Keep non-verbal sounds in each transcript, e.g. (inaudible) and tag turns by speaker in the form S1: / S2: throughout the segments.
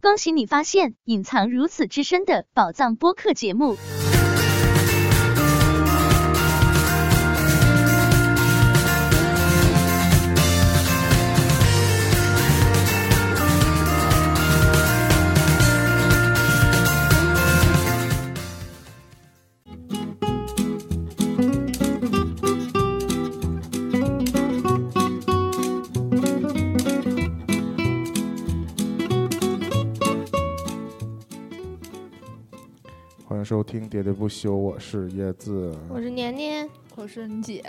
S1: 恭喜你发现隐藏如此之深的宝藏播客节目。
S2: 欢迎收听《喋喋不休》，我是叶子。
S3: 我是年年，
S4: 我是你姐，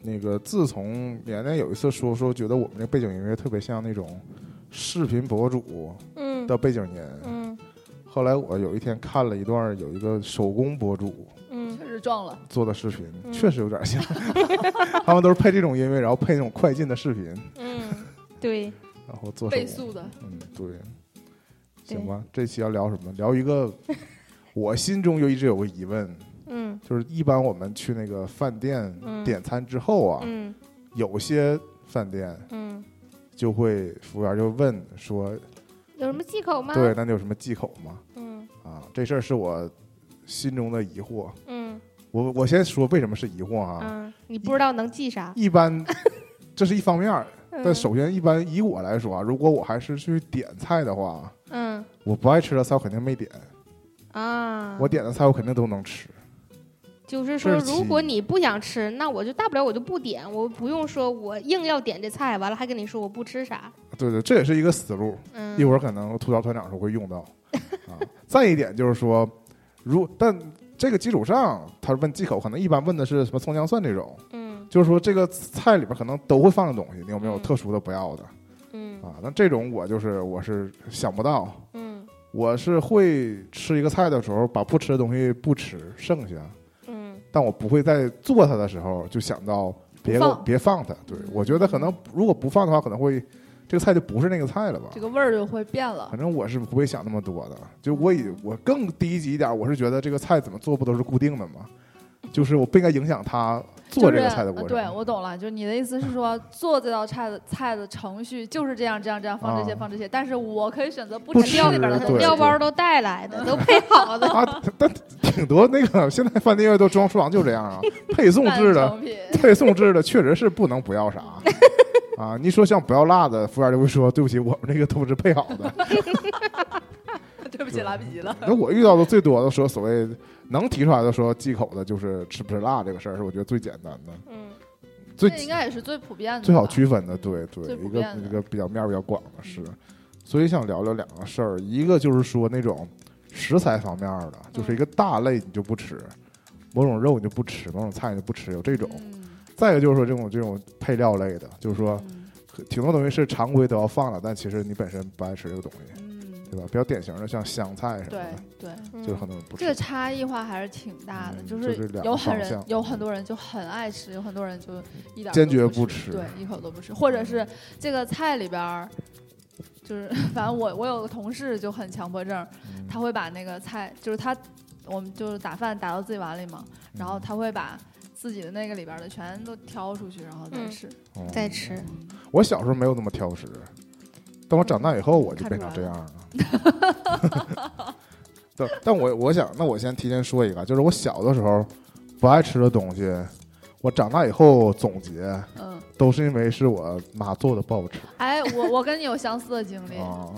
S2: 那个，自从年年有一次说说，觉得我们这背景音乐特别像那种视频博主
S3: 嗯
S2: 的背景音。
S3: 嗯
S2: 后来我有一天看了一段有一个手工博主
S3: 嗯，
S4: 确实撞了，
S2: 做的视频，
S3: 嗯
S2: 确实有点像。 (laughs) 他们都是配这种音乐，然后配那种快进的视频，
S3: 嗯，对，
S2: 然后做手
S4: 倍
S2: 工。
S4: 速的，
S2: 嗯，对。
S3: 对
S2: 行吧，这期要聊什么？聊一
S3: (laughs)
S2: 个我心中就一直有个疑问，
S3: 嗯
S2: 就是一般我们去那个饭店
S3: 嗯
S2: 点餐之后啊，
S3: 嗯
S2: 有些饭店
S3: 嗯，
S2: 就会服务员就问说
S3: 有什么忌口：“吗？
S2: 对，，那你有什么忌口吗
S3: 嗯？”
S2: 啊，这事儿是我心中的疑惑。
S3: 嗯
S2: 我我先说为什么是疑惑啊？
S3: 嗯，你不知道能忌啥？
S2: 一
S3: (laughs)
S2: 般这是一方面儿，但
S3: 嗯
S2: 首先一般以我来说啊，如果我还是去点菜的话，
S3: 嗯
S2: 我不爱吃的菜我肯定没点，
S3: 啊，
S2: 我点的菜我肯定都能吃。
S3: 就是说，
S2: 这是其
S3: 如果你不想吃，那我就大不了我就不点，我不用说我硬要点这菜，完了还跟你说我不吃啥，
S2: 对对，这也是一个思路，
S3: 嗯，
S2: 一会儿可能吐槽团长的时候会
S3: (laughs)
S2: 用到啊。再一点就是说，如但这个基础上，他问忌口，可能一般问的是什么葱姜蒜这种。
S3: 嗯
S2: 就是说这个菜里边可能都会放的东西，你有没有
S3: 嗯
S2: 特殊的不要的
S3: 嗯
S2: 啊？那这种我就是我是想不到，
S3: 嗯
S2: 我是会吃一个菜的时候把不吃的东西不吃剩下，
S3: 嗯
S2: 但我不会在做它的时候就想到别
S4: 不放
S2: 别放它。对
S4: 嗯
S2: 我觉得可能如果不放的话，可能会这个菜就不是那个菜了吧
S4: 这。个味儿就会变了
S2: 反。正我是不会想那么多的，就我以我更低级一点，我是觉得这个菜怎么做不都是固定的吗？就是我不应该影响他做这个菜的过程。
S4: 就是呃对我懂了，就你的意思是说，做这道菜的菜的程序就是这样这样这样放这些
S2: 啊
S4: 放这些，但是我可以选择不
S2: 不
S4: 吃
S2: 吃
S4: 料里边的
S2: 对
S4: 东
S3: 嗯，
S4: 西。
S3: 料包都带来的，都配
S2: (laughs)
S3: 好的，
S2: 啊，但挺多那个现在饭店都装厨房就这样啊，配送
S4: 半 (laughs)
S2: 制的，
S4: 成品
S2: 配送制的确实是不能不要啥啊。你说像不要辣的，服务员就会说对不起，我们这个都是配好的。
S4: 对不起，来不及了。
S2: 那我遇到的最多的说所谓能提出来的说忌口的，就是吃不吃辣这个事儿，是我觉得最简单的，
S3: 嗯
S2: 最
S4: 这应该也是最普遍的吧，
S2: 最好区分的。对对，
S4: 最普
S2: 一个
S4: 遍的
S2: 一个比较面儿比较广的是，所以想聊聊两个事儿，一个就是说那种食材方面的，就是一
S4: 嗯
S2: 个大类你就不吃。某种肉你就不吃，某种菜你就不吃，有这种。
S4: 嗯。
S2: 再一个就是说这种这种配料类的，就是说
S4: 嗯
S2: 挺多东西是常规都要放了，但其实你本身不爱吃这个东西，
S4: 嗯，
S2: 对吧？比较典型的像香菜什么
S4: 对
S2: 的，
S4: 对，
S3: 嗯
S4: 嗯
S2: 就是很多人不
S4: 这
S2: 吃
S4: 个。差异化还是挺大的，
S2: 嗯
S4: 就
S2: 就是
S4: 是
S2: 两个
S4: 有很
S2: 方
S4: 人
S2: 向
S4: 有很多人就很爱吃，有很多人就一点儿
S2: 坚
S4: 都
S2: 决
S4: 不
S2: 不吃嗯
S4: 对，一口都不吃，或者是这个菜里边儿，就是 (laughs) 反正我我有个同事就很强迫症，
S2: 嗯
S4: 他会把那个菜就是他我们就是打饭打到自己碗里嘛，
S2: 嗯
S4: 然后他会把自己的那个里边儿的全都挑出去，然后再
S3: 嗯
S4: 吃。
S2: 嗯
S3: 再吃，
S2: 我小时候没有那么挑食，但我长大以后我就
S4: 看
S2: 变
S4: 出
S2: 成
S4: 来
S2: 这样了。 (laughs) 对，但我我想，那我先提前说一个，就是我小的时候不爱吃的东西，我长大以后总结
S4: 嗯，
S2: 都是因为是我妈做的不好吃。
S4: 哎，我我跟你有相似的经历，
S2: 啊，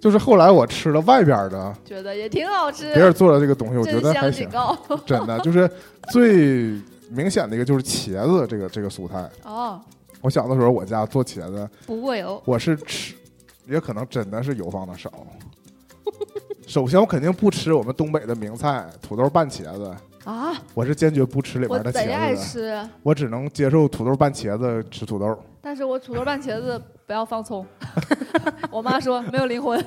S2: 就是后来我吃了外边儿的
S4: 觉得也挺好吃
S2: 别，人做的这个东西，我觉
S4: 真
S2: 得还
S4: 香
S2: 行
S4: 警，告。 (laughs)
S2: 真的就是最明显的一个就是茄子这个这个蔬菜。
S4: 哦，
S2: 我小的时候我家做茄子，
S3: 不过油，
S2: 我是吃，也可能真的是油放的少。首先，我肯定不吃我们东北的名菜土豆拌茄子，
S4: 啊，
S2: 我是坚决不吃里
S4: 我
S2: 边的
S4: 贼爱
S2: 茄子的，
S4: 吃。
S2: 我只能接受土豆拌茄子吃土豆。
S4: 但是我土豆拌茄子不要放葱， (laughs) 我妈说没有灵魂。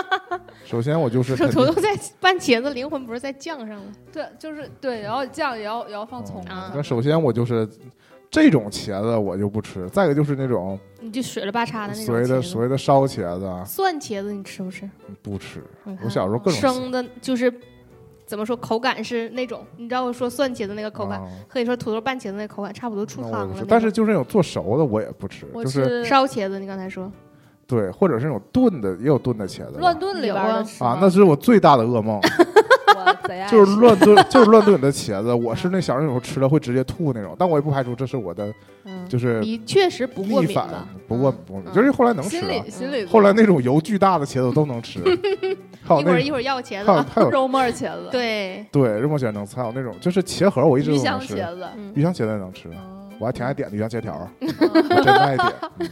S4: (laughs)
S2: 首先，我就是肯
S3: 头
S2: 定
S3: 头在拌茄子，灵魂不是在酱上吗？
S4: 对，就是对，然后酱也要也要放葱。
S3: 啊
S2: 哦那首先我就是这种茄子我就不吃，再一个就是那种
S3: 你就水了吧叉的那
S2: 所
S3: 种
S2: 谓的
S3: 茄
S2: 所
S3: 子。
S2: 谓的烧茄子啊
S3: 蒜茄子你吃不吃？
S2: 不吃，
S3: 你看
S2: 我小时候各种
S3: 嗯生的，就是怎么说，口感是那种，你知道我说蒜茄子那个口感，
S2: 啊
S3: 和你说土豆拌茄子那个口感差不多，出
S2: 那
S3: 汤
S2: 我也
S3: 了
S2: 不
S3: 那
S2: 吃
S3: 种。
S2: 但是就是那种做熟的我也不吃，
S4: 我
S2: 就是
S4: 吃
S3: 烧茄子，你刚才说
S2: 对，或者是那种炖的，也有炖的茄子吧
S4: 乱炖里边
S3: 有啊
S4: 的吃
S2: 啊
S4: 吗，
S2: 那是我最大的噩梦，
S4: 我贼爱吃
S2: 就是乱炖， (laughs) 就是乱炖的茄子。我是那小时候有时候吃了会直接吐那种，但我也不排除这是我的
S3: 嗯，
S2: 就是
S3: 你确实不过
S2: 逆
S3: 敏
S2: 反
S3: 吧？，
S2: 不过
S3: 嗯
S2: 不过敏
S3: 嗯
S2: 就是后来能吃
S4: 心
S2: 了
S4: 里，心里
S2: 啊后来那种油巨大的茄子我都能吃，还有哦
S3: 一会
S2: 那
S3: 儿一会儿要茄
S2: 还有
S3: 子，啊
S2: 还有
S4: 肉末茄子，，
S3: 对，
S2: 对肉末茄子能吃，还有那种就是茄盒我一直
S4: 鱼
S2: 都
S4: 香
S2: 能吃，
S4: 茄
S2: (laughs)
S4: 子。
S3: 嗯
S2: 鱼香茄子也能吃，
S4: 嗯
S2: 我还挺爱点的鱼香茄条儿，
S4: 嗯
S2: 我真爱点。嗯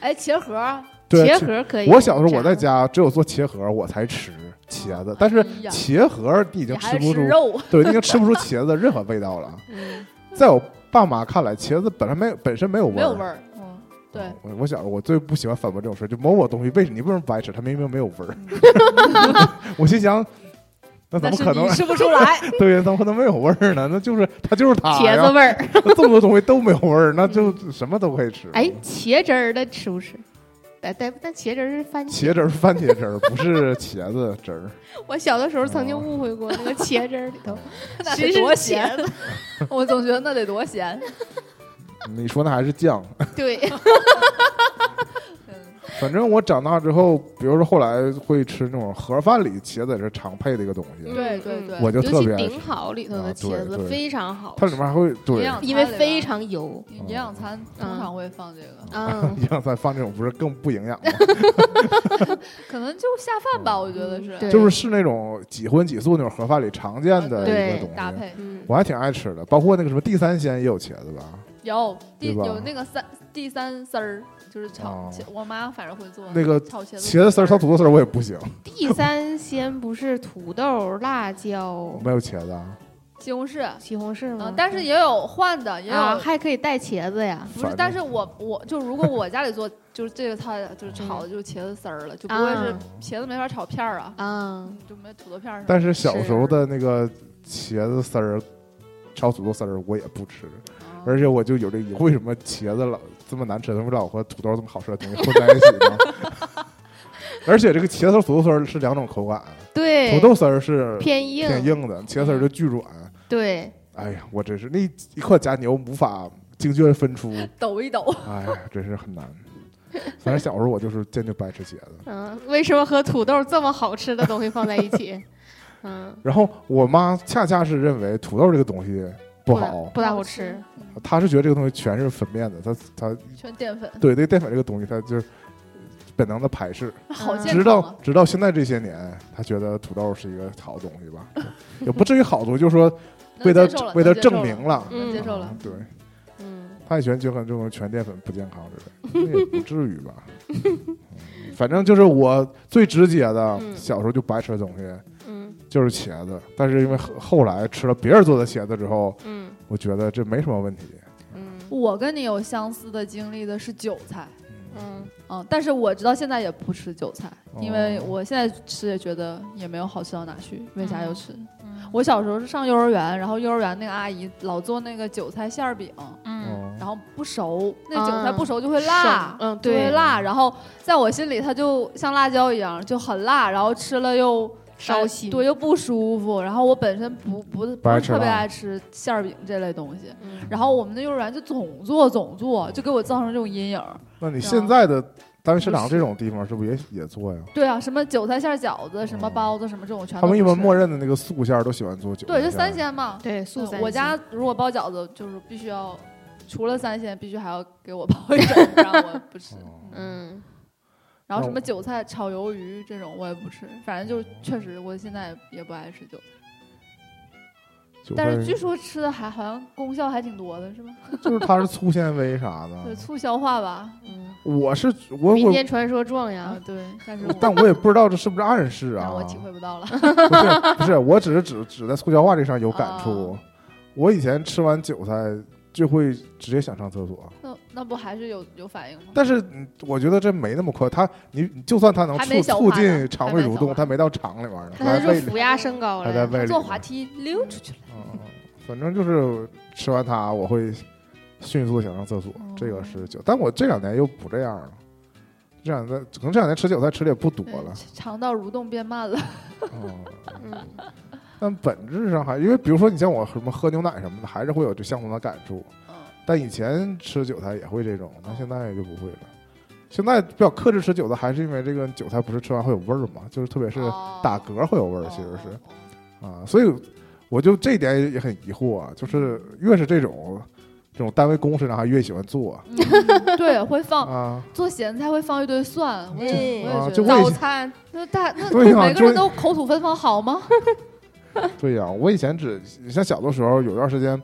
S4: 哎，茄盒儿，
S2: 对，
S3: 茄
S2: 其
S3: 盒可以。
S2: 我小时候我
S3: 啊
S2: 在家只有做茄盒我才吃茄子，但是
S4: 哎呀
S2: 茄盒你已
S4: 你
S2: 经
S4: 还是
S2: 吃不
S4: 吃
S2: 出，
S4: 肉，
S2: (laughs) 对，你已经吃不出茄子任何味道了。
S3: 嗯，
S2: 在我爸妈看来，茄子本身没有本身没有味
S4: 没有
S2: 儿
S4: 味。儿。嗯，对
S2: 嗯，我我想我最不喜欢反驳这种事儿，就某某东西为什你为什么不爱吃？它明明没有味儿。 (laughs) 我心想，那怎
S4: 但
S2: 么
S4: 是
S2: 可能
S4: 你？吃不出来， (laughs)
S2: (laughs) 对，怎么可能没有味儿呢？那就是它就是它
S3: 茄子
S2: 呀，
S3: 味儿。
S2: (laughs) 这么多东西都没有味儿，那就什么都可以吃。
S3: 哎，茄汁儿的吃不吃？但但但茄汁儿是番茄。
S2: 茄汁儿、番茄汁儿，不是茄子汁儿。
S3: 我小的时候曾经
S2: 哦
S3: 误会过那个茄汁儿里头
S4: (laughs) 那
S3: 其实
S4: 得
S3: 是
S4: 多
S3: 咸
S4: 咸！
S3: (laughs)
S4: 啊我总觉得那得多咸。
S2: 你说那还是酱？ (laughs)
S3: 对，
S4: 嗯
S2: 反正我长大之后，比如说后来会吃那种盒饭里茄子也是常配的一个东西，
S4: 对对对，
S2: 我就
S3: 尤
S2: 特
S3: 其
S2: 别爱吃
S3: 顶。好里头
S2: 啊
S3: 的
S2: 对
S3: 茄子
S2: 对
S3: 非常好
S2: 它里面还会
S4: 营
S2: 对
S4: 养餐
S3: 因为
S4: 里边
S3: 非
S2: (laughs)
S3: 常油。
S4: 营养餐通常会放这个，
S3: 嗯，
S2: 营养餐放这种不是更不营养吗？
S4: 可能就下饭吧，我觉得
S3: 嗯
S4: 是
S3: 对
S2: 就是是那种几荤几素那种盒饭里常见的
S3: 对
S2: 一个
S4: 搭
S2: 东西。
S4: 配。
S3: 嗯，
S2: 我还挺爱吃的，包括那个什么地三鲜也有茄子吧，
S4: 有第
S2: 对吧
S4: 有那个三第三丝儿，就是炒
S2: 哦，
S4: 茄我妈反正会做
S2: 那个
S4: 炒茄子
S2: 茄子丝儿、炒土豆丝儿我也不行，
S3: 地三鲜不是土豆、辣椒、
S2: 没有茄子啊，
S4: 西红柿，
S3: 西红柿吗
S4: 嗯，？但是也有换的，也
S3: 啊，
S4: 有
S3: 还可以带茄子呀。
S4: 不
S2: 反
S4: 是，
S2: 正
S4: 但是我我就如果我家里做，就是这个菜就是炒的就是茄子丝儿了，就不会是
S3: 啊
S4: 茄子没法炒片儿啊，
S3: 啊，
S4: 就没土豆片儿。
S2: 但是小时候的那个茄子丝儿炒土豆丝儿我也不吃，
S4: 啊
S2: 而且我就有这疑惑，为什么茄子老这么难吃，他们老和土豆这么好吃的东西混在一起呢？ (laughs) 而且这个茄子和土豆丝儿是两种口感，
S3: 对，
S2: 土豆丝儿是
S3: 偏硬，
S2: 偏硬的，茄子丝儿就巨软。
S3: 对，
S2: 哎呀，我真是那一块夹牛无法精确分
S4: (laughs)
S2: 出，
S4: 抖一抖，
S2: 哎呀，真是很难。反正小时候我就是坚决不爱吃茄子，
S3: 嗯，为什么和土豆这么好吃的东西放在一起？嗯，
S2: 然后我妈恰恰是认为土豆这个东西 (laughs) 不好，
S3: 不大好吃。
S4: 嗯，
S2: 她是觉得这个东西全是粉面的，她她
S4: 全淀粉，
S2: 对对淀粉这个东西，她就是本能的排斥。
S4: 好 (laughs) 健康
S2: 直到
S4: 啊。
S2: 直到现在这些年，他觉得土豆是一个好东西吧，也不至于好东西，就是
S4: (laughs)
S2: 说
S4: 能
S2: 为他
S4: 接受了
S2: 为他
S4: 能接受
S2: 证明了，
S4: 能接受了
S2: 嗯。对，
S3: 嗯，
S2: 他也喜欢觉得这种全淀粉不健康之类的，那也不至于吧。嗯反正就是我最直接的，
S3: 嗯
S2: 小时候就不爱吃的东西
S3: 嗯
S2: 就是茄子，但是因为后后来吃了别人做的茄子之后，
S3: 嗯
S2: 我觉得这没什么问题。
S3: 嗯
S4: 我跟你有相似的经历的是韭菜，
S3: 嗯
S4: 嗯，但是我直到现在也不吃韭菜，
S2: 哦
S4: 因为我现在吃也觉得也没有好吃到哪去，为啥要吃？
S3: 嗯
S4: 我小时候是上幼儿园，然后幼儿园那个阿姨老做那个韭菜馅儿饼，
S3: 嗯，
S2: 哦
S4: 然后不熟，那
S3: 啊
S4: 韭菜不熟就会辣
S3: 生，嗯
S4: 就会
S3: 对
S4: 辣。然后在我心里，它就像辣椒一样，就很辣，然后吃了又
S3: 烧心。
S4: 呃对，又不舒服。然后我本身不不是
S2: 不
S4: 不
S2: 爱
S4: 是
S2: 吃
S4: 特别
S2: 辣
S4: 爱吃馅儿饼这类东西。
S3: 嗯，
S4: 然后我们的幼儿园就总做总做，就给我造成这种阴影。
S2: 那你
S4: 啊
S2: 现在的单位市场这种地方是不是也也做呀？
S4: 对啊，什么韭菜馅儿饺子，什么
S2: 哦
S4: 包子，什么这种全
S2: 他
S4: 都
S2: 们一嗯
S4: 不
S2: 般
S4: 吃
S2: 默认的那个素馅儿都喜欢做韭菜
S4: 对，
S2: 馅
S4: 就
S2: 儿，
S4: 三鲜嘛。
S3: 对素
S4: 嗯
S3: 三
S4: 我
S3: 鲜
S4: 家如果包饺子，就是必须要除了三鲜，必须还要给我包一种，不然我不吃。
S2: 哦
S3: 嗯
S4: 然后
S2: 那
S4: 什么
S2: 我
S4: 韭菜炒鱿鱼这种我也不吃，反正就是确实我现在也不爱吃韭菜，
S2: 韭
S4: 但
S2: 菜
S4: 是据说吃的还好像功效还挺多的，是吧？
S2: 就是它是粗纤维啥
S4: 对，
S2: 的。
S4: 促消化吧。
S3: 嗯，
S2: 我是我
S3: 民
S2: 我，
S3: 间传说壮
S4: 啊
S3: 阳，，
S4: 对，但是我
S2: 但嗯我也不知道这是不是暗
S4: (laughs)
S2: 示
S4: 但
S2: 啊。
S4: 我体会不到
S2: (laughs)
S4: 了。
S2: 不是不是，我只是只只在促消化这上有感触
S4: 哦。
S2: 我以前吃完韭菜就会直接想上厕所，
S4: 那那不还是有有反应吗？
S2: 但是嗯我觉得这没那么快。它你你就算它能
S4: 还
S2: 促
S4: 没消化
S2: 促
S4: 呢
S2: 进肠胃
S4: 还没
S2: 蠕
S4: 消
S2: 动，
S4: 化
S2: 它没到肠里面呢，
S3: 那
S2: 还在
S3: 它就
S2: 胃里
S3: 腹压升高
S2: 还在
S3: 了呀。
S2: 胃里。
S4: 坐滑梯溜出去了。
S2: 嗯，反正就是吃完它，我会迅速地想上厕所，
S4: 哦
S2: 这个是韭。但我这两年又不这样了，这两年可能这两年吃韭菜吃的也不多嗯了
S4: 对。肠嗯道蠕动变慢了，
S2: 嗯，
S3: 嗯
S2: 但本质上还因为，比如说你像我什么喝牛奶什么的，还是会有这相同的感触。
S4: 嗯，
S2: 但以前吃韭菜也会这种，但现在就不会了。现在比较克制吃韭菜，还是因为这个韭菜不是吃完会有味儿嘛，就是特别 (laughs) 是打
S4: 嗝，
S2: 嗝会有味儿，
S4: 哦
S2: 其实是。
S4: 哦
S2: 啊，所以我就这一点也很疑惑啊，就是越是这种这种单位公式上，还越喜欢做
S3: 哦
S4: 嗯 (laughs) 对，会放 (laughs)
S2: 啊，
S4: 做咸菜会放一堆蒜，我也
S3: 嗯
S4: 我
S2: 啊
S4: 也觉
S2: 就为
S4: 得。
S2: 我以
S3: 早
S2: 前
S3: 餐
S4: 那大那
S2: 对呀
S4: 每个
S2: 就
S4: 人都口吐芬芳好吗？
S2: 对呀、我以前只像小的时候有段时间，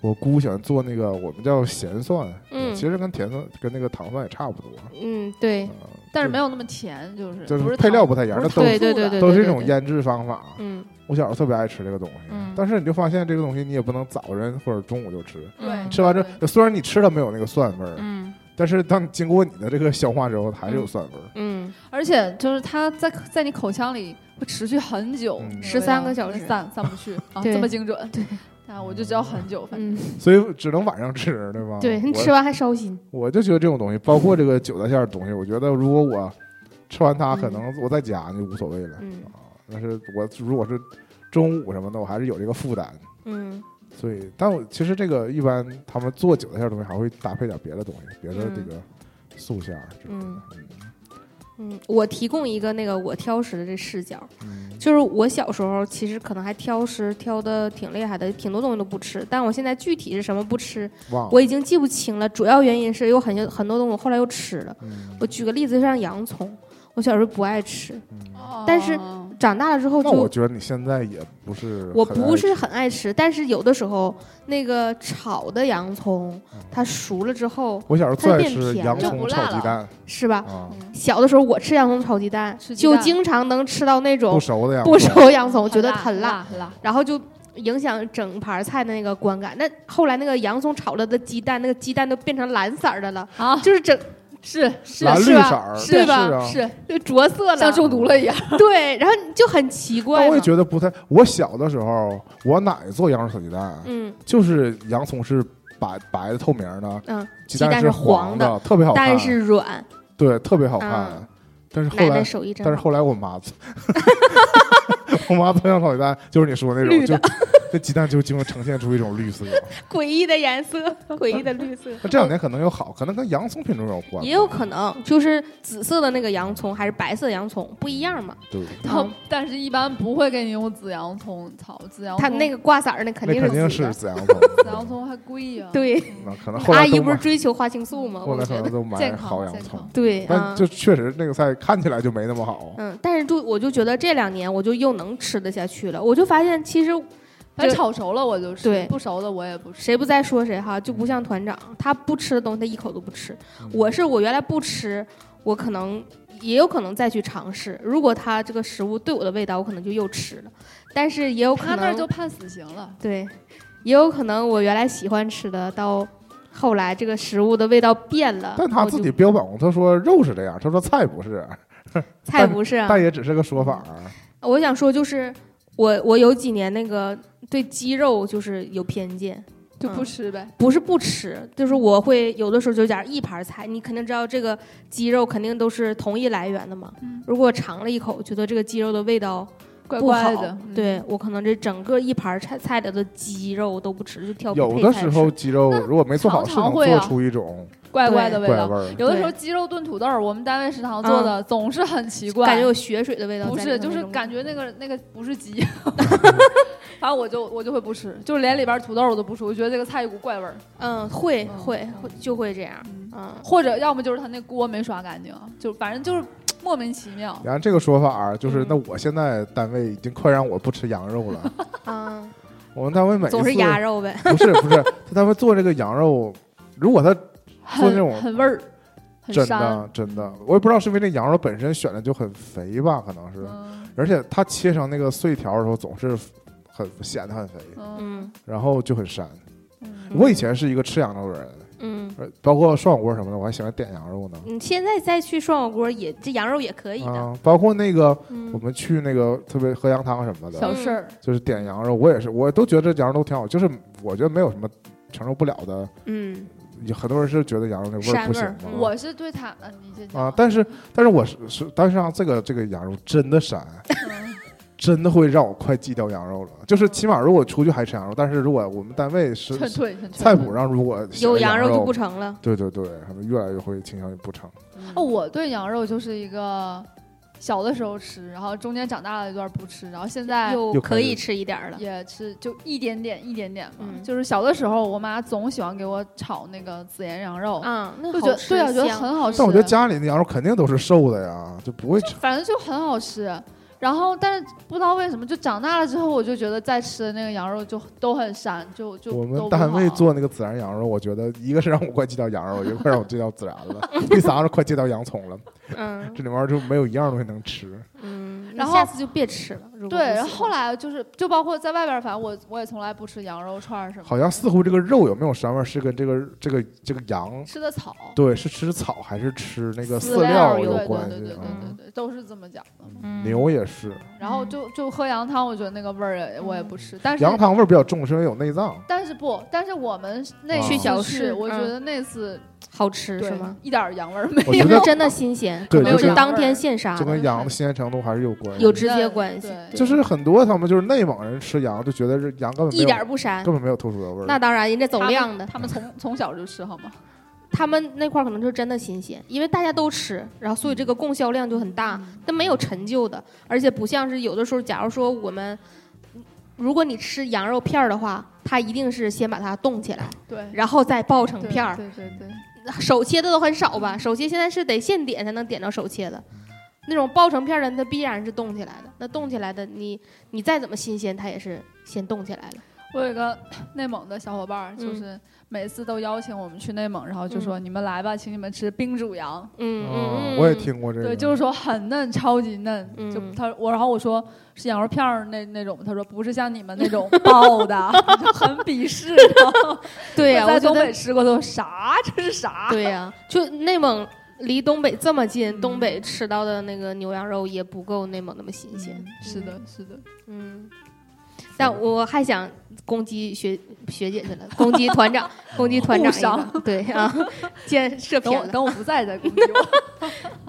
S2: 我姑喜欢做那个我们叫咸蒜，
S3: 嗯
S2: 其实跟甜蒜跟那个糖蒜也差不多，
S3: 嗯，对
S2: 啊，
S4: 哎但是没
S2: 有，
S4: 有那么甜，就是
S2: 就是
S4: 不是
S2: 配料
S4: 糖
S2: 不太一样
S4: 不是
S2: 那都
S4: 糖
S3: 对对
S4: 醋
S3: 对
S4: 的
S3: 对，
S2: 都是一
S3: 对
S2: 种，腌制方法。啊
S3: 对嗯
S2: 我小时候特别爱吃这个东西，
S4: 嗯
S2: 但是你就发现这个东西你也不能早晨或者中午就吃，
S4: 对
S2: 吃完之后虽然你吃它没有那个蒜味儿，
S3: 嗯
S2: 但是当你经过你的这个消化之后，它还是有
S4: 嗯
S2: 蒜味儿。
S3: 嗯，
S4: 而且就是它在在你口腔里会持续很久
S2: 嗯，
S3: 13个小时
S4: 散散不去
S3: (laughs)
S4: 啊，
S3: 对
S4: 这么精准。对，啊，我就知道很久，反正
S3: 嗯，哦
S2: 所以只能晚上吃，对吧？
S3: 对你
S2: 我
S3: 吃完还烧心，
S2: 我就觉得这种东西，包括这个韭菜馅儿的东西，我觉得如果我吃完它，可能我在家就无所谓了。
S3: 嗯
S2: 啊，但是我如果是中午什么的，我还是有这个负担。
S3: 嗯
S2: 所以，但我其实这个一般他们做韭菜馅儿的东西，还会搭配点别的东西，别的
S3: 嗯
S2: 这个素馅儿之类的。
S3: 嗯嗯，我提供一个那个我挑食的这视角，
S2: 嗯
S3: 就是我小时候其实可能还挑食，挑的挺厉害的，挺多东西都不吃。但我现在具体是什么不吃，
S2: 忘了。
S3: 我已经记不清了。主要原因是有很多很多东西我后来又吃了。
S2: 嗯
S3: 我举个例子，像洋葱，我小时候不爱吃，
S2: 嗯
S3: 但是
S4: 哦
S3: 长大了之后
S2: 那我
S3: 就
S2: 觉得你现在也不是，
S3: 我不是很爱吃，但是有的时候那个炒的洋葱
S2: 嗯，
S3: 它熟了之后，
S2: 我小时候最
S3: 它
S2: 爱
S3: 变
S2: 吃
S3: 甜
S2: 洋
S3: 了
S2: 葱
S4: 不
S2: 炒
S4: 辣
S2: 鸡
S4: 了
S2: 蛋
S3: 是吧？
S2: 啊，
S3: 小的时候我吃洋葱炒鸡蛋，
S4: 吃鸡
S3: 就
S4: 蛋
S3: 经常能吃到那
S2: 不
S3: 种
S2: 熟的啊呀，
S3: 不熟洋葱，我觉得
S4: 很
S3: 很辣。
S4: 很辣。
S3: 然后就影响整盘菜的那个观感。那后来那个洋葱炒了的鸡蛋，那个鸡蛋都变成蓝色儿的了，
S4: 啊，
S3: 就是整
S4: 是是
S2: 蓝绿
S3: 是吧
S2: 色儿，
S3: 对
S4: 是
S3: 吧
S2: 是啊
S4: 是，
S3: 就着色了，
S4: 像中毒了一样。
S3: 对，然后你就很奇怪
S2: 但我也
S3: 嘛。
S2: 觉得不太。我小的时候，我奶奶做洋葱炒鸡蛋，
S3: 嗯，
S2: 就是洋葱是白白的透明的，
S3: 嗯，
S2: 鸡
S3: 蛋
S2: 是
S3: 是
S2: 黄
S3: 黄的
S2: 特别好看，
S3: 但是软，
S2: 对特别好看
S3: 嗯。
S2: 但是
S3: 奶
S2: 后
S3: 奶
S2: 来，
S3: 手艺真
S2: 但是
S3: 好。
S2: 后来我妈做， (laughs) 我妈做洋葱炒鸡蛋就是你说那种，
S3: 绿
S2: 就
S3: 的
S2: 这鸡蛋就经常呈现出一种绿色。
S3: 诡异的颜色，
S2: (laughs)
S3: 诡异的绿色，
S2: 那这两年可能又好，可能跟洋葱品种有关吧，
S3: 也有可能就是紫色的那个洋葱还是白色的洋葱不一样嘛。
S2: 对，
S4: 然后， (laughs) 但是一般不会给你用紫洋葱炒紫洋葱，
S3: 它那个挂色儿那肯
S2: 哦那
S3: 定
S2: 肯定
S3: 紫
S2: 是
S3: 的。 (laughs)
S2: 紫洋葱。
S4: 紫洋葱还贵呀。，
S3: 对，
S2: 那
S3: (laughs)
S2: 可能后
S3: 嗯阿
S2: 来
S3: 姨
S2: 都
S3: 不是
S2: 买，
S3: 追求花青素吗？
S2: 后
S3: 我
S2: 来
S3: 觉
S2: 可
S3: 得
S2: 能都买
S4: 健康
S2: 好洋
S4: 健
S2: 葱
S4: 康，
S3: 对啊
S2: 但。就确实那个菜看起来就没那么好。
S3: 嗯，但是就我就觉得这两年我就又能吃得下去了，我就发现其实
S4: 反
S3: 就
S4: 正炒熟了我就吃，
S3: 对
S4: 不熟的我也不吃。
S3: 谁不在说谁哈，就不像团长，他不吃的东西他一口都不吃。
S2: 嗯
S3: 我是我原来不吃，我可能也有可能再去尝试，如果他这个食物对我的味道，我可能就又吃了，但是也有可
S4: 他
S3: 能
S4: 那儿就判死刑了。
S3: 对，也有可能我原来喜欢吃的到。后来这个食物的味道变了，
S2: 但他
S3: 我
S2: 自
S3: 就嗯
S2: 己标榜，他说肉是这样，他说菜不是，
S3: 菜不是啊，
S2: 但也只是个说法儿。
S3: 我想说就是我我有几年那个对鸡肉就是有偏见，
S4: 就不
S3: 嗯
S4: 吃呗。
S3: 不是不吃，就是我会有的时候就点一盘菜，你肯定知道这个鸡肉肯定都是同一来源的嘛。
S4: 嗯
S3: 如果尝了一口，觉得这个鸡肉的味道
S4: 怪
S3: 不好，
S4: 怪的，嗯，
S3: 对我可能这整个一盘菜菜里的鸡肉都不吃，就挑
S2: 有
S3: 配
S2: 的
S3: 菜
S2: 时
S3: 吃
S2: 候鸡肉如果没做好，
S4: 常
S2: 是
S4: 常
S2: 能
S4: 会
S2: 做
S4: 啊
S2: 出一种
S4: 怪怪的味
S2: 怪
S4: 道
S2: 味。儿。
S4: 有的时候鸡肉炖土豆儿，我们单位食堂做的总是很奇怪，
S3: 嗯感觉有血水的味道
S4: 不
S3: 在里头那
S4: 是，
S3: 种，
S4: 就是感觉那个那个不是
S3: (laughs)
S4: 鸡，反正我就我就会不吃，就是连里边土豆儿我都不吃，我觉得这个菜一股怪味儿，
S3: 嗯会
S4: 嗯
S3: 会会就会这样，
S4: 嗯
S3: 嗯
S4: (laughs) 或者要么就是他那锅没刷干净，就反正就是莫名其妙。
S2: 然后这个说法儿就是，
S3: 嗯
S2: 那我现在单位已经快让我不吃羊肉
S3: (laughs)
S2: 了。
S3: 啊，
S2: 我们单位每一次
S3: 总是鸭肉呗，
S2: 不是不是，他单位做这个羊肉，如果他做那种
S4: 很很味儿，很
S2: 真
S4: 膻。嗯
S2: 的真的，我也不知道是因为这羊肉本身选的就很肥吧，可能是，
S4: 嗯
S2: 而且它切成那个碎条儿的时候总是很显得很肥，
S4: 嗯
S3: 嗯
S2: 然后就很膻。
S4: 嗯，
S2: 我以前是一个吃羊肉的人，
S3: 嗯。
S2: 呃包括涮火锅什么的，我还喜欢点羊肉呢。
S3: 你现在再去涮火锅也这羊肉也嗯可以的，
S2: 啊，包括那个我
S3: 嗯
S2: 们去那个特别喝羊汤什么的，
S4: 小事儿，
S2: 就是点羊肉，我也是，我都觉得这羊肉都挺好，就是我觉得没有什么承受不了的。
S3: 嗯
S2: 有很多人是觉得羊肉那味儿
S3: 膻
S2: 不
S3: 味
S2: 行
S3: 儿
S2: 嘛，
S4: 我是对他，啊你先讲
S2: (laughs) 啊，但是但是我是是，但是啊，这个这个羊肉真的膻，
S4: 嗯
S2: 真的会让我快戒掉羊肉了。就是起码如果出去还吃羊肉，但是如果我们单位是
S4: 劝退劝退。
S2: 菜谱上如果写
S3: 有
S2: 了羊
S3: 羊肉就不成了。
S2: 对对对，他们越来越会倾向于不成。
S4: 哦，我对羊肉就是一个小的时候吃，然后中间长大了一段不吃，然后现在
S3: 又
S2: 又
S3: 可
S2: 可
S3: 以
S2: 以
S3: 吃一点儿了。
S4: 也吃就一点点一点点嘛。
S3: 嗯
S4: 就是小的时候，我妈总喜欢给我炒那个孜然羊肉，
S3: 嗯，那
S4: 就觉
S3: 好
S4: 得
S3: 吃
S4: 对啊，觉得
S3: 香嗯
S4: 很好吃。
S2: 但我觉得家里的羊肉肯定都是瘦的呀，就不会成。
S4: 反正就很好吃。然后，但是不知道为什么，就长大了之后，我就觉得再吃的那个羊肉就都很膻，就就
S2: 我
S4: 都
S2: 们
S4: 不
S2: 单位
S4: 好
S2: 做那个孜然羊肉，我觉得一个是让我快戒掉羊肉，一个是让我戒掉孜然
S4: (laughs)
S2: 了，第三个是快戒掉洋葱了。
S3: 嗯
S2: 这里面就没有一样东西能吃。
S3: (laughs) 嗯，
S4: 然后
S3: 下次就别吃了。如果
S4: 对，
S3: 不
S4: 然后
S3: 喜
S4: 后
S3: 欢
S4: 来就是就包括在外边儿，反正我我也从来不吃羊肉串儿什么的，
S2: 好像似乎这个肉有没有膻味儿是跟这个这个这个羊，
S4: 吃的草，
S2: 对，是吃草还是吃那个
S3: 饲
S2: 饲
S3: 料
S2: 料
S4: 对
S2: 有
S3: 有
S4: 对
S2: 关
S4: 对对
S2: 系
S4: 对
S2: 啊？
S4: 对对，都是这么讲的嘛。
S3: 嗯
S2: 牛也是，
S4: 然后就就喝羊汤，我觉得那个味儿也我也不吃，但是
S2: 嗯羊汤味儿比较重，是因为有内脏。
S4: 但是不，但是我们那
S2: 啊
S4: 次
S2: 去
S3: 小
S4: 是
S3: 吃
S4: 我觉
S3: 嗯
S4: 得那次
S3: 好吃
S4: 对
S3: 是吗？
S4: 一点儿羊味儿没
S2: 我
S4: 有
S2: 觉
S3: 因
S2: 得
S3: 为真的新鲜，
S2: 对
S3: 可能
S2: 就是跟
S3: 当天现杀
S4: 啊
S2: 就
S3: 的，
S2: 跟羊的新鲜程度还是有关系，
S3: 有直接关系。
S4: 对
S3: 对
S2: 就是很多他们就是内蒙人吃羊就觉得是羊根本没
S3: 一
S2: 有
S3: 点儿不膻，
S2: 根本没有特殊的味
S3: 那
S2: 儿。
S3: 当然，人家走
S4: 他们
S3: 量的，
S4: 他们从从小就吃好吗？
S3: 他们那块儿可能就是真的新鲜，因为大家都吃，然后所以这个供销量就很大，
S4: 嗯
S3: 但没有陈旧的，而且不像是有的时候，假如说我们，如果你吃羊肉片儿的话，它一定是先把它冻起来，
S4: 对，
S3: 然后再爆成
S4: 对
S3: 片儿。
S4: 对对对，
S3: 手切的都很少吧？手切现在是得现点才能点到手切的，那种爆成片儿的，它必然是冻起来的。那冻起来的，你你再怎么新鲜，它也是先冻起来了。
S4: 我有一个内蒙的小伙伴儿，就
S3: 嗯
S4: 是每次都邀请我们去内蒙，然后就说你们来吧，请你们吃冰煮羊，
S3: 嗯
S2: 嗯
S3: 嗯，
S2: 我也听过这个，
S4: 对，就是说很嫩，超级嫩。
S3: 嗯
S4: 就他我，然后我说是羊肉片儿那那种，他说不是像你们那种爆的， (laughs) 就很鄙视。然后
S3: (laughs) 对呀、
S4: 我
S3: 我
S4: 在
S3: 觉
S4: 东
S3: 得
S4: 北吃过都啥？这是 (laughs) 啥？
S3: 对呀、就内蒙离东北这么近，
S4: 嗯
S3: 东北吃到的那个牛羊肉也不够内蒙那么新鲜
S4: 嗯。是的，是的，
S3: 嗯，但我还想攻击学学姐去
S4: (laughs)
S3: 了，攻击团长，攻击团长
S4: 误
S3: 一个，对
S4: (laughs)
S3: 啊，建设
S4: 等
S3: 偏
S4: 我
S3: 了。
S4: 等我不在再攻击我。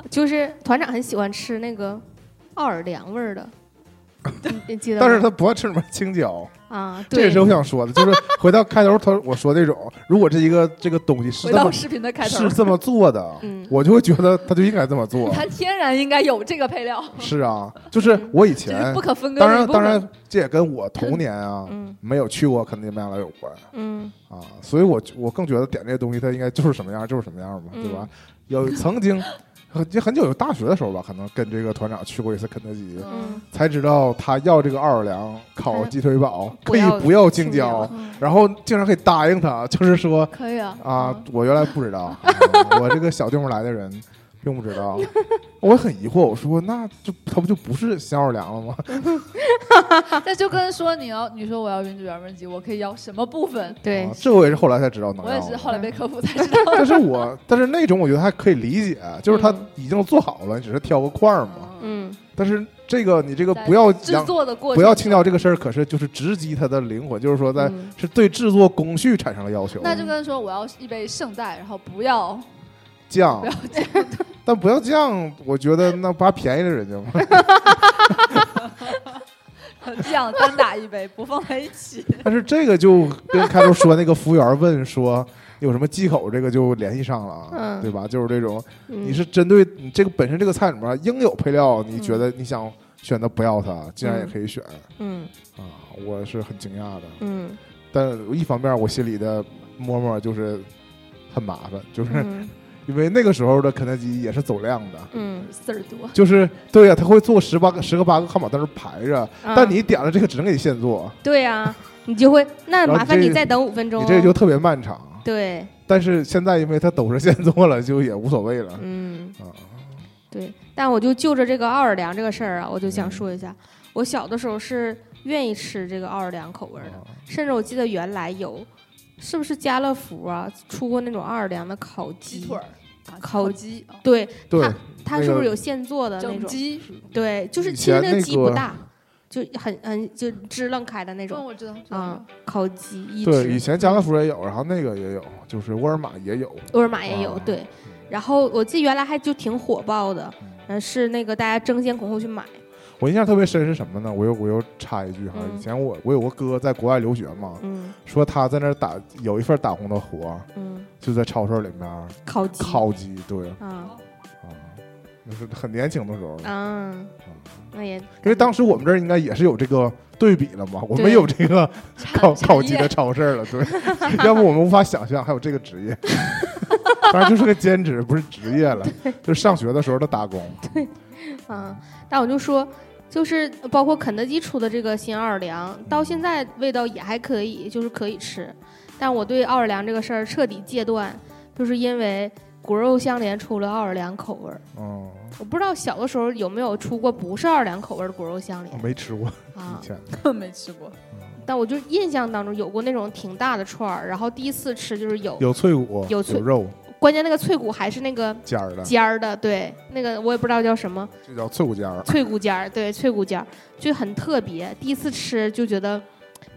S3: 就是团长很喜欢吃那个奥尔良味儿的，你你记得吗？
S2: 但是他不爱吃什么
S4: (laughs)
S2: 青椒，
S3: 啊，
S2: 这也
S3: 对
S2: 是，我想说的，就是回到开头他我说那种，如果这一个这个东西是
S4: 回
S2: 这
S4: 到
S2: 么
S4: 视频的开头
S2: 是，这么做的，
S4: (laughs)
S3: 嗯
S2: 我就会觉得他就应该这么做。
S4: 它天然应该有这个配料，
S2: 是啊，就是我以
S4: 这
S2: 前
S4: 是不可分割
S2: 当
S4: 的一
S2: 然，
S4: 部
S2: 当
S4: 分。
S2: 然，这也跟我童年啊
S3: 嗯
S2: 没有去过肯定没来有关
S3: 嗯
S2: 啊，所以我我更觉得点这些东西它应该就是什么样就是什么样嘛，
S3: 嗯
S2: 对吧？有曾经很很久有大学的时候吧，可能跟这个团长去过一次肯德基，
S3: 嗯，
S2: 才知道他要这个奥尔良烤鸡腿堡
S3: 不
S2: 可以
S3: 要
S2: 不要青
S3: 青椒
S2: 椒，然后竟然可以答应他，就是说
S4: (laughs) 可以啊
S2: 啊，我原来不知道，啊我这个小地方来的人并不知道，我很疑惑，我说那就他不就不是香奥尔良了吗？
S4: 那就跟说你要你说我要原汁原味鸡，我可以要什么部分？
S3: 对
S2: 啊，这我也是后来才知道能
S4: 我也
S2: 要
S4: 是
S2: 的。
S4: 后
S3: 嗯
S4: 来被科普才知 (laughs) 道。
S2: 哦但是我但是那种我觉得还可以理解，就是它
S3: 嗯
S2: 已经做好了，你只是挑个块儿嘛。
S4: 嗯，
S3: 嗯
S2: 但是这个你这个
S4: 在
S2: 不要
S4: 制
S2: 养
S4: 作的过程
S2: 不要轻掉这个事儿，可是就是直击它的灵魂，就是说在
S3: 嗯
S2: 是对制作工序产生了要求。
S4: 那就跟说我要一杯圣代，然后不要
S2: 酱
S4: 不要，
S2: 但不要酱，我觉得那不还便宜
S4: (laughs)
S2: 了人家吗？
S4: 酱，单打一杯，不放在一起。
S2: 但是这个就跟开头说那个服务员问说有什么忌口，这个就联系上了啊
S3: 嗯，
S2: 对吧？就是这种
S3: 嗯
S2: 你是针对你这个本身这个菜里面应有配料，你
S4: 嗯
S2: 觉得你想选择不要它，竟然也可以选
S3: 嗯
S2: 啊！我是很惊讶的， (laughs)
S3: 嗯
S2: 但一方面我心里的摸摸就是很麻烦，就是
S3: 嗯
S2: 因为那个时候的肯德基也是走量的，
S3: 嗯，
S4: 四十多，
S2: 就是对呀、他会做十八个、十个八个汉堡在那儿排着，
S3: 啊
S2: 但你点了这个只能给你现做，
S3: 对呀，你就会那
S2: 然后
S3: 麻烦你
S2: 这
S3: 再等五分钟
S2: 你
S3: 哦，
S2: 这就特啊别漫长。
S3: 对，
S2: 但是现在因为它都是现做了，就也无所谓了。
S3: 嗯
S2: 啊，
S3: 对，但我就就着这个奥尔良这个事儿啊，我就
S2: 嗯
S3: 想说一下，我小的时候是愿意吃这个奥尔良口味儿
S2: 哦啊
S3: 的，甚至我记得原来有，是不是家乐福啊出过那种奥尔良的烤 (laughs) 鸡
S4: 鸡腿儿，啊
S3: 烤
S4: 烤鸡，啊
S3: 对，
S2: 对，
S3: 它
S2: 那
S3: 是不是
S2: 个
S3: 有现做的那
S4: 整
S3: 种？
S4: 鸡。
S3: 对，就是
S2: 以
S3: 其实
S2: 前
S3: 那个
S2: 那
S3: 鸡不
S2: 个
S3: 大，就很很就支棱开的那
S4: 嗯，
S3: 种
S4: 我知道，知道
S3: 啊、烤鸡一
S2: 对，以
S3: 只，
S2: 前家乐福也有，然后那个也有，就是沃尔玛也有。
S3: 沃尔玛嗯也有
S2: 啊
S3: 对。然后我记得原来还就挺火爆的，
S2: 嗯
S3: 呃，是那个大家争先恐后去买，
S2: 我印象特别深是什么呢？我又我又插一句哈，
S3: 嗯
S2: 以前我我有个哥在国外留学嘛，
S3: 嗯
S2: 说他在那儿打有一份打工的活，
S3: 嗯，
S2: 就在超市里面
S3: 烤鸡，
S2: 烤鸡，对
S3: 啊
S2: 啊，那是很年轻的时候了，
S3: 啊，那也
S2: 因为当时我们这儿应该也是有这个对比了嘛，我们
S3: 对
S2: 有这个
S4: 产
S2: 烤
S4: 产
S2: 烤鸡
S4: 业
S2: 的超市了，
S3: (laughs)
S2: 对，要不我们无法想象还有这个职业。当然就是个兼职，不是职业了，就是上学的时候的打工。
S3: 啊，但我就说，就是包括肯德基出的这个新奥尔良，到现在味道也还可以，就是可以吃。但我对奥尔良这个事儿彻底戒断，就是因为骨肉相连出了奥尔良口味儿。
S2: 嗯，
S3: 我不知道小的时候有没有出过不是奥尔良口味儿的骨肉相
S2: 我
S3: 连
S2: 没吃过
S3: 啊
S2: 以，前。
S4: (laughs)
S2: 嗯
S4: 没吃过，
S3: 但我就印象当中有过那种挺大的串儿，然后第一次吃就是有，
S2: 有嗯脆骨，
S3: 有脆
S2: 肉
S3: 关键那个脆骨还是那个
S2: 尖儿的，
S3: 尖儿的，对，那个我也不知道叫什么。
S2: 这叫脆骨尖儿。
S3: 脆骨尖儿，对，脆骨尖儿就很特别，第一次吃就觉得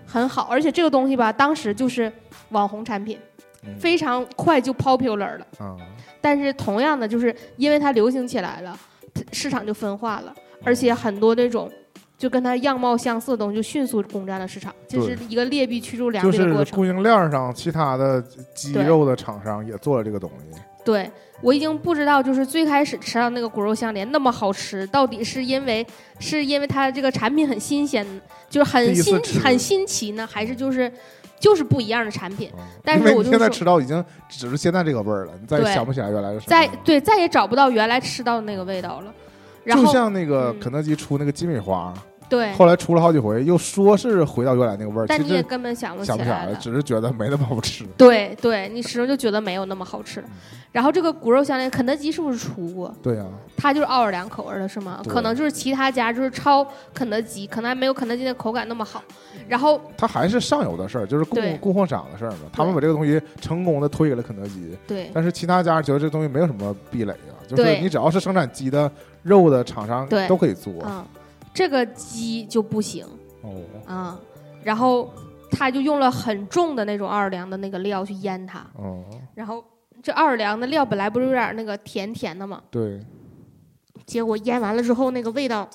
S3: 很好，而且这个东西吧，当时就是网红产品，
S2: 嗯
S3: 非常快就 popular 了。
S2: 啊，
S3: 但是同样的，就是因为它流行起来了，它市场就分化了，而且很多那种。就跟它样貌相似的东西，就迅速攻占了市场，这是一个劣币驱逐良
S2: 就
S3: 币的过
S2: 是
S3: 程。
S2: 供应链上其他的鸡
S3: 对
S2: 肉的厂商也做了这个东西。
S3: 对我已经不知道，就是最开始吃到那个骨肉相连那么好吃，到底是因为是因为它这个产品很新鲜，就是
S2: 第
S3: 很
S2: 一次
S3: 新
S2: 吃
S3: 很新奇呢，还是就是就是不一样的产品？
S2: 嗯
S3: 但是
S2: 因为
S3: 我
S2: 你
S3: 就
S2: 现在
S3: 说
S2: 吃到已经只是现在这个味儿了，你再也
S3: 对
S2: 想不起来原来是什么
S3: 再
S2: 了。
S3: 对再也找不到原来吃到的那个味道了。然
S2: 就
S3: 后
S2: 像那个
S3: 嗯
S2: 肯德基出那个鸡米花，
S3: 对，
S2: 后来出了好几回，又说是回到原来那个味儿，
S3: 但
S2: 其
S3: 你也
S2: 实
S3: 根本想不起
S2: 想不起
S3: 来
S2: 来
S3: 了
S2: 了，。只是觉得没那么好吃。
S3: 对对，你始终就觉得没有那么好吃了
S2: 嗯。
S3: 然后这个骨肉相连，肯德基是不是出过？
S2: 对啊呀，
S3: 它就是奥尔良口味的是吗？
S2: 对
S3: 可能就是其他家就是超肯德基，可能还没有肯德基的口感那么好。然后
S2: 它还是上游的事儿，就是供
S3: 对
S2: 供货商的事儿嘛。他们把这个东西成功的推给了肯德基，
S3: 对
S2: 但是其他家觉得这东西没有什么壁垒啊，就是
S3: 对
S2: 你只要是生产鸡的肉的厂商
S3: 对
S2: 都可以做。
S3: 嗯，这个鸡就不行
S2: 哦，
S3: 啊、然后他就用了很重的那种奥尔良的那个料去腌它，
S2: 哦，
S3: 然后这奥尔良的料本来不是有点那个甜甜的嘛，
S2: 对，
S3: 结果腌完了之后那个味道，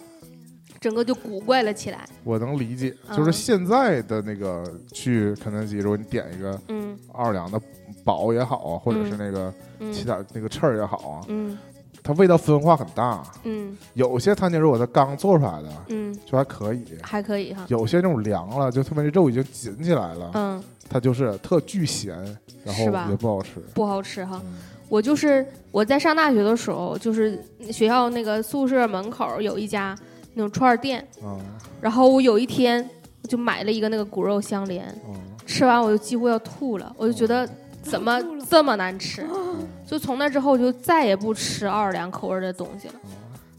S3: 整个就古怪了起来。
S2: 我能理解，
S3: 嗯
S2: 就是现在的那个去肯德基，如果你点一个
S3: 嗯
S2: 奥尔良的堡也好啊，或者是
S3: 嗯
S2: 那个其
S3: 嗯
S2: 他那个翅儿也好啊，
S3: 嗯
S2: 它味道分化很大。啊
S3: 嗯
S2: 有些摊鸡肉它刚做出来的
S3: 嗯，
S2: 就还可以，
S3: 还可以哈。
S2: 有些那种凉了，就特别那肉已经紧起来了，
S3: 嗯，
S2: 它就是特巨咸，然
S3: 是吧
S2: 后也不好吃。
S3: 不好吃哈。
S2: 嗯
S3: 我就是我在上大学的时候，就是学校那个宿舍门口有一家那种串儿店，
S2: 啊
S3: 然后我有一天就买了一个那个骨肉相连，
S2: 嗯
S3: 吃完我就几乎要吐了，我就觉得怎么
S4: 哦吐了哦
S3: 这么难吃？
S2: 嗯
S3: 就从那之后我就再也不吃奥尔良口味的东西了，
S2: 嗯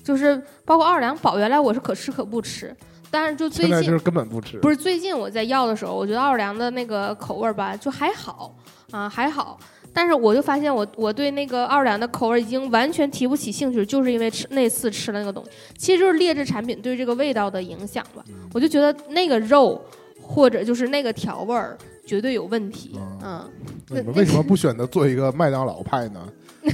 S3: 就是包括奥尔良堡，原来我是可吃可不吃，但是就最
S2: 现在就
S3: 近
S2: 是根本不吃。
S3: 不是最近我在要的时候，我觉得奥尔良的那个口味儿吧，就还好啊，还好。但是我就发现我我对那个奥尔良的口味儿已经完全提不起兴趣，就是因为吃那次吃了那个东西，其实就是劣质产品对这个味道的影响吧。
S2: 嗯
S3: 我就觉得那个肉或者就是那个调味儿绝对有问题，
S2: 嗯
S3: 嗯，
S2: 那你们
S3: 那
S2: 为什么不选择做一个麦当劳派
S3: (laughs)
S2: 呢？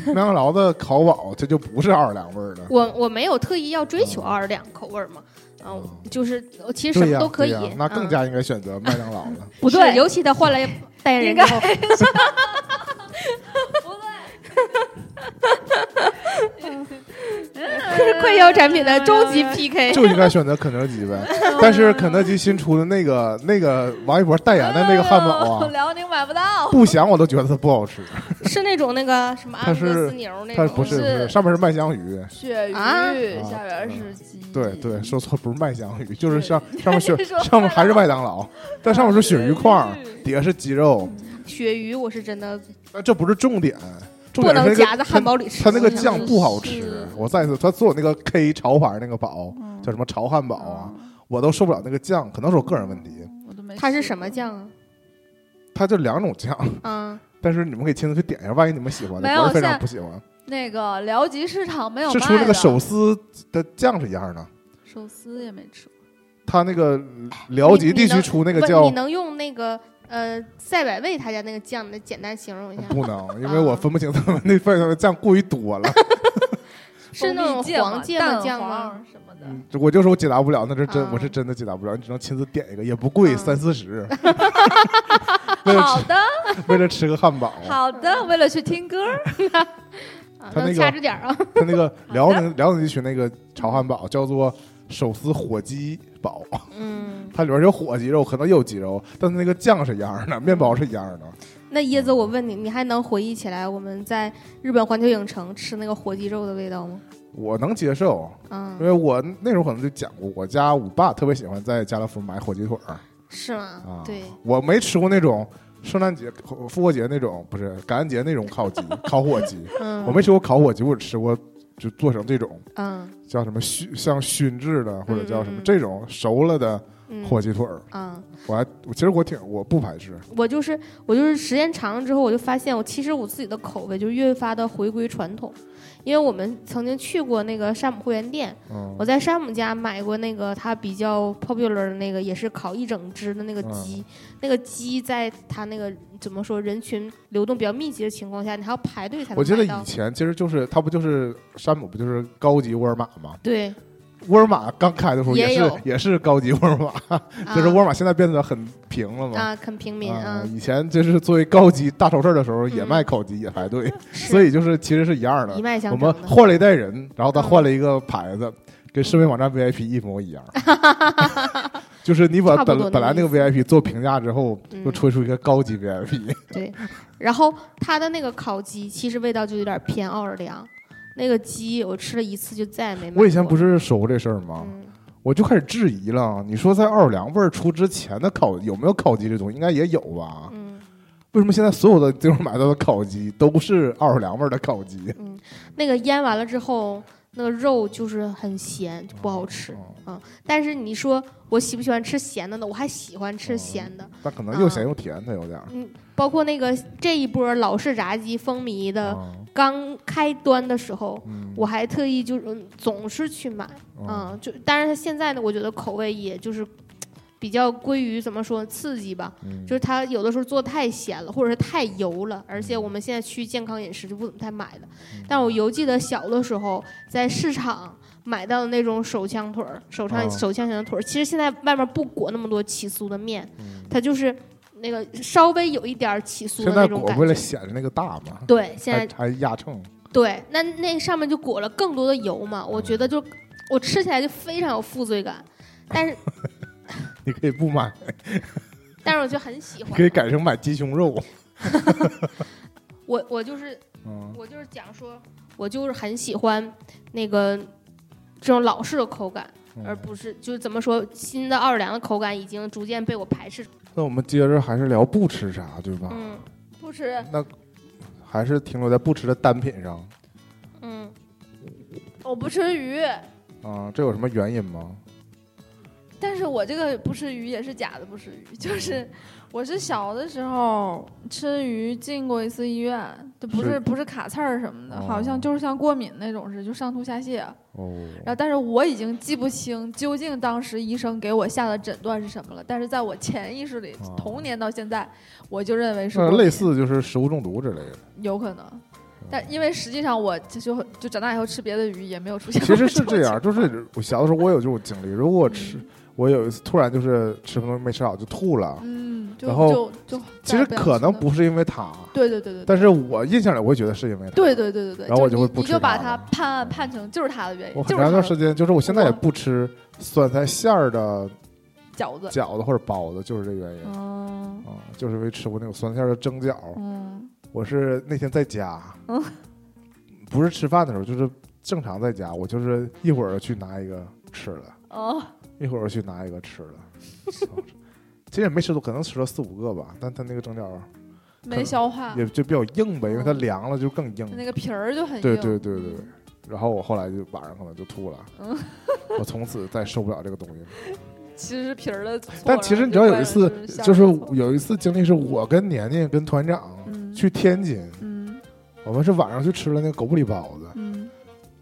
S2: 麦当劳的烤堡这就不是奥尔良味儿的。
S3: 我我没有特意要追求奥尔良口味儿嘛，嗯、就是我其实什
S2: 对
S3: 么
S2: 呀，
S3: 都可以，
S2: 对呀那更
S3: 嗯
S2: 加应该选择麦当劳
S3: (laughs)
S2: 了。
S3: 不
S4: 对
S3: 对，尤其他 (laughs) 换了代言人之后，快消产品的终 (laughs) 极 PK，
S2: 就应该选择肯德基
S3: (laughs)
S2: 呗。但是肯德基新出的那个那个王一博代言的那个汉堡
S4: 哎 (laughs)
S2: 啊
S3: (laughs)
S4: 呦，辽宁买不到，
S3: 啊
S2: 不想我都觉得它不好吃。
S3: 是那种那个什么阿
S2: 它
S3: 姆
S2: 是
S3: 斯牛那
S2: 它
S3: 种，
S2: 不是不
S4: 是
S2: 是，上面是麦香鱼。
S4: 鳕鱼、
S3: 啊
S4: 下边是鸡，
S2: 对对，
S3: 嗯
S2: 说错不是麦香鱼，就是上上面
S4: 对
S2: 雪
S3: (laughs)
S4: 说
S2: 上面还是麦当劳，但上面是鳕鱼块儿
S4: 鳕
S3: 嗯
S4: 鱼，
S2: 底下是鸡肉，
S3: 鳕鱼，我是真的
S2: 但这不是重点，重
S3: 不
S2: 点是
S3: 能
S2: 那
S3: 夹
S2: 个
S3: 在汉
S2: 它
S3: 堡里吃。
S2: 它那个
S4: 是
S2: 酱不好吃
S4: 是。
S2: 我再一次，他做那个 K 潮牌那个堡
S4: 嗯
S2: 叫什么潮汉堡啊，
S4: 嗯
S2: 我都受不了那个酱，可能是我个人问题。
S4: 我都没吃过。
S3: 它是什么酱
S2: 它就两种酱， (laughs)
S3: 啊？啊，
S2: 但是你们可以亲自去点一下，万一你们喜欢的，
S4: 没有
S2: 我是非
S4: 现
S2: 常
S4: 在
S2: 不喜欢。
S4: 那个辽吉市场没有
S2: 是
S4: 卖
S2: 出那个
S4: 的
S2: 手撕的酱是一样的，
S4: 手撕也没吃过，
S2: 它那个辽吉地区出那个
S3: 不，
S2: 叫
S3: 你能用那个呃赛百味他家那个酱，你简单形容一下？
S4: (laughs)
S2: 不能，因为我分不清他们那份儿酱过于多了。
S3: 是那种
S4: 红蜜芥
S3: 黄芥末
S4: 啊蛋
S3: 酱吗？
S4: 黄什么的。
S2: 嗯，这我就说我解答不了，那是
S4: 嗯
S2: 真，
S3: 啊
S2: 我是真的解答不了。你只能亲自点一个，也不贵，
S3: 啊
S2: 三
S4: (laughs)
S2: 四十。为了
S4: 好的，
S2: 吃为了吃个汉堡，
S4: 好的，为了去听歌，
S3: 啊
S2: 它那
S3: 能
S2: 个
S3: 掐着点儿啊！
S2: 他那个辽宁辽宁地区那个炒汉堡叫做手撕火鸡堡，
S3: (laughs) 嗯，
S2: 它里边有火鸡肉，可能有鸡肉，但是那个酱是一样
S3: (laughs)
S2: 的，面包是一样的。
S3: 那椰子，我问你，你还能回忆起来我们在日本环球影城吃那个火鸡肉的味道吗？
S2: 我能接受，因
S3: 嗯，
S2: 为我那时候可能就讲过，我家我爸特别喜欢在家乐福买火鸡腿儿，
S3: 是吗
S2: 啊？
S3: 对，
S2: 我没吃过那种圣诞节、复活节那种，不是感恩节那种烤
S3: (laughs)
S2: 鸡、烤火鸡，
S3: 嗯，
S2: 我没吃过烤火鸡，我只吃过就做成这种
S3: 嗯
S2: 叫什么熏，像熏制的或者叫什
S3: 嗯
S2: 么
S3: 嗯嗯
S2: 这种熟了的
S3: 嗯
S2: 火鸡腿儿，
S3: 嗯，
S2: 我还我其实我挺我不排斥，
S3: 我就是我就是时间长了之后，我就发现我其实我自己的口味就越发的回归传统，因为我们曾经去过那个山姆会员店，
S2: 嗯
S3: 我在山姆家买过那个他比较 popular 的那个，也是烤一整只的那
S2: 嗯
S3: 个鸡，那个鸡在他那个怎么说人群流动比较密集的情况下，你还要排队才能
S2: 我记得
S3: 买到
S2: 以。前其实就是它不就是山姆不就是高级沃尔玛吗？
S3: 对，
S2: 沃尔玛刚开的时候
S3: 也
S2: 也是
S3: 有
S2: 也是高级沃尔玛，就是沃尔玛现在变得很平了嘛。
S3: 啊，啃平民
S2: 啊
S3: 啊，，
S2: 以前就是作为高级大超市的时候，也
S3: 嗯
S2: 卖烤鸡，也排队，
S3: 是
S2: 所以就是其实是一样
S3: 一
S2: 的。
S3: 脉相
S2: 我
S3: 承的
S2: 们换了一代人，然后他
S3: 嗯
S2: 换了一个牌子，跟视频网站 VIP 一模一
S3: (laughs)
S2: 样。就是你把
S3: 差不多
S2: 本本来
S3: 那
S2: 那
S3: 个
S2: 个 VIP 做评价之后，
S3: 嗯
S2: 又推出一个高级 VIP，
S3: 对，然后它的那个烤鸡其实味道就有点偏奥尔良，那个鸡我吃了一次就再也没买
S2: 我以前
S3: 过
S2: 不是说过这事儿吗？
S3: 嗯
S2: 我就开始质疑了。你说在奥尔良味儿出之前的烤有没有烤鸡这东西？应该也有吧？
S3: 嗯，
S2: 为什么现在所有的地方买到的烤鸡都是奥尔良味儿的烤鸡？
S3: 那个腌完了之后，那个肉就是很咸，就不好吃。
S2: 哦
S3: 但是你说我喜不喜欢吃咸的呢？我还喜欢吃咸的，
S2: 但可能又
S3: 啊
S2: 咸又甜，它有点儿。
S3: 包括那个这一波老式炸鸡风靡的
S2: 啊
S3: 刚开端的时候，
S2: 嗯
S3: 呃我还特意就是嗯总是去买。
S2: 啊
S3: 嗯，就但是它现在呢，我觉得口味也就是比较归于怎么说刺激吧，
S2: 嗯
S3: 就是它有的时候做太咸了，或者是太油了，而且我们现在趋健康饮食就不怎么太买了。
S2: 嗯
S3: 但我犹记得小的时候在市场。买到的那种手枪腿儿，手枪、
S2: 啊
S3: 手枪型的腿儿，其实现在外面不裹那么多起酥的面，
S2: 嗯
S3: 它就是那个稍微有一点儿起酥的
S2: 现
S3: 那
S2: 在
S3: 种
S2: 果
S3: 感
S2: 为了
S3: 觉。
S2: 显着那个大嘛，
S3: 对，现在
S2: 还还压秤。
S3: 对，那那上面就裹了更多的油嘛，我觉得就我吃起来就非常有负罪感，但是
S2: 你可以不买，
S3: 但是我就很喜欢。
S2: 可以改成买鸡胸
S3: (laughs)
S2: 肉。
S3: 我我就是
S2: 嗯
S3: 我就是讲说，我就是很喜欢那个这种老式的口感，
S2: 嗯
S3: 而不是就是怎么说新的奥尔良的口感已经逐渐被我排斥。
S2: 那我们接着还是聊不吃啥，对吧？
S3: 嗯
S4: 不吃，
S2: 那还是停留在不吃的单品上
S3: 嗯，
S4: 我不吃鱼，
S2: 啊？这有什么原因吗？
S4: 但是我这个不吃鱼也是假的不吃鱼， (laughs) 就是我是小的时候吃鱼进过一次医院，就不是
S2: 是
S4: 不是卡刺儿什么的，
S2: 哦
S4: 好像就是像过敏那种似的，就上吐下泻。
S2: 哦，
S4: 然后，但是我已经记不清究竟当时医生给我下的诊断是什么了。但是在我潜意识里，
S2: 哦
S4: 童年到现在，我就认为是
S2: 那
S4: 过敏
S2: 呃类似就是食物中毒之类的。
S4: 有可能。但因为实际上我就就就长大以后吃别的鱼也没有出现。
S2: 其实是这样，，就是我小的时候我有这种经历，如果我
S4: 嗯
S2: 吃，我有一次突然就是吃东西没吃好就吐了，
S4: 嗯，就
S2: 然后
S4: 就就
S2: 其实
S4: 再也想
S2: 可能
S4: 吃了
S2: 不是因为它，
S4: 对对对对对
S2: 但是我印象里我会觉得是因为它。
S4: 对对对对对，
S2: 然后我就会
S4: 你
S2: 不
S4: 你
S2: 吃
S4: 就把
S2: 它
S4: 它
S2: 了
S4: 判案判成就是它的原因，
S2: 我
S4: 就
S2: 很
S4: 是
S2: 长
S4: 它
S2: 一段时
S4: 的
S2: 间，就是我现在也
S4: 我
S2: 不吃酸菜馅儿的
S4: 饺子。
S2: 饺子或者包子，就是这原因
S4: 嗯
S2: 啊，就是因为吃过那种酸菜馅儿的蒸饺。
S4: 嗯
S2: 我是那天在家
S4: 嗯，
S2: 不是吃饭的时候，就是正常在家，我就是一会儿去拿一个吃了，
S4: 哦，
S2: 一会儿去拿一个吃了，其实也没吃多，可能吃了四五个吧，但它那个蒸饺
S4: 啊没消化，
S2: 也就比较硬呗，因为它凉了就更硬。
S4: 哦那个皮儿就很硬。
S2: 对对对对。然后我后来就晚上可能就吐了
S4: 嗯，
S2: (laughs) 我从此再受不了这个东西了。
S4: 其实是皮儿的错。
S2: 但其实你知道有一次，就是有一次经历是我跟年年跟团长
S4: 嗯
S2: 去天津，
S4: 嗯
S2: 我们是晚上去吃了那个狗不理包子，
S4: 嗯，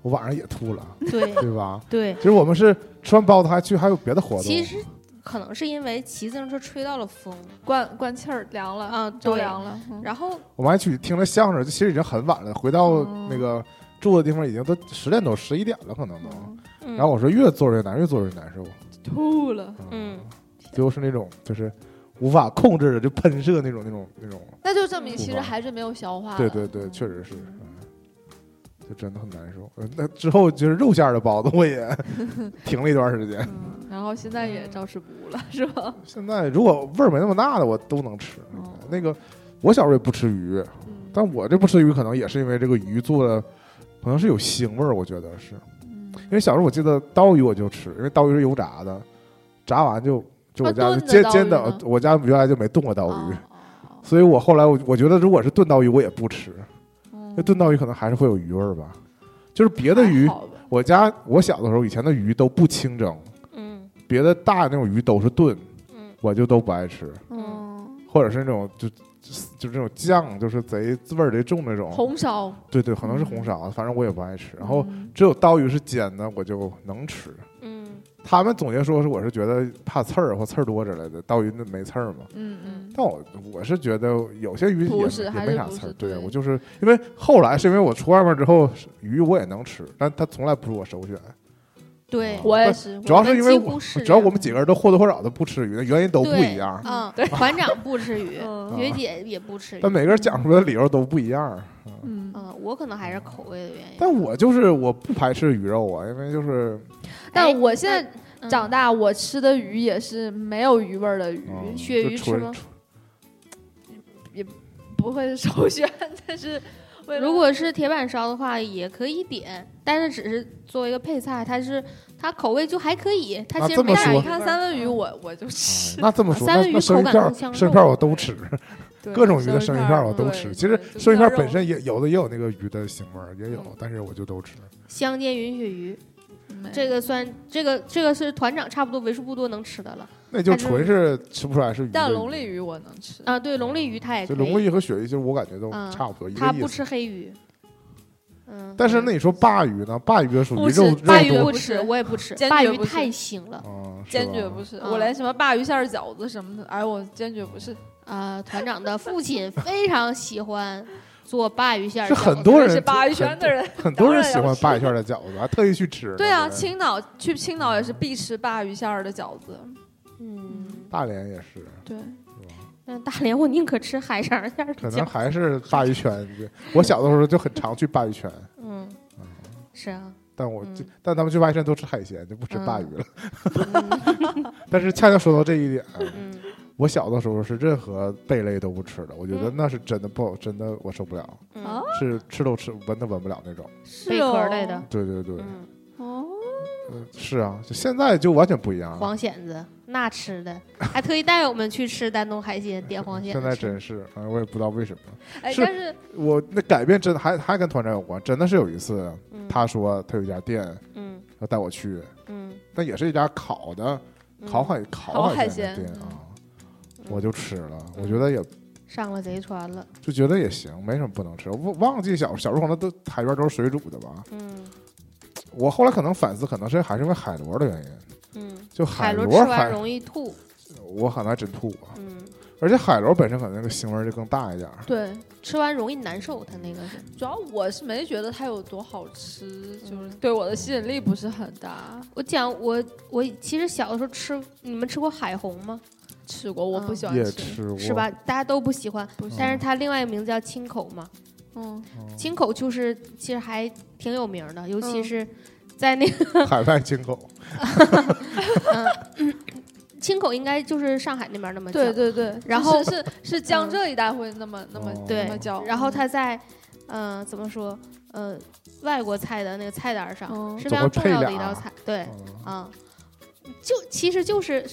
S2: 我晚上也吐了，
S3: 对
S2: 对吧？ (laughs)
S3: 对，
S2: 其实我们是吃完包子还去还有别的活动，
S3: 其实可能是因为骑自行车吹到了风，
S4: 灌灌气儿凉了，
S3: 啊
S4: 着
S3: 对
S4: 凉了。嗯
S3: 然后哦
S2: 我们还去听了相声，就其实已经很晚了，回到
S4: 嗯
S2: 那个住的地方已经都十点多、十一点了，可能都。
S3: 嗯
S2: 然后我是越坐着越难，越坐着越难受，
S4: 吐了，
S3: 嗯，
S2: 最后是那种就是无法控制的就喷射那种、那种、那种。
S4: 那就证明
S3: 嗯
S4: 其实还是没有消
S3: 啊
S4: 化。
S2: 对对，对，确实是，嗯就真的很难受。呃那之后就是肉馅儿的包子，我
S3: (laughs)
S2: 也停了一段时间。
S4: 嗯，然后现在也照吃不误了，是吧？
S2: 现在如果味儿没那么大的，我都能吃。(laughs)
S5: 嗯
S4: 哦
S2: 那个我小时候也不吃鱼，
S4: 嗯
S2: 但我这不吃鱼可能也是因为这个鱼做的可能是有腥味儿，我觉得是
S4: 嗯
S2: 因为小时候我记得刀鱼我就吃，因为刀鱼是油炸的，炸完就就我
S4: 啊
S2: 家
S4: 炖
S2: 就
S4: 的
S2: 煎
S4: 刀
S2: 煎
S4: 鱼
S2: 的，
S4: 呢
S2: 呃我家原来就没炖过刀鱼，
S4: 哦哦
S2: 所以我后来我我觉得如果是炖刀鱼我也不吃，
S4: 哦
S2: 因为炖刀鱼可能还是会有鱼味儿吧。就是别的鱼
S4: 还，好吧
S2: 我家我小的时候以前的鱼都不清蒸，
S3: 嗯
S2: 别的大的那种鱼都是炖，
S3: 嗯
S2: 我就都不爱吃，
S4: 嗯，
S2: 或者是那种就就这种酱就是贼味儿贼重那种，
S4: 红烧，
S2: 对对，可能是红烧，反正我也不爱吃。哦然后
S4: 嗯
S2: 只有刀鱼是煎的，我就能吃。
S3: 嗯
S2: 他们总结说是我是觉得怕刺儿或刺儿多之类的，刀鱼那没刺儿嘛。
S4: 嗯
S2: 但我我是觉得有些鱼也
S4: 不是
S2: 也
S4: 还
S2: 没
S4: 是
S2: 啥
S4: 不
S2: 刺儿，
S4: 是
S2: 对
S4: 对
S2: 我就是因为后来是因为我出外面之后鱼我也能吃，但它从来不是我首选。
S3: 对
S2: 哦
S4: 嗯，，我也是，
S2: 主要是因为
S3: 我们几乎是
S2: 主要我们几个人都或多或少的不吃鱼，那原因都不
S3: 对
S2: 一样，
S3: 嗯， (laughs)
S4: 对
S3: 团长不吃鱼，
S4: 嗯
S3: 学姐也不吃鱼
S2: 但，每个人讲出来的理由都不一样。
S4: 嗯
S3: 嗯，我可能还是口味的原因。
S2: 但我就是我不排斥鱼肉啊，因为就是
S3: 哎
S4: 但我现在
S3: 那嗯
S4: 长大，我吃的鱼也是没有鱼味儿的鱼，
S2: 嗯
S3: 鳕鱼
S2: 就
S3: 吃
S2: 纯
S3: 吗
S4: 不会首选， (laughs) 但是为了
S3: 如果是铁板烧的话，也可以点，但是只是作为一个配菜，它是它口味就还可以，它
S2: 那
S3: 其实
S2: 啊这么
S3: 没
S4: 但是
S2: 说
S3: 啥
S4: 你
S3: 味
S4: 看
S3: 儿
S4: 三文鱼，我我就吃，
S2: 那这么说，
S3: 三
S2: 那
S3: 文鱼
S2: 那生
S3: 口
S2: 鱼
S3: 感
S2: 片儿
S3: 更香
S2: 生鱼
S3: 肉
S2: 片儿我都吃，
S4: (laughs) 对
S2: 哎各种鱼的
S4: 生
S2: 生
S4: 鱼
S2: 鱼
S4: 片
S2: 片儿
S4: 儿
S2: 我都
S4: 对
S2: 吃。
S4: 对
S2: 其实
S4: 对
S2: 生鱼片儿
S4: 猪肉
S2: 本身也有的也有那个鱼的腥味儿，也有
S3: 嗯，
S2: 但是我就都吃。
S3: 香煎云鳕鱼，
S4: 没
S3: 这个算这个这个是团长差不多为数不多能吃的了
S2: 那就
S3: 它是
S2: 纯是吃不出来是鱼的鱼。
S4: 但龙利鱼我能吃，
S3: 啊。对，龙利鱼它也可
S2: 就
S3: 以，
S2: 龙利和鳕鱼，其实我感觉都
S3: 嗯
S2: 差不多一
S3: 它
S2: 个意
S3: 不
S2: 思。
S3: 吃黑鱼，嗯，
S2: 但是那你说鲅鱼呢？鲅鱼属于
S4: 不吃
S2: 肉
S3: 鲅鱼
S2: 肉
S3: 不
S2: 多，
S4: 不
S3: 吃，
S4: 吃
S3: 我也不吃，
S4: (laughs) 坚
S3: 鲅
S4: 决
S3: 鱼
S4: 不吃
S3: 太腥了
S2: 嗯，是
S4: 坚
S2: 吧
S4: 决不吃。
S3: 嗯
S4: 我连什么鲅鱼馅儿饺子什么的，哎，我坚决不吃。
S3: 啊、团长的父亲非常喜欢做鲅鱼馅儿
S2: 是
S3: 饺子，
S2: 很多
S4: 我
S2: 人
S4: 是鲅鱼
S2: 很
S4: 圈的人，
S2: 很多人喜
S4: 当然
S2: 欢
S4: 要
S2: 鲅鱼馅儿的饺子，还特意去吃呢。
S4: 对啊，
S2: 不
S4: 青岛去青岛也是必吃鲅鱼馅儿的饺子。
S3: 嗯，
S2: 大连也是，
S4: 对，
S3: 那大连我宁可吃海肠馅儿
S2: 可
S3: 的饺
S2: 能
S3: 子，
S2: 还是鲅鱼圈。我小的时候就很常去鲅鱼圈，
S3: 嗯，是啊，
S2: 但我就
S3: 嗯
S2: 但他们去鲅鱼圈都吃海鲜，就不吃
S3: 嗯
S2: 鲅鱼了。 (laughs)
S3: 嗯
S2: 但是恰恰说到这一点，
S3: 嗯
S2: 我小的时候是任何贝类都不吃的，我觉得
S3: 嗯
S2: 那是真的不好，真的我受不了，
S3: 嗯
S4: 啊，
S2: 是吃都吃闻都闻不了那种。
S4: 是
S3: 贝壳类的，
S2: 对对对，啊
S3: 嗯，
S4: 哦，
S2: 呃是啊，就现在就完全不一样了。
S3: 黄蚬子那吃的，还特意带我们去吃丹东海鲜，点黄蚬子吃。
S2: 现在真是，反正我也不知道为什么。
S4: 哎，
S2: 是
S4: 但是
S2: 我那改变真的还还跟团长有关，真的是有一次，
S3: 嗯
S2: 他说他有一家店
S3: 嗯
S2: 要带我去，
S3: 嗯，
S2: 但也是一家烤的
S3: 嗯
S2: 烤海
S4: 烤
S2: 烤
S4: 海
S2: 鲜的
S4: 鲜
S2: 店啊，
S3: 嗯
S2: 我就吃了，我觉得也
S3: 上了贼船了，
S2: 就觉得也行，没什么不能吃。我忘记小小时候可能都海边都是水煮的吧，
S3: 嗯
S2: 我后来可能反思，可能是还是因为海螺的原因，
S3: 嗯，
S2: 就
S3: 海螺
S2: 螺
S3: 吃
S2: 海
S3: 完容易吐，
S2: 我可能还真吐啊，
S3: 嗯，
S2: 而且海螺本身可能那个腥味儿就更大一点儿。
S4: 对，
S3: 吃完容易难受，它那个是，
S4: 主要我是没觉得它有多好吃，就是
S3: 嗯
S4: 对我的吸引力不是很大。
S3: 我讲我我其实小的时候吃，你们吃过海虹吗？
S4: 吃过，
S3: 嗯
S4: 我不喜欢
S2: 也
S4: 吃，
S2: 吃过
S3: 是吧？？大家都不喜欢，
S4: 不喜
S3: 但是它另外一个名字叫青口嘛，
S4: 嗯，
S2: 嗯
S3: 青口就是其实还挺有名的，尤其
S4: 嗯
S3: 是在那
S2: (laughs)
S3: 个、
S2: 海外进口，
S3: 青口应该就是上海那边那么叫
S4: 对对对，
S3: 嗯然
S4: 就是
S3: 后
S4: 是是江浙一带会那么那么
S2: 哦
S3: 对
S4: 那么叫，嗯
S3: 然后它在，呃，怎么说，呃，外国菜的那个菜单上、
S4: 嗯
S3: 是非常重要的一
S2: 总
S3: 道
S2: 会配俩
S3: 菜。 (laughs) 对，
S2: 嗯
S3: 啊、就其实就是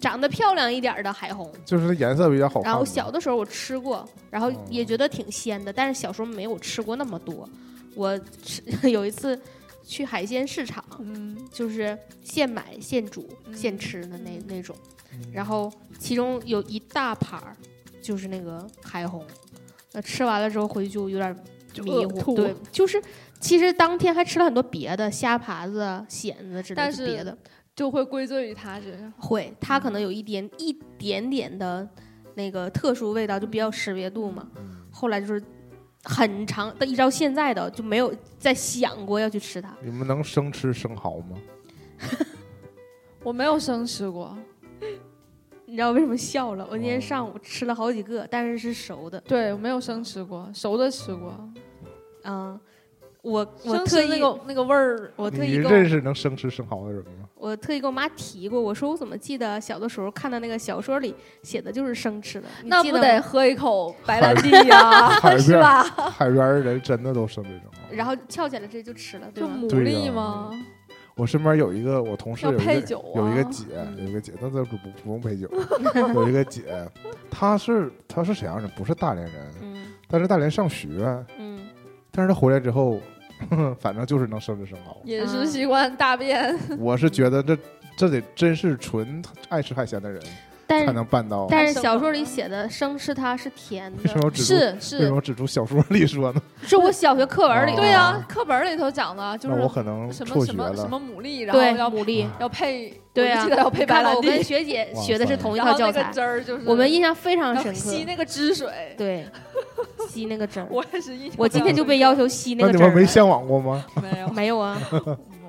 S3: 长得漂亮一点儿的海虹。
S2: 就是颜色比较好看嘛。
S3: 然后小的时候我吃过，然后
S2: 哦
S3: 也觉得挺鲜的，但是小时候没有吃过那么多。我吃有一次去海鲜市场，
S4: 嗯，
S3: 就是现买现煮
S4: 嗯
S3: 现吃的那
S4: 嗯
S3: 那种，
S2: 嗯，
S3: 然后其中有一大盘儿就是那个海虹，那吃完了之后回去就有点
S4: 就
S3: 迷
S4: 饿
S3: 糊，
S4: 吐
S3: 对，就是其实当天还吃了很多别的虾爬子啊、蚬子之类的
S4: 但是
S3: 别的，
S4: 就会归罪于它身上。
S3: 会它可能有一点一点点的那个特殊味道，就比较识别度嘛。
S2: 嗯
S3: 后来就是很长的，一直到现在的就没有再想过要去吃它。
S2: 你们能生吃生蚝吗？
S4: 我没有生吃过，
S3: 你知道为什么笑了？我今天上午吃了好几个，但是是熟的。
S4: 对我没有生吃过，熟的吃过，
S3: 嗯，我我
S4: 生
S3: 特
S4: 吃
S3: 意
S4: 那个那个味儿，
S3: 我特
S2: 你
S3: 意跟
S2: 认
S3: 我
S2: 识能生吃生蚝的人
S3: (laughs)
S2: 吗？
S3: 我特意跟我妈提过，我说我怎么记得小的时候看的那个小说里写的就是生吃的，你
S4: 那
S3: 记
S4: 不
S3: 吗
S4: 得喝一口白兰地呀、
S2: 海边
S4: (laughs) 是吧？
S2: 海边儿人真的都生这种。
S3: 然后翘起来这就吃了，对啊
S4: 就
S3: 吗？
S4: 牡
S2: 对呀
S4: 蛎吗？
S2: 我身边有一个我同事
S4: 要
S2: 有一
S4: 配
S2: 个
S4: 酒啊
S2: 有一个姐，有一个姐，那这不不不用配
S3: (laughs)
S2: 酒，有一个姐，她是她是沈阳人，不是大连人，
S3: 嗯
S2: 但是大连上学，啊
S3: 嗯，
S2: 但是她回来之后， (laughs) 呵呵反正就是能生吃生蚝。
S4: (laughs) 饮
S3: 嗯
S4: 食习惯大变，
S2: 我是觉得这这得真是纯爱吃海鲜的人
S3: 但
S2: 才
S3: 是
S2: 能办到。
S3: 但是小说里写的生吃它是甜
S2: 为什么
S3: 的，
S4: (laughs)
S2: 要指出？
S4: 是
S2: 为什么
S4: 是，
S2: 要指出小说里说呢？
S3: 是我小学课文里
S2: 哦
S3: 的
S4: 对呀、课本里头讲的就
S2: 那我
S4: 是
S2: 可能
S4: 什
S2: 辍
S4: 么
S2: 学
S4: 什么什
S2: 了。
S4: 么牡蛎，然后
S3: 对
S4: 要
S3: 牡蛎。
S4: 要配，
S3: 对
S4: 我
S3: 啊
S4: 记得要配
S3: 你
S4: 白
S3: 看吧，
S4: 兰
S3: 我跟
S4: 地，
S3: 学姐
S2: 哇
S3: 学的是
S2: 塞
S3: 同一
S4: 然
S3: 套
S4: 后
S3: 教
S4: 那个
S3: 材
S4: 汁，儿就是
S3: 我们印象非常
S4: 要
S3: 深
S4: 吸
S3: 刻。
S4: 那个汁水，
S3: 对，吸那个汁儿，
S4: 我也是印象。
S3: 我今天就被要求吸那
S2: 那
S3: 个
S2: 你
S3: 汁儿
S2: 们
S4: 啊
S3: 了。
S2: 没向往过
S4: (laughs)
S2: 吗？
S4: 没有，
S3: 没有啊，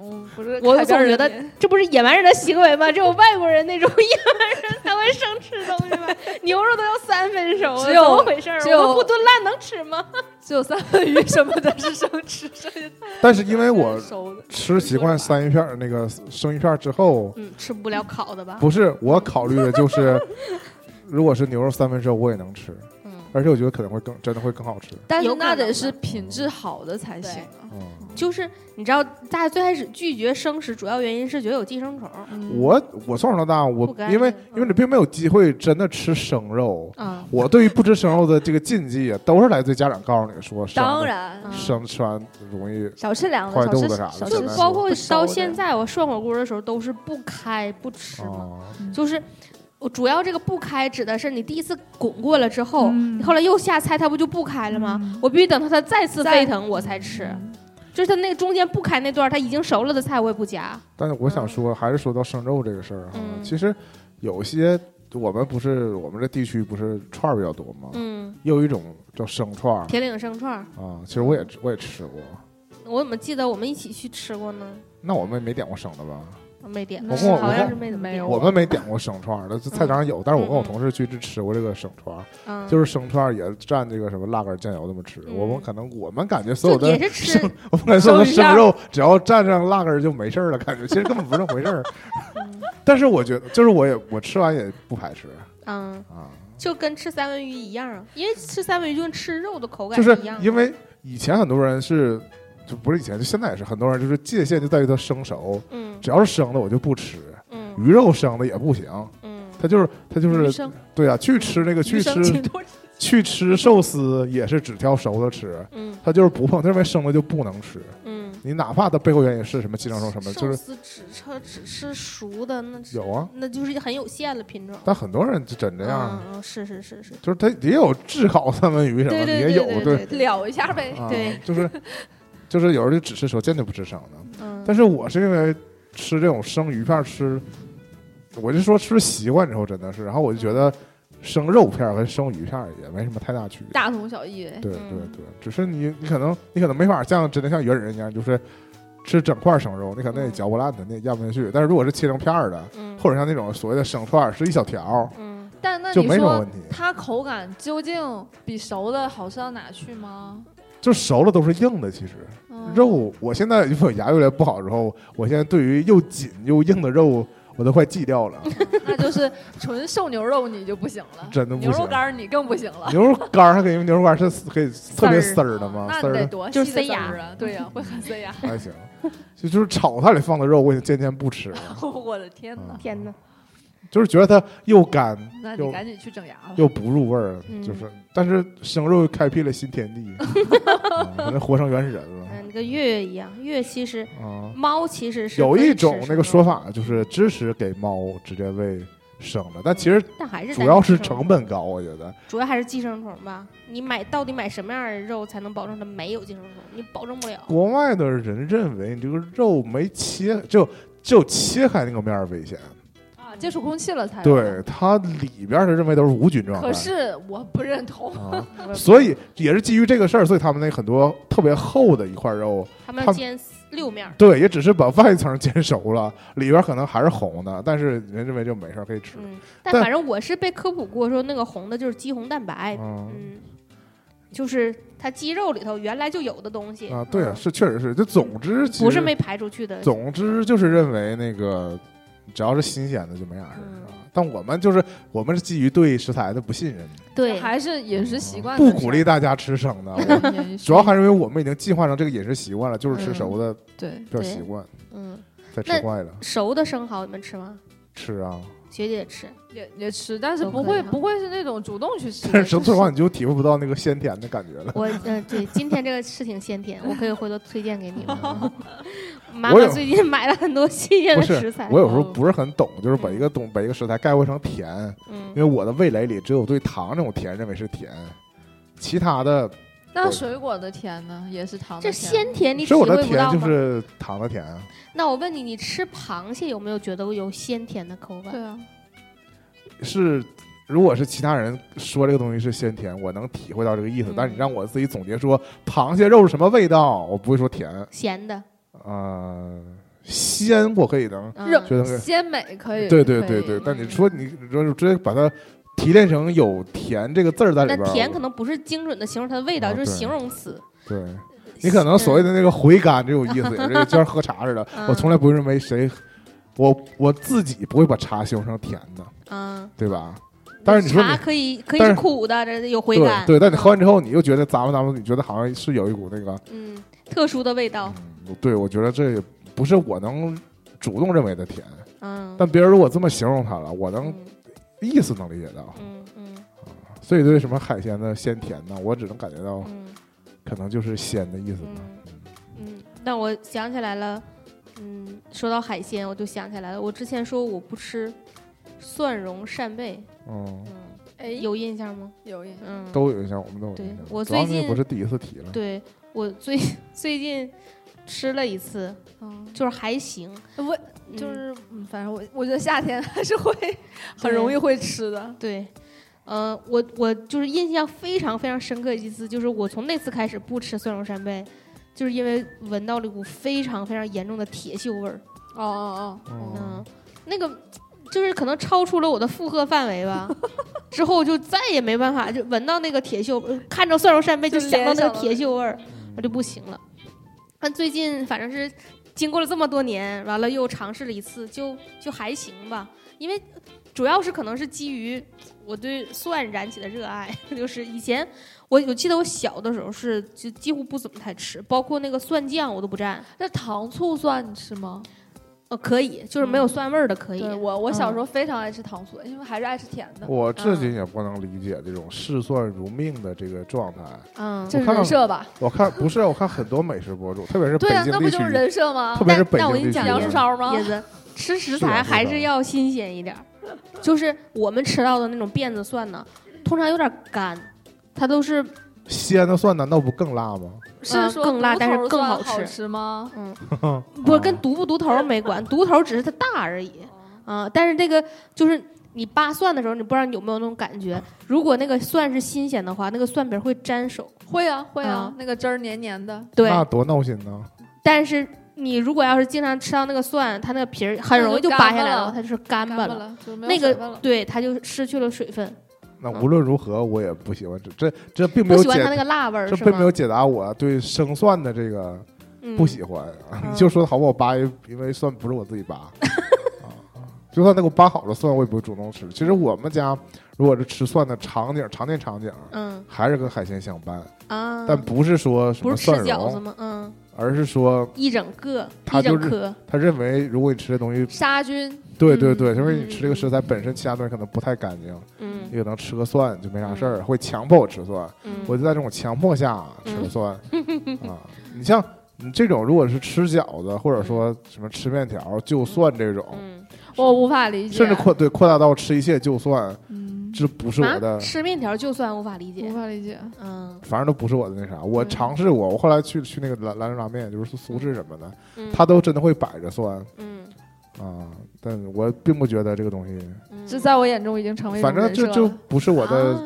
S4: 嗯，不是
S3: 我
S4: 海边
S3: 总觉得
S4: 人民
S3: 这不是野蛮人的行为吗？只有外国人那种野蛮人才会生吃东西吧？牛肉都要三分熟了，
S4: 只有
S3: 怎么回事儿？
S4: 只有
S3: 我们不炖烂能吃吗？
S4: (laughs) 只有三文鱼什么的是生吃，剩下
S2: 但是因为我
S4: 熟的。
S2: 吃习惯三鱼片儿那个生鱼片儿之后，
S3: 嗯，吃不了烤的吧？
S2: 不是我考虑的就是，
S4: (laughs)
S2: 如果是牛肉三分熟，我也能吃，
S3: 嗯，
S2: 而且我觉得可能会更真的会更好吃。
S4: 但
S3: 有
S4: 是
S3: 可
S4: 那得
S3: 能
S4: 是
S3: 的
S4: 品质好的才行啊。
S2: 嗯，
S3: 就是你知道，大家最开始拒绝生食，主要原因是觉得有寄生虫。
S4: 嗯
S2: 我我从小到大，
S3: 不
S2: 我
S3: 干
S2: 因为
S3: 净
S2: 因为你并没有机会真的吃生肉，
S3: 嗯，
S2: 我对于不吃生肉的这个禁忌啊都是来自于家长告诉你说，生的
S4: 当然，
S3: 嗯
S2: 生吃完容易
S4: 少吃凉
S2: 坏
S4: 的，少
S2: 肚
S4: 吃
S2: 子啥的
S4: 少
S2: 就
S4: 吃
S3: 就
S2: 难
S3: 包
S2: 受
S3: 括
S4: 不熟
S3: 到
S4: 的
S3: 现在，我涮火锅的时候都是不开不吃
S2: 啊，
S3: 嘛，就是。我主要这个不开指的是你第一次滚过了之
S5: 哦
S3: 后，
S4: 嗯
S3: 你后来又下菜，它不就不开了吗？我必须等到它再次
S4: 再
S3: 沸腾我才吃，就是它那个中间不开那段儿，它已经熟了的菜我也不夹。
S2: 但是我想说，还是说到生肉这个事儿哈，啊
S3: 嗯
S2: 其实有些我们不是我们这地区不是串儿比较多吗？
S3: 嗯，
S2: 也有一种叫生串儿
S3: 铁岭生串儿，
S2: 啊，其实我也吃我也吃过，
S3: 我怎么记得我们一起去吃过呢？
S2: 那我们也没点过生的吧？
S3: 没点，
S4: 我
S3: 好
S2: 跟我我
S3: 像
S2: 跟
S3: 是没怎么
S4: 没
S3: 点
S4: 有
S2: 我们没点过生串儿的，这菜场上有，但是我跟我
S3: 哦嗯嗯
S2: 同事去吃吃过这个生串儿，
S3: 嗯，
S2: 就是是生串儿也蘸这个什么辣根儿酱油这么吃。
S3: 嗯
S2: 我们可能我们感觉所有的
S3: 也
S2: (laughs)
S3: 是吃，
S2: 我们感觉所有的
S4: 生鱼片
S2: 生
S4: 儿
S2: 肉只要蘸上辣根儿就没事儿了，感觉其实根本不是那回事儿。 (laughs) 但是我觉得，就是我也我吃完也不排斥
S3: 嗯，
S2: 啊，
S3: 就跟吃三文鱼一样啊，因为吃三文鱼就跟吃肉的口感
S2: 就是
S3: 一样的，
S2: 因为以前很多人是。就不是以前，就现在也是，很多人就是界限就在于它生熟，
S3: 嗯
S2: 只要是生的我就不吃，
S3: 嗯
S2: 鱼肉生的也不行，
S3: 嗯，
S2: 它就是它就
S4: 余
S2: 是
S4: 生
S2: 对啊，去吃那个去
S4: 余生
S2: 吃
S4: 请多吃
S2: 去吃寿司也是只挑熟的吃，
S3: 嗯
S2: 它就是不碰，它认为生的就不能吃。
S3: 嗯，
S2: 你哪怕它背后原因是什么寄生虫什么，就
S3: 寿
S2: 是
S3: 司只吃只吃熟的，那是
S2: 有啊。
S3: 那就是很有限了品种。
S2: 但很多人就真这样，
S3: 嗯，嗯是是是是，
S2: 就是他也有炙烤三文鱼什么
S3: 对
S2: 的，
S3: 对
S2: 也有
S3: 对对对，
S4: 了一下呗。
S2: 啊
S3: 对， (laughs)
S2: 就是就是有人就只吃熟，坚决不吃生的。
S3: 嗯，
S2: 但是我是因为吃这种生鱼片儿吃，我就说吃习惯之后真的是，然后我
S3: 嗯
S2: 就觉得生肉片儿和生鱼片儿也没什么太大区别。
S4: 大同小异呗，
S2: 对对
S3: 嗯
S2: 对，只是你你可能你可能没法像真的像猿人一样，就是吃整块生肉，你可能也
S3: 嗯
S2: 嚼不烂的，你也咽不下去。但是如果是切成片儿的，
S3: 嗯
S2: 或者像那种所谓的生串儿，是一小条儿，
S3: 嗯，
S4: 但那
S2: 就
S4: 你
S2: 没什么
S4: 说
S2: 问题。
S4: 它口感究竟比熟的好吃到哪去吗？
S2: 就熟了都是硬的，其实
S4: 嗯
S2: 肉，我现在因为我牙越来越不好之后，我现在对于又紧又硬的肉，我都快戒掉
S3: (laughs)
S2: 了。
S4: (laughs) 那就是纯瘦牛肉你就不行了，
S2: (laughs) 真的不行
S4: 牛肉干儿你更不行了。哦
S2: 牛肉干儿还给牛肉干儿是可以特别
S3: 丝哦
S2: 丝儿的吗？
S4: 那你
S2: 丝儿
S4: 得
S2: 的
S4: 多
S3: 就
S4: 细
S3: 塞
S4: 的丝
S3: 牙
S4: 儿啊！对呀、会很塞牙。 (laughs)
S2: 还行，就就是炒它里放的肉，我已经渐渐不吃了，
S4: 我的天哪！
S2: 嗯
S3: 天哪，
S2: 就是觉得它又干
S4: 那
S2: 又
S4: 你赶紧去整牙吧。
S2: 又不入味儿，
S3: 嗯
S2: 就是，但是生肉又开辟了新天地，
S3: (laughs)
S2: 啊反正活成原始人
S3: 嗯，
S2: 了
S3: 你跟月月一样，月其实
S2: 啊。
S3: 猫其实嗯是
S2: 有
S3: 可以
S2: 一
S3: 吃
S2: 种那
S3: 生
S2: 个说
S3: 肉，
S2: 法就是支持给猫直接喂生的，但其实
S3: 但还是
S2: 主
S3: 担
S2: 要
S3: 心
S2: 是
S3: 生
S2: 成本高，我觉得。
S3: 主要还是寄生虫吧。你买到底买什么样的肉才能保证它没有寄生虫？你保证不了。
S2: 国外的人认为你这个肉没切，就就切开那个面儿危险，
S4: 啊，接触空气了
S3: 哎
S4: 才有
S2: 对
S4: 的。
S2: 它里边儿的认为都是无菌状态。
S4: 可是我不认同，
S2: 啊，
S4: 我不
S2: 所以也是基于这个事儿，所以他们那很多特别厚的一块肉，
S3: 他们
S2: 他
S3: 要煎四六面儿，
S2: 对，也只是把外层煎熟了，里边儿可能还是红的，但是人认为就没事儿可以吃。
S3: 嗯，但
S2: 但
S3: 反正我是被科普过，说那个红的就是肌红蛋白，
S2: 嗯
S3: 嗯，就是它肌肉里头原来就有的东西
S2: 啊，对啊，是确实是，就总之其
S3: 嗯不是
S2: 实
S3: 没排出去的，
S2: 总之就是认为那个只要是新鲜的就没啥事儿、
S3: 嗯啊
S2: 啊。但我们就是我们是基于对食材的不信任，
S3: (laughs) 对，
S4: 还是饮食习惯
S2: 不
S3: 啊
S2: 鼓励大家吃生的。我
S4: 的事儿，
S2: 主要还是因为我们已经进化成这个饮食习惯了，就是吃熟的
S4: 对
S2: 比较习惯，
S3: 嗯，
S2: 再吃
S3: 那
S2: 坏的
S3: 熟的生蚝你们吃吗？
S2: 吃啊。
S3: 学姐
S2: (laughs)
S3: 吃，
S4: 也也吃，但是
S3: 都
S4: 不
S3: 可
S4: 会
S3: 以哈
S4: 不会是那种主动去吃的，
S2: 但是生
S4: 就
S2: 吃完你就体会不到那个鲜甜的感觉了。
S3: 我嗯、呃对，今天这个事挺
S2: (laughs)
S3: 鲜甜，我可以回头推荐给你们。妈
S2: 我
S3: 妈
S2: 有
S3: 最近买了很多新鲜
S2: 不
S3: 的
S2: 是
S3: 食材，
S2: 我有时候
S4: 哦
S2: 不是很懂，就是把一个东把一个食材概括成甜，因
S3: 嗯，
S2: 为我的味蕾里只有对糖这种甜认为是甜，其他的
S4: 那水果的甜呢，也是糖的
S3: 这
S4: 甜
S3: 鲜甜你体
S2: 水果
S3: 会
S2: 的
S3: 不
S2: 甜
S3: 到
S2: 就
S3: 吗？
S2: 是糖的甜。啊
S3: 那我问你，你吃螃蟹有没有觉得有鲜甜的口
S4: 吗
S3: 感？
S4: 对啊，
S2: 是如果是其他人说这个东西是鲜甜，我能体会到这个意思。
S3: 嗯
S2: 但是你让我自己总结说螃蟹肉是什么味道，我不会说甜啊、
S3: 咸的，
S2: 呃鲜我可以能
S3: 嗯、
S4: 肉
S2: 觉得会，
S4: 鲜美可以，
S2: 对对
S4: 可
S2: 对
S4: 以
S2: 对。但你
S3: 嗯
S2: 说你你说直接把它提炼成有甜这个字儿在里
S3: 那
S2: 边儿，
S3: 甜可
S2: 我
S3: 能不是精准的形容它的味道，
S2: 啊
S3: 就是
S2: 对
S3: 形容词。
S2: 对。你可能所谓的那个回甘这种意
S3: (laughs)
S2: 思，也是就像喝茶似的。
S3: 嗯
S2: 我从来不认为谁，我我自己不会把茶形容成甜的，
S3: 嗯，
S2: 对吧？但是你说
S3: 茶
S2: 你
S3: 可以可以
S2: 但
S3: 是
S2: 是
S3: 苦的，这有回
S2: 对
S3: 甘。
S2: 对，但你喝完之后，你又觉得咂吧咂吧，你觉得好像是有一股那个，
S3: 嗯，特殊的味道，
S2: 嗯，对我觉得这也不是我能主动认为的甜，
S3: 嗯，
S2: 但别人如果这么形容它了，我能
S3: 嗯
S2: 意思能理解到。
S3: 嗯嗯
S2: 所以对什么海鲜的鲜甜呢，我只能感觉到
S3: 嗯
S2: 可能就是鲜的意思吧。
S3: 嗯嗯，那我想起来了，嗯，说到海鲜，我就想起来了，我之前说我不吃蒜蓉扇贝，
S2: 嗯，
S3: 嗯，
S4: 哎，
S3: 有印象吗？
S4: 有印象，
S3: 嗯，
S2: 都有印象，我们都有
S3: 对
S2: 印象。
S3: 我
S2: 主要
S3: 最
S2: 那
S3: 近
S2: 不是第一次提了。
S3: 对我最 (laughs) 最近吃了一次，
S4: 嗯，
S3: 就是还行，
S4: 呃我
S3: 嗯
S4: 就是嗯反正我我觉得夏天 (laughs) 还是会很容易会吃的，
S3: 对，呃，我我就是印象非常非常深刻一次，就是我从那次开始不吃蒜蓉扇贝，就是因为闻到了一股非常非常严重的铁锈味儿。
S4: 哦哦
S2: 嗯，
S3: 嗯，那个就是可能超出了我的负荷范围吧。之后就再也没办法，就闻到那个铁锈，呃看着蒜蓉扇贝就
S4: 就
S3: 想到
S4: 联
S3: 那
S4: 想
S3: 个
S4: 到
S3: 铁
S4: 那
S3: 锈味儿，我就不行了。但最近反正是经过了这么多年，完了又尝试了一次，就就还行吧。因为主要是可能是基于我对蒜燃起的热爱， (laughs) 就是以前我我记得我小的时候是就几乎不怎么太吃，包括那个蒜酱我都不蘸。
S4: 哦，那糖醋蒜你吃吗？嗯
S3: 呃，可以，就是没有蒜味儿的可以。
S4: 对我我小时候非常爱吃糖醋，因为还是爱吃甜的，
S2: 我至
S3: 嗯
S2: 今也不能理解这种视蒜如命的这个状态。
S3: 嗯，
S4: 这是
S2: 看
S4: 人设吧？
S2: 我看不是，我看很多美食博主，特别是北
S4: 对啊，
S2: 京
S4: 那
S2: 地
S4: 不
S2: 区
S4: 就是，人设吗
S2: 特？别是
S3: 但
S2: 北
S3: 但
S2: 京
S3: 我
S2: 地
S3: 跟
S2: 区的
S3: 你讲
S4: 杨
S2: 人
S4: 树梢吗？
S3: 叶子 (laughs) 吃食
S2: 是
S3: 材
S2: 啊
S3: 还是要新鲜一点儿，就是我们吃到的那种辫子蒜呢，通常有点干，它都是
S2: 鲜的蒜难道不更辣吗？
S4: 是说
S3: 嗯更辣
S4: 独
S3: 但是
S4: 头
S3: 更
S4: 蒜
S3: 好
S4: 好
S3: 吃
S4: 吗？
S3: 嗯，不是跟毒不毒头儿没关，毒头儿只是它大而已
S4: 哦
S3: 啊、但是这个就是你扒蒜的时候，你不知道你有没有那种感觉，如果那个蒜是新鲜的话，那个蒜皮儿会粘手，
S4: 会啊会啊
S3: 啊，
S4: 那个汁儿黏黏的，
S3: 对，
S2: 那多闹心呢！
S3: 但是。你如果要是经常吃到那个蒜，它那个皮儿很容易就扒下来了，它就是干
S4: 干
S3: 巴
S4: 巴
S3: 了。
S4: 了，就没有
S3: 那
S4: 水
S3: 个
S4: 分了。
S3: 对，它就失去了水分。
S2: 那
S3: 嗯
S2: 无论如何，我也不喜欢吃，这这并没
S3: 不
S2: 有
S3: 喜欢它
S2: 解，
S3: 那个辣味儿
S2: 这
S3: 是
S2: 并没有
S3: 吗？
S2: 解答我对生蒜的这个
S3: 嗯
S2: 不喜欢。啊
S3: 嗯
S2: 你就说好不好扒，因为蒜不是我自
S3: (laughs)
S2: 己扒，啊就算那给我扒好了蒜，我也不会主动吃。其实我们家如果是吃蒜的场景，常见场景
S3: 嗯
S2: 还是跟海鲜相伴，
S3: 啊，
S2: 但不是说什
S3: 不
S2: 么
S3: 是吃
S2: 蒜
S3: 饺子
S2: 蓉，
S3: 吗？嗯，
S2: 而是说
S3: 一整个，
S2: 它
S3: 一整
S2: 就是
S3: 颗，
S2: 他认为如果你吃这东西
S4: 杀菌，
S2: 对
S3: 嗯
S2: 对对，因为你
S3: 嗯
S2: 吃这个食材本身，其他东西可能不太干净，
S3: 嗯
S2: 你可能吃个蒜就没啥事儿，会强迫我吃蒜。
S3: 嗯，
S2: 我就在这种强迫下吃了蒜啊。你像你这种，如果是吃饺子，或者说什么吃面条就蒜这种，
S3: 嗯
S4: 我无法理解，
S2: 甚至扩对扩大到吃一切就蒜，
S4: 嗯，
S2: 这不是我的，
S3: 啊吃面条就算无法理
S4: 无
S3: 解，
S4: 法理解。
S3: 嗯
S2: 反正都不是我的那啥。我
S4: 嗯
S2: 尝试过，我后来去去那个兰兰州拉面，就是苏式什么的，
S3: 嗯，
S2: 他都真的会摆着蒜。
S3: 嗯
S2: 啊，但我并不觉得这个东西，
S4: 这在我眼中已经成为一种
S2: 反正
S4: 人设
S2: 这
S4: 了。
S2: 就不是我的、
S3: 啊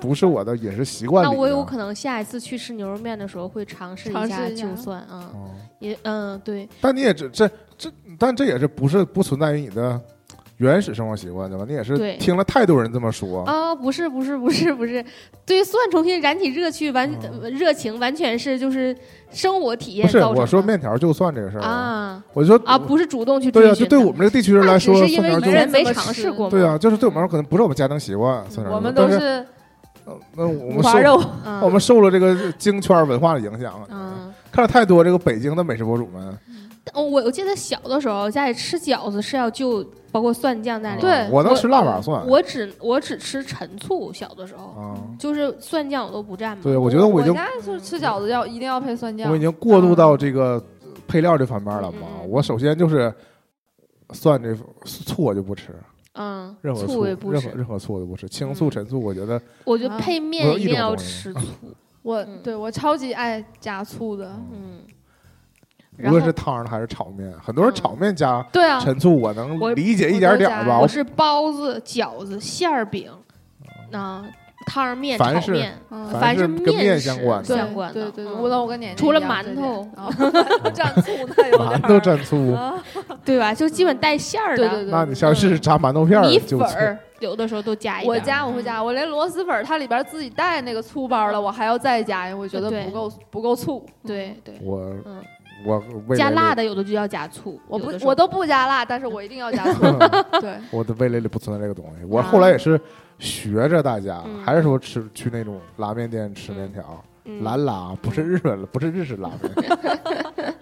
S2: 不是我的饮食习惯
S3: 那
S2: 里的。
S3: 我有可能下一次去吃牛肉面的时候会尝试
S4: 尝试
S3: 一下
S4: 一下
S3: 就算啊，
S2: 哦
S3: 也嗯对，
S2: 但你也这这这，但这也是不是不存在于你的原始生活习惯对吧？你也是
S3: 对
S2: 听了太多人这么说，
S3: 啊，不是不是不是不是，对于蒜重新燃起热趣完、
S2: 嗯
S3: 呃热情，完全是就是生活体
S2: 不
S3: 验
S2: 是
S3: 造成的。
S2: 我说面条就算这个事儿，
S3: 啊
S2: 我就
S3: 啊，不是主动去追
S2: 对啊，
S3: 寻
S2: 就
S3: 的。啊
S2: 对我们这个地区人来说，
S4: 那只是因
S2: 蒜
S4: 为
S2: 条
S3: 以
S2: 就
S4: 没
S3: 前
S4: 人
S3: 没
S4: 这么
S3: 尝
S4: 吃
S3: 试过嘛，
S2: 对啊，就是对我们来说可能不是我们家庭习惯，蒜条
S4: 我们
S2: 但
S4: 都
S2: 是
S4: 是
S2: 呃那
S4: (laughs)
S2: 我
S4: 五
S2: 们
S4: 花
S2: 受
S4: 肉，
S3: 啊
S2: 我们受了这个京圈文化的影响，
S3: 嗯，
S2: 看了太多这个北京的美食博主们，
S3: 但我我记得小的时候家里吃饺子是要就包括蒜酱在里面。
S4: 对
S2: 啊我能吃腊八蒜
S3: 我只我只吃陈醋，小的时候、
S2: 啊，
S3: 就是蒜酱我都不蘸嘛。
S2: 对，我觉得
S4: 我
S2: 已经
S4: 家就是吃饺子要一定要配蒜酱
S2: 我已，经过渡到这个配料这方面了嘛
S3: 嗯嗯嗯。嗯
S2: 我首先就是蒜这醋我就不吃，
S3: 嗯，
S2: 任何
S3: 醋
S2: 醋
S3: 也不
S2: 任何
S3: 吃，
S2: 任何醋我都不吃，青醋、
S3: 嗯
S2: 陈醋我觉得
S3: 我觉得
S4: 啊
S3: 配
S2: 我有
S3: 面
S2: 一
S3: 定
S2: 种
S3: 要
S2: 东西啊
S3: 吃醋。
S4: 我
S3: 嗯
S4: 对我超级爱加醋的。
S3: 嗯，
S2: 无
S3: 然
S2: 论
S3: 后
S2: 是汤还是炒面，很多人
S3: 嗯
S2: 炒面加
S4: 对啊，
S2: 陈醋我能
S3: 我
S2: 理解一点点儿吧
S4: 我
S3: 我
S2: 我。
S3: 是包子、饺子、馅儿饼，啊，汤儿面、
S2: 凡
S3: 炒
S2: 是
S3: 面，
S4: 嗯
S2: 反
S3: 凡
S2: 正跟
S3: 面
S2: 面
S3: 食
S2: 相关的
S4: 对
S3: 相关的。
S4: 对对对，
S3: 嗯
S4: 我老我跟奶奶
S3: 除了
S4: 一样
S3: 馒头
S4: 这点啊蘸醋那有点
S2: 馒头
S4: 儿
S2: 蘸醋，
S4: 啊
S3: 对吧？就基本带馅儿
S4: 对
S3: 的，
S4: 对对，
S2: 那你像是炸馒头片儿
S3: 嗯米
S2: 就
S3: 粉
S2: 醋
S3: 儿有的时候都加一
S4: 嗯我
S3: 点儿。嗯
S4: 加我会加，我连螺蛳粉儿它里边儿自己带那个醋包了，我还要再加，因为我觉得
S3: 对
S4: 不够不够醋。
S3: 对对，
S2: 我
S3: 嗯
S2: 我未来
S3: 加辣
S2: 里
S3: 的有的就要加醋，
S4: 我不
S3: 有的时候
S4: 我都不加辣，但是我一定要加
S2: (laughs)
S4: 醋。对，
S2: 我的味蕾里不存在这个东西。我
S3: 啊
S2: 后来也是学着大家，
S3: 嗯
S2: 还是说吃去那种拉面店吃面条，
S3: 嗯
S2: 兰拉不是日本，不是日式拉面，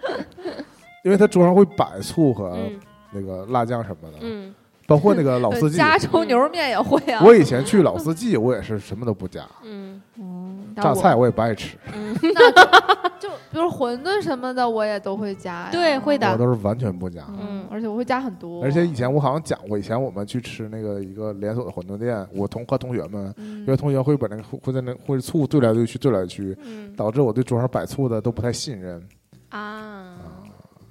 S2: 因为他桌上会摆醋和
S3: 嗯
S2: 那个辣酱什么的，
S3: 嗯
S2: 包括那个老司机。
S4: 呃加州牛肉面也会啊。
S2: 啊我以前去老司机，我也是什么都不加，
S3: 嗯
S4: 嗯
S2: 榨菜我也不爱吃，
S3: 嗯，
S4: 那我就比如馄饨什么的，我也都会加呀。
S3: 对会的
S2: 我都是完全不加。
S4: 嗯，而且我会加很多。
S2: 而且以前我好像讲过，以前我们去吃那个一个连锁的馄饨店，我同和同学们，
S4: 嗯
S2: 有些同学会把那个会在那会醋兑来兑去兑来兑去，
S4: (laughs)
S3: 嗯
S2: 导致我对桌上摆醋的都不太信任，
S3: 啊，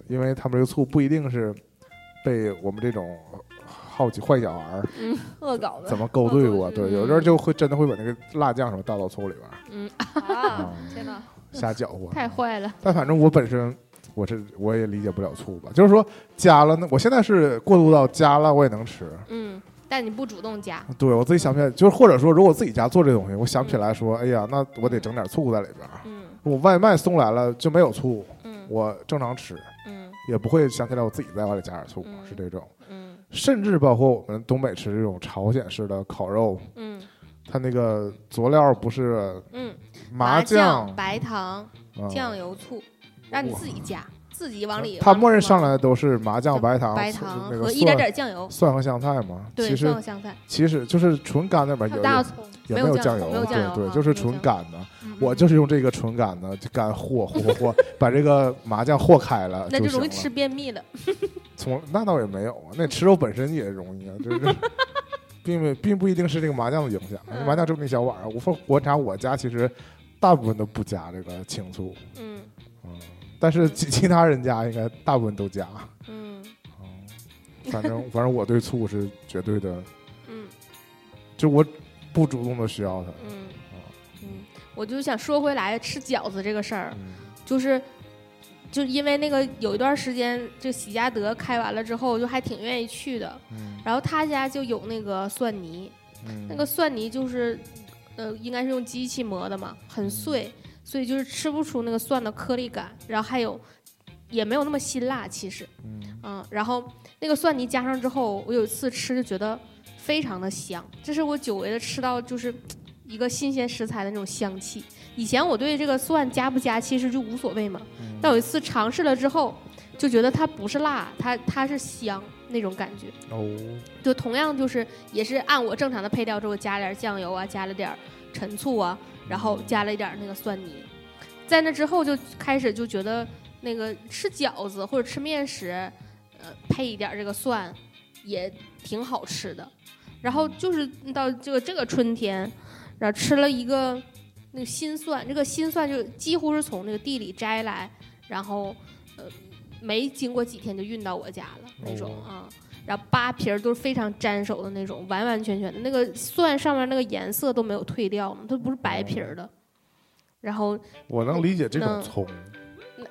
S2: 因为他们这个醋不一定是被我们这种好奇坏小孩儿
S4: 恶搞的
S2: 怎么勾兑过，
S4: 嗯
S2: 对，有的人就会真的会把那个辣酱什么倒到醋里边儿
S4: 啊！
S2: 嗯
S4: 天哪，
S2: 瞎搅和。
S3: 太坏了，
S2: 但反正我本身我是我也理解不了醋吧，就是说加了那我现在是过渡到加了我也能吃，
S3: 嗯，但你不主动加，
S2: 对我自己想不起来，就是或者说如果我自己家做这东西，我想不起来说，哎呀，那我得整点醋在里边儿。
S3: 嗯
S2: 我外卖送来了就没有醋，
S3: 嗯
S2: 我正常吃。
S3: 嗯
S2: 也不会想起来我自己在外里加点醋，
S3: 嗯
S2: 是这种。
S3: 嗯
S2: 甚至包括我们东北吃这种朝鲜式的烤肉，
S3: 嗯
S2: 它那个佐料不是
S3: 嗯，
S2: 麻
S3: 酱、
S2: 酱、
S3: 白糖、
S2: 嗯
S3: 酱油、醋，让你自己加，自己往里。
S2: 它默认上
S3: 往
S2: 来的都是麻酱、
S3: 酱
S2: 白糖、
S3: 白
S2: 醋
S3: 糖
S2: 那个
S3: 和一
S2: 蒜
S3: 点点酱油，
S2: 蒜和香菜嘛。
S3: 对，
S2: 其
S3: 蒜
S2: 实
S3: 和香菜，
S2: 其实就是纯干的吧，有
S3: 还有大
S2: 有
S3: 葱，
S2: 也
S3: 没
S2: 有
S3: 酱
S2: 油，
S3: 没有酱油，
S2: 对对，
S3: 啊
S2: 就是
S3: 没有
S2: 纯
S3: 酱油
S2: 干的。
S3: 嗯嗯
S2: 我就是用这个纯干的，就干和和和和，把这个麻酱和开了
S3: 那
S2: 呃就
S3: 就
S2: 行
S3: 容
S2: 了
S3: 易。吃便秘了。
S2: 从那倒也没有啊，那吃肉本身也容易啊，就是 (laughs) 并没并不一定是这个麻酱的影响，
S3: 嗯
S2: 麻酱这么一小碗儿，我发观察我家其实大部分都不加这个青醋，
S3: 嗯
S2: 嗯，但是其其他人家应该大部分都加，
S3: 嗯
S2: 嗯，反正 (laughs) 反正我对醋是绝对的，
S3: 嗯
S2: 就我不主动的需要它，
S3: 嗯嗯，我就想说回来吃饺子这个事儿，
S2: 嗯
S3: 就是。就因为那个有一段时间，这喜家德开完了之后，就还挺愿意去的。
S2: 嗯
S3: 然后他家就有那个蒜泥，
S2: 嗯，
S3: 那个蒜泥就是，呃，应该是用机器磨的嘛，很碎，所以就是吃不出那个蒜的颗粒感。然后还有，也没有那么辛辣，其实，
S2: 嗯
S3: 嗯。然后那个蒜泥加上之后，我有一次吃就觉得非常的香，这是我久违的吃到就是一个新鲜食材的那种香气。以前我对这个蒜加不加其实就无所谓嘛，
S2: 嗯
S3: 但有一次尝试了之后，就觉得它不是辣，它它是香那种感觉。
S2: 哦，
S3: 就同样就是也是按我正常的配料之后加点儿酱油啊，加了点儿陈醋啊，然后加了一点儿那个蒜泥，在那之后就开始就觉得那个吃饺子或者吃面食，呃，配一点儿这个蒜也挺好吃的。然后就是到这个这个春天，然后吃了一个那个新蒜，这个新蒜就几乎是从那个地里摘来，然后呃没经过几天就运到我家了那种
S2: 哦
S3: 啊。然后扒皮儿都是非常粘手的那种，完完全全的那个蒜上面那个颜色都没有褪掉呢，它不是白皮儿的。然后
S2: 我能理解这种
S3: 嗯
S2: 葱，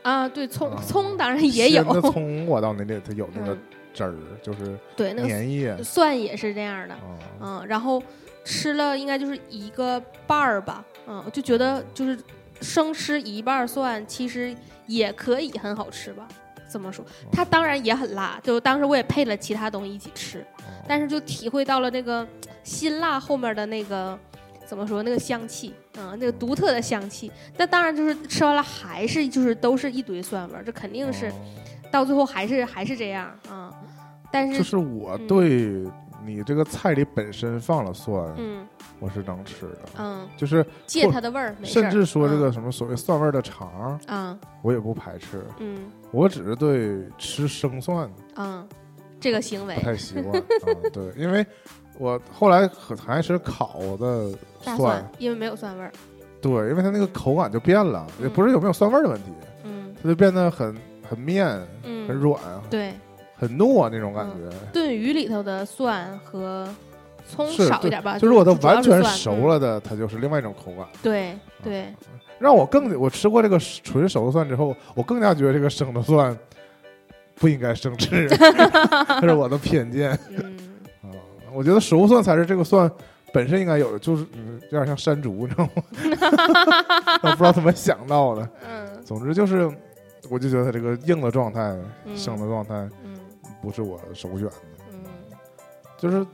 S3: 啊，对葱
S2: 啊
S3: 葱当然 (laughs) 也有
S2: 咸，
S3: (laughs)
S2: 的葱我到那里它有那个
S3: 嗯
S2: 汁儿，就是
S3: 对，那个
S2: 粘液
S3: 蒜也是这样的。
S2: 啊，
S3: 嗯，然后吃了应该就是一个半儿吧，嗯，我就觉得就是生吃一半儿蒜，其实也可以很好吃吧。这么说，
S2: 哦
S3: 它当然也很辣，就当时我也配了其他东西一起吃，但是就体会到了那个辛辣后面的那个怎么说那个香气，嗯，那个独特的香气。那当然就是吃完了还是就是都是一堆蒜味儿，这肯定
S2: 哦
S3: 是、到最后还是还是这样啊、嗯。但
S2: 就是是我
S3: 嗯
S2: 对你这个菜里本身放了蒜，
S3: 嗯
S2: 我是能吃的，
S3: 嗯，
S2: 就是
S3: 借它的味儿没事儿，
S2: 甚至说这
S3: 嗯
S2: 个什么所谓蒜味儿的肠，
S3: 啊，
S2: 我也不排斥，
S3: 嗯
S2: 我只是对吃生蒜
S3: 嗯，这个行为
S2: 不，太习惯啊。对，因为我后来很很爱吃烤的
S3: 大
S2: 蒜，
S3: 因为没有蒜味儿，
S2: 对，因为它那个口感就变了，也
S3: 嗯
S2: 不是有没有蒜味儿的问题，
S3: 嗯
S2: 它就变得很很面、很
S3: 嗯，
S2: 软、
S3: 对，
S2: 很糯那种感觉。
S3: 炖鱼里头的蒜和葱
S2: 是
S3: 少一点吧，
S2: 就是我它
S3: 主要
S2: 完全
S3: 啊是蒜
S2: 熟，了啊的，它就是另外一种口感。
S3: 嗯对对，
S2: 让我更我吃过这个纯熟的蒜之后，我更加觉得这个生的蒜不应该生
S3: (laughs)
S2: 吃，这是我的偏见啊、
S3: 嗯，
S2: 我觉得熟蒜才是这个蒜本身应该有的，就是嗯有点像山竹，你知道
S3: (laughs)
S2: 吗？我不知道怎么想到的。
S3: 嗯
S2: 总之就是，我就觉得它这个硬的状态、
S3: 嗯
S2: 生的状态
S3: 嗯
S2: 不是我首选的，
S3: 嗯，
S2: 就是。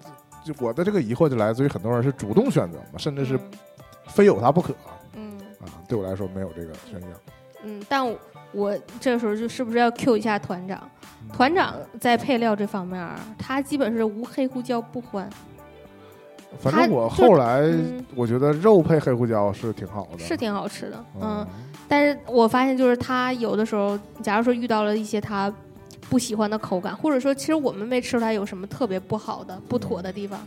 S2: 就我的这个疑惑就来自于很多人是主动选择嘛，甚至是
S3: 嗯
S2: 非有它不可啊。
S3: 嗯
S2: 对我来说没有这个选项。
S3: 嗯，但我我这时候就是不是要 Q 一下团长？团长
S2: 嗯
S3: 在配料这方面儿，他基本是无黑胡椒不欢，
S2: 反正我
S3: 它就
S2: 后来
S3: 嗯
S2: 我觉得肉配黑胡椒是挺好的，
S3: 是挺好吃的，嗯
S2: 嗯，
S3: 但是我发现，就是他有的时候，假如说遇到了一些他不喜欢的口感，或者说其实我们没吃出来有什么特别不好的、不妥的地方，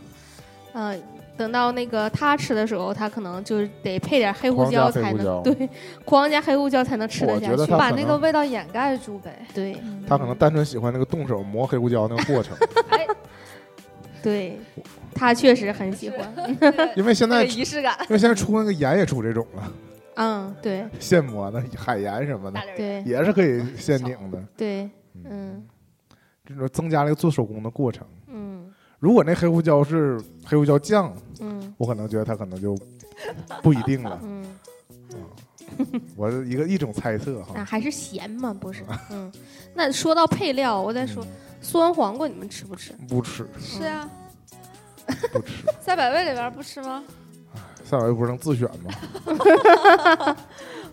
S3: 嗯、等到那个他吃的时候，他可能就是得配点黑胡椒
S2: 狂加黑
S3: 才
S2: 胡椒
S3: 能对，狂加黑胡椒才能吃得
S2: 我
S3: 下
S2: 觉得
S3: 去
S2: 它
S4: 把
S2: 可
S4: 那
S2: 能
S4: 个味道掩盖住 (laughs) 呗。
S3: 对
S2: 他可能单纯喜欢那个动手磨黑胡椒那个
S3: (laughs)
S2: 过程，
S3: 对，他确实很喜欢，
S2: 因为现
S4: 那
S2: 在
S4: 个
S2: 因
S4: 仪式感，
S2: 为现在出那个盐也出这种了， (laughs)
S3: 嗯，对
S2: 现磨的海盐什么的
S3: 对
S2: 也是可以现拧的，
S3: 对，嗯
S2: 这种增加了一个做手工的过程。
S3: 嗯
S2: 如果那黑胡椒是黑胡椒酱，
S3: 嗯。
S2: 我可能觉得它可能就不一定了
S3: 嗯，
S2: 我的一个一种猜测
S3: 那、
S2: 哈。
S3: 啊还是咸嘛，不
S2: (laughs)
S3: 是？嗯，那说到配料，我再说
S2: 嗯
S3: 酸黄瓜，你们吃不吃？
S2: 不吃
S4: 是啊呀，
S2: (laughs) 不吃，
S4: 在百味里边不吃 (laughs) 吗？
S2: 下回不是能自选
S3: (laughs)
S2: 吗？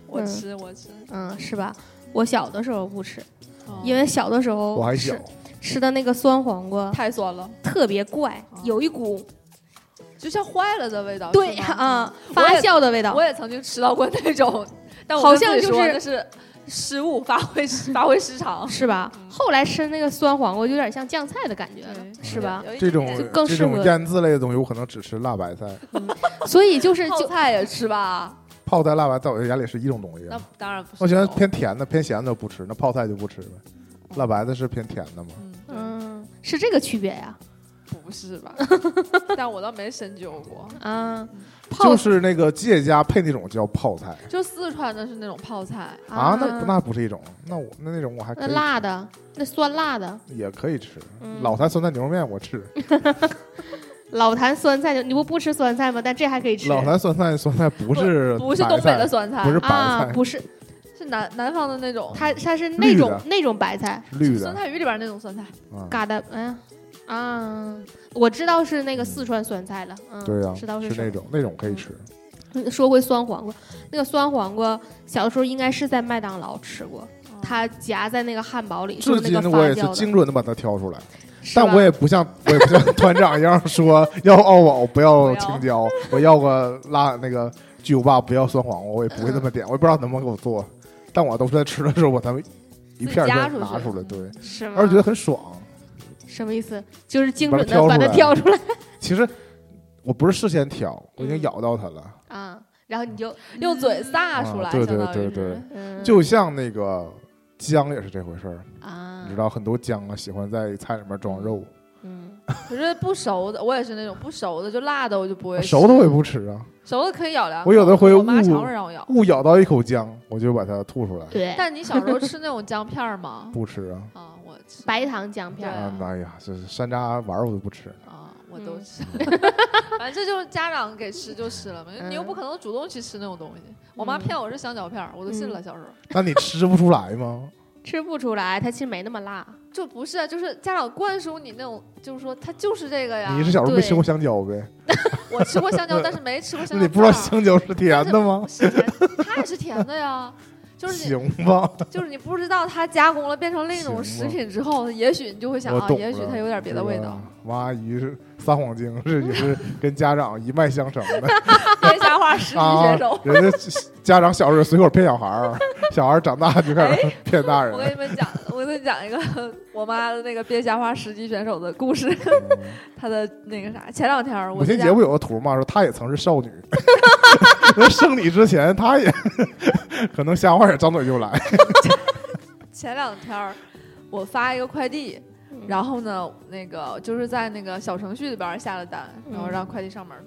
S4: 我
S3: 嗯
S4: 吃，我吃，
S3: 嗯，是吧？我小的时候不吃，
S4: 哦
S3: 因为小的时候
S2: 我还小
S3: 吃，吃的那个酸黄瓜
S4: 太酸了，
S3: 特别怪
S4: 哦，
S3: 有一股
S4: 就像坏了的味道。
S3: 对
S4: 是吗
S3: 啊
S4: 我
S3: 发
S4: 也
S3: 酵的味道
S4: 我。也曾经吃到过那种， (laughs) 但我
S3: 好
S4: 跟自
S3: 像
S4: 己
S3: 就
S4: 说
S3: 是
S4: 那是失误，发挥失发挥失常，
S3: 是吧？后来吃那个酸黄瓜，有点像酱菜的感觉了，
S4: 嗯对
S3: 是吧？
S4: 有一
S2: 这种
S4: 点点
S3: 就更
S2: 这
S3: 适
S2: 种
S3: 合
S2: 腌制类的东西，我可能只吃辣白菜，
S3: 所以就是
S4: 泡
S3: 就
S4: 菜也吃吧？
S2: 泡菜、辣白菜在我眼里是一种东西。啊
S4: 那当然不是。
S2: 我喜欢偏甜的，偏咸的不吃，那泡菜就不吃呗。辣白菜是偏甜的嘛？
S4: 嗯，
S3: 嗯，是这个区别呀
S4: 不是吧？ (laughs) 但我倒没深究过，
S3: 啊泡
S2: 就是那个芥家配那种叫泡菜
S4: 就四川的是那种泡菜，
S2: 啊，那那不是一种，那我那那种我还可
S3: 那
S2: 以
S3: 辣的那酸辣的
S2: 也可以吃。
S3: 嗯
S2: 老坛酸菜牛肉面我吃，
S3: 老坛酸菜，你不不吃酸菜吗？但这还可以吃
S2: 老坛酸菜酸菜不是
S4: 不是
S2: 白
S4: 东北的
S2: 呃菜，
S4: 酸菜，
S2: 不是白
S3: 啊，
S2: 菜
S3: 不是
S4: 是南南方的那种，
S3: 它它是
S2: 绿
S3: 那
S2: 的
S3: 种那种白菜，
S2: 是绿的
S4: 酸菜鱼里边那种酸菜，
S2: 啊。
S3: 嘎的，哎呀，啊，我知道是那个四川酸菜了，嗯，
S2: 嗯对呀，
S3: 知道
S2: 是
S3: 什
S2: 那种那种可以吃。
S3: 么。说回酸黄瓜，那个酸黄瓜小时候应该是在麦当劳吃过，
S4: 哦
S3: 它夹在那个汉堡里，就
S2: 至
S3: 是那
S2: 今
S3: 个发
S2: 我也是
S3: 酵的，
S2: 精准的把它挑出来，
S3: 是吧
S2: 但我也不像我也不像团长一样说要澳宝不要青椒， (laughs) 我要个辣那个巨无霸不要酸黄瓜，我也不会这么点，我也不知道能不能给我做，但我都是在吃的时候我才会一片儿一片儿拿出来，对，
S3: 是吗？
S2: 而且觉得很爽。
S3: 什么意思？就是精
S2: 把它
S3: 准的把它
S2: 挑
S3: 挑出来
S2: 其实我不是事先挑，
S4: 嗯
S2: 我已经咬到它了，
S3: 啊，然后你就
S4: 用嘴撒出
S2: 啊
S4: 来，
S2: 对
S4: 相
S2: 对
S4: 当于
S2: 对
S4: 是
S2: 对，
S3: 嗯，
S2: 就像那个姜也是这回事儿，
S6: 啊
S2: 你知，道很多姜啊喜欢在菜里面装肉，
S6: 嗯，
S4: 可是不熟的，我也是那种不熟的，就辣嗯的我就不会吃。
S2: 熟的我也不吃啊，
S4: 熟的可以咬两口，
S2: 我有的会
S4: 我妈
S2: 误
S4: 常会让我咬。
S2: 误咬到一口姜，我就把它吐出来，
S6: 对，
S4: 但你小时候吃那种姜片儿吗？
S2: 不吃啊。
S4: 啊，我吃
S3: 白糖姜片
S4: 对
S3: 儿，
S4: 啊
S2: 啊，哎呀，这是山楂丸儿我都不吃，
S4: 啊，我
S3: 嗯
S4: 都吃。 (laughs) 反正就是家长给吃就吃了嘛，你又
S3: 嗯
S4: 不可能主动去吃那种东西。我妈骗我是香蕉片儿，我都信
S3: 嗯
S4: 了。小时候
S2: 那你吃不出来
S4: (laughs)
S2: 吗？
S3: 吃不出来，它其实没那么辣。
S4: 就不是，啊就是家长灌输你那种，就是说它就是这个呀。
S2: 你是小时候没
S3: 对
S2: 吃过香蕉呗？
S4: 我吃过
S2: (laughs)
S4: 香蕉，但是没吃过香
S2: 那
S4: 蕉。
S2: 你不知道香蕉是甜的吗？
S4: 是甜，它也是甜的呀。就是 (laughs) 你，
S2: 行吧，
S4: 就是你不知道它加工了变成另一种
S2: 行吧
S4: 食品之后，也许你就会想
S2: 我
S4: 啊，
S2: 懂
S4: 也许
S2: 了
S4: 它有点别的味道。。
S2: 我阿姨是撒谎精，是也是跟家长一脉相承的
S4: 别瞎话，实力
S2: 啊
S4: 选手。。
S2: 人家家长小时候随口骗小孩
S4: (laughs)
S2: 儿，小孩儿长大就开始骗大
S4: 哎
S2: 人
S4: 我。跟你们讲，我跟你讲一个我妈的那个编瞎话十级选手的故事，
S2: 嗯
S4: (laughs) 她的那个啥，前两天儿
S2: 母
S4: 我
S2: 亲
S4: 在
S2: 节
S4: 家
S2: 不有个图吗？说她也曾是少女， (laughs) 那生你之前她也可能瞎话也张嘴就来。
S4: 前两天儿我发一个快递，
S3: 嗯
S4: 然后呢，那个就是在那个小程序里边儿下了单，然后
S3: 嗯
S4: 让快递上门儿。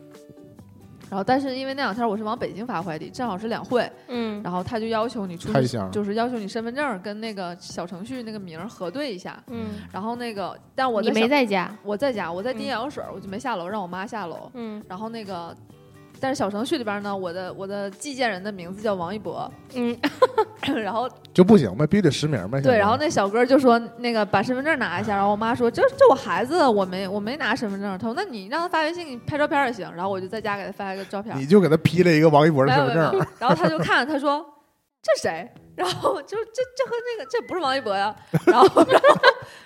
S4: 然后，但是因为那两天我是往北京发快递，正好是两会，
S3: 嗯
S4: 然后他 (laughs) 就要求你出
S2: 开
S4: 示
S2: 箱，
S4: 就是要求你身份证儿跟那个小程序那个名儿核对一下。
S3: 嗯，
S4: 然后那个，但我
S3: 你
S4: 在
S3: 没
S4: 小
S3: 在家？
S4: 我在家，我在滴
S3: 嗯
S4: 眼药水儿，我就没下楼，让我妈下楼。
S3: 嗯
S4: 然后那个，但是小程序里边呢，我的我的寄件人的名字叫王一博， (coughs)
S3: 嗯， (laughs)
S4: 然后
S2: 就不行呗，必须得实名呗。现
S4: 对，
S2: 在
S4: 然后那小哥就说那个把身份证拿一下，然后我妈说这这我孩子，我没我没拿身份证，她说那你让他发微信给你拍照片也行，然后我就在家给他发一个照片，
S2: 你就给他批了一个王一博的
S4: 没有没
S2: 身份
S4: 有，没
S2: 证
S4: 有，然后他就看他说这谁，然后就这这和那个这不是王一博呀，然后然后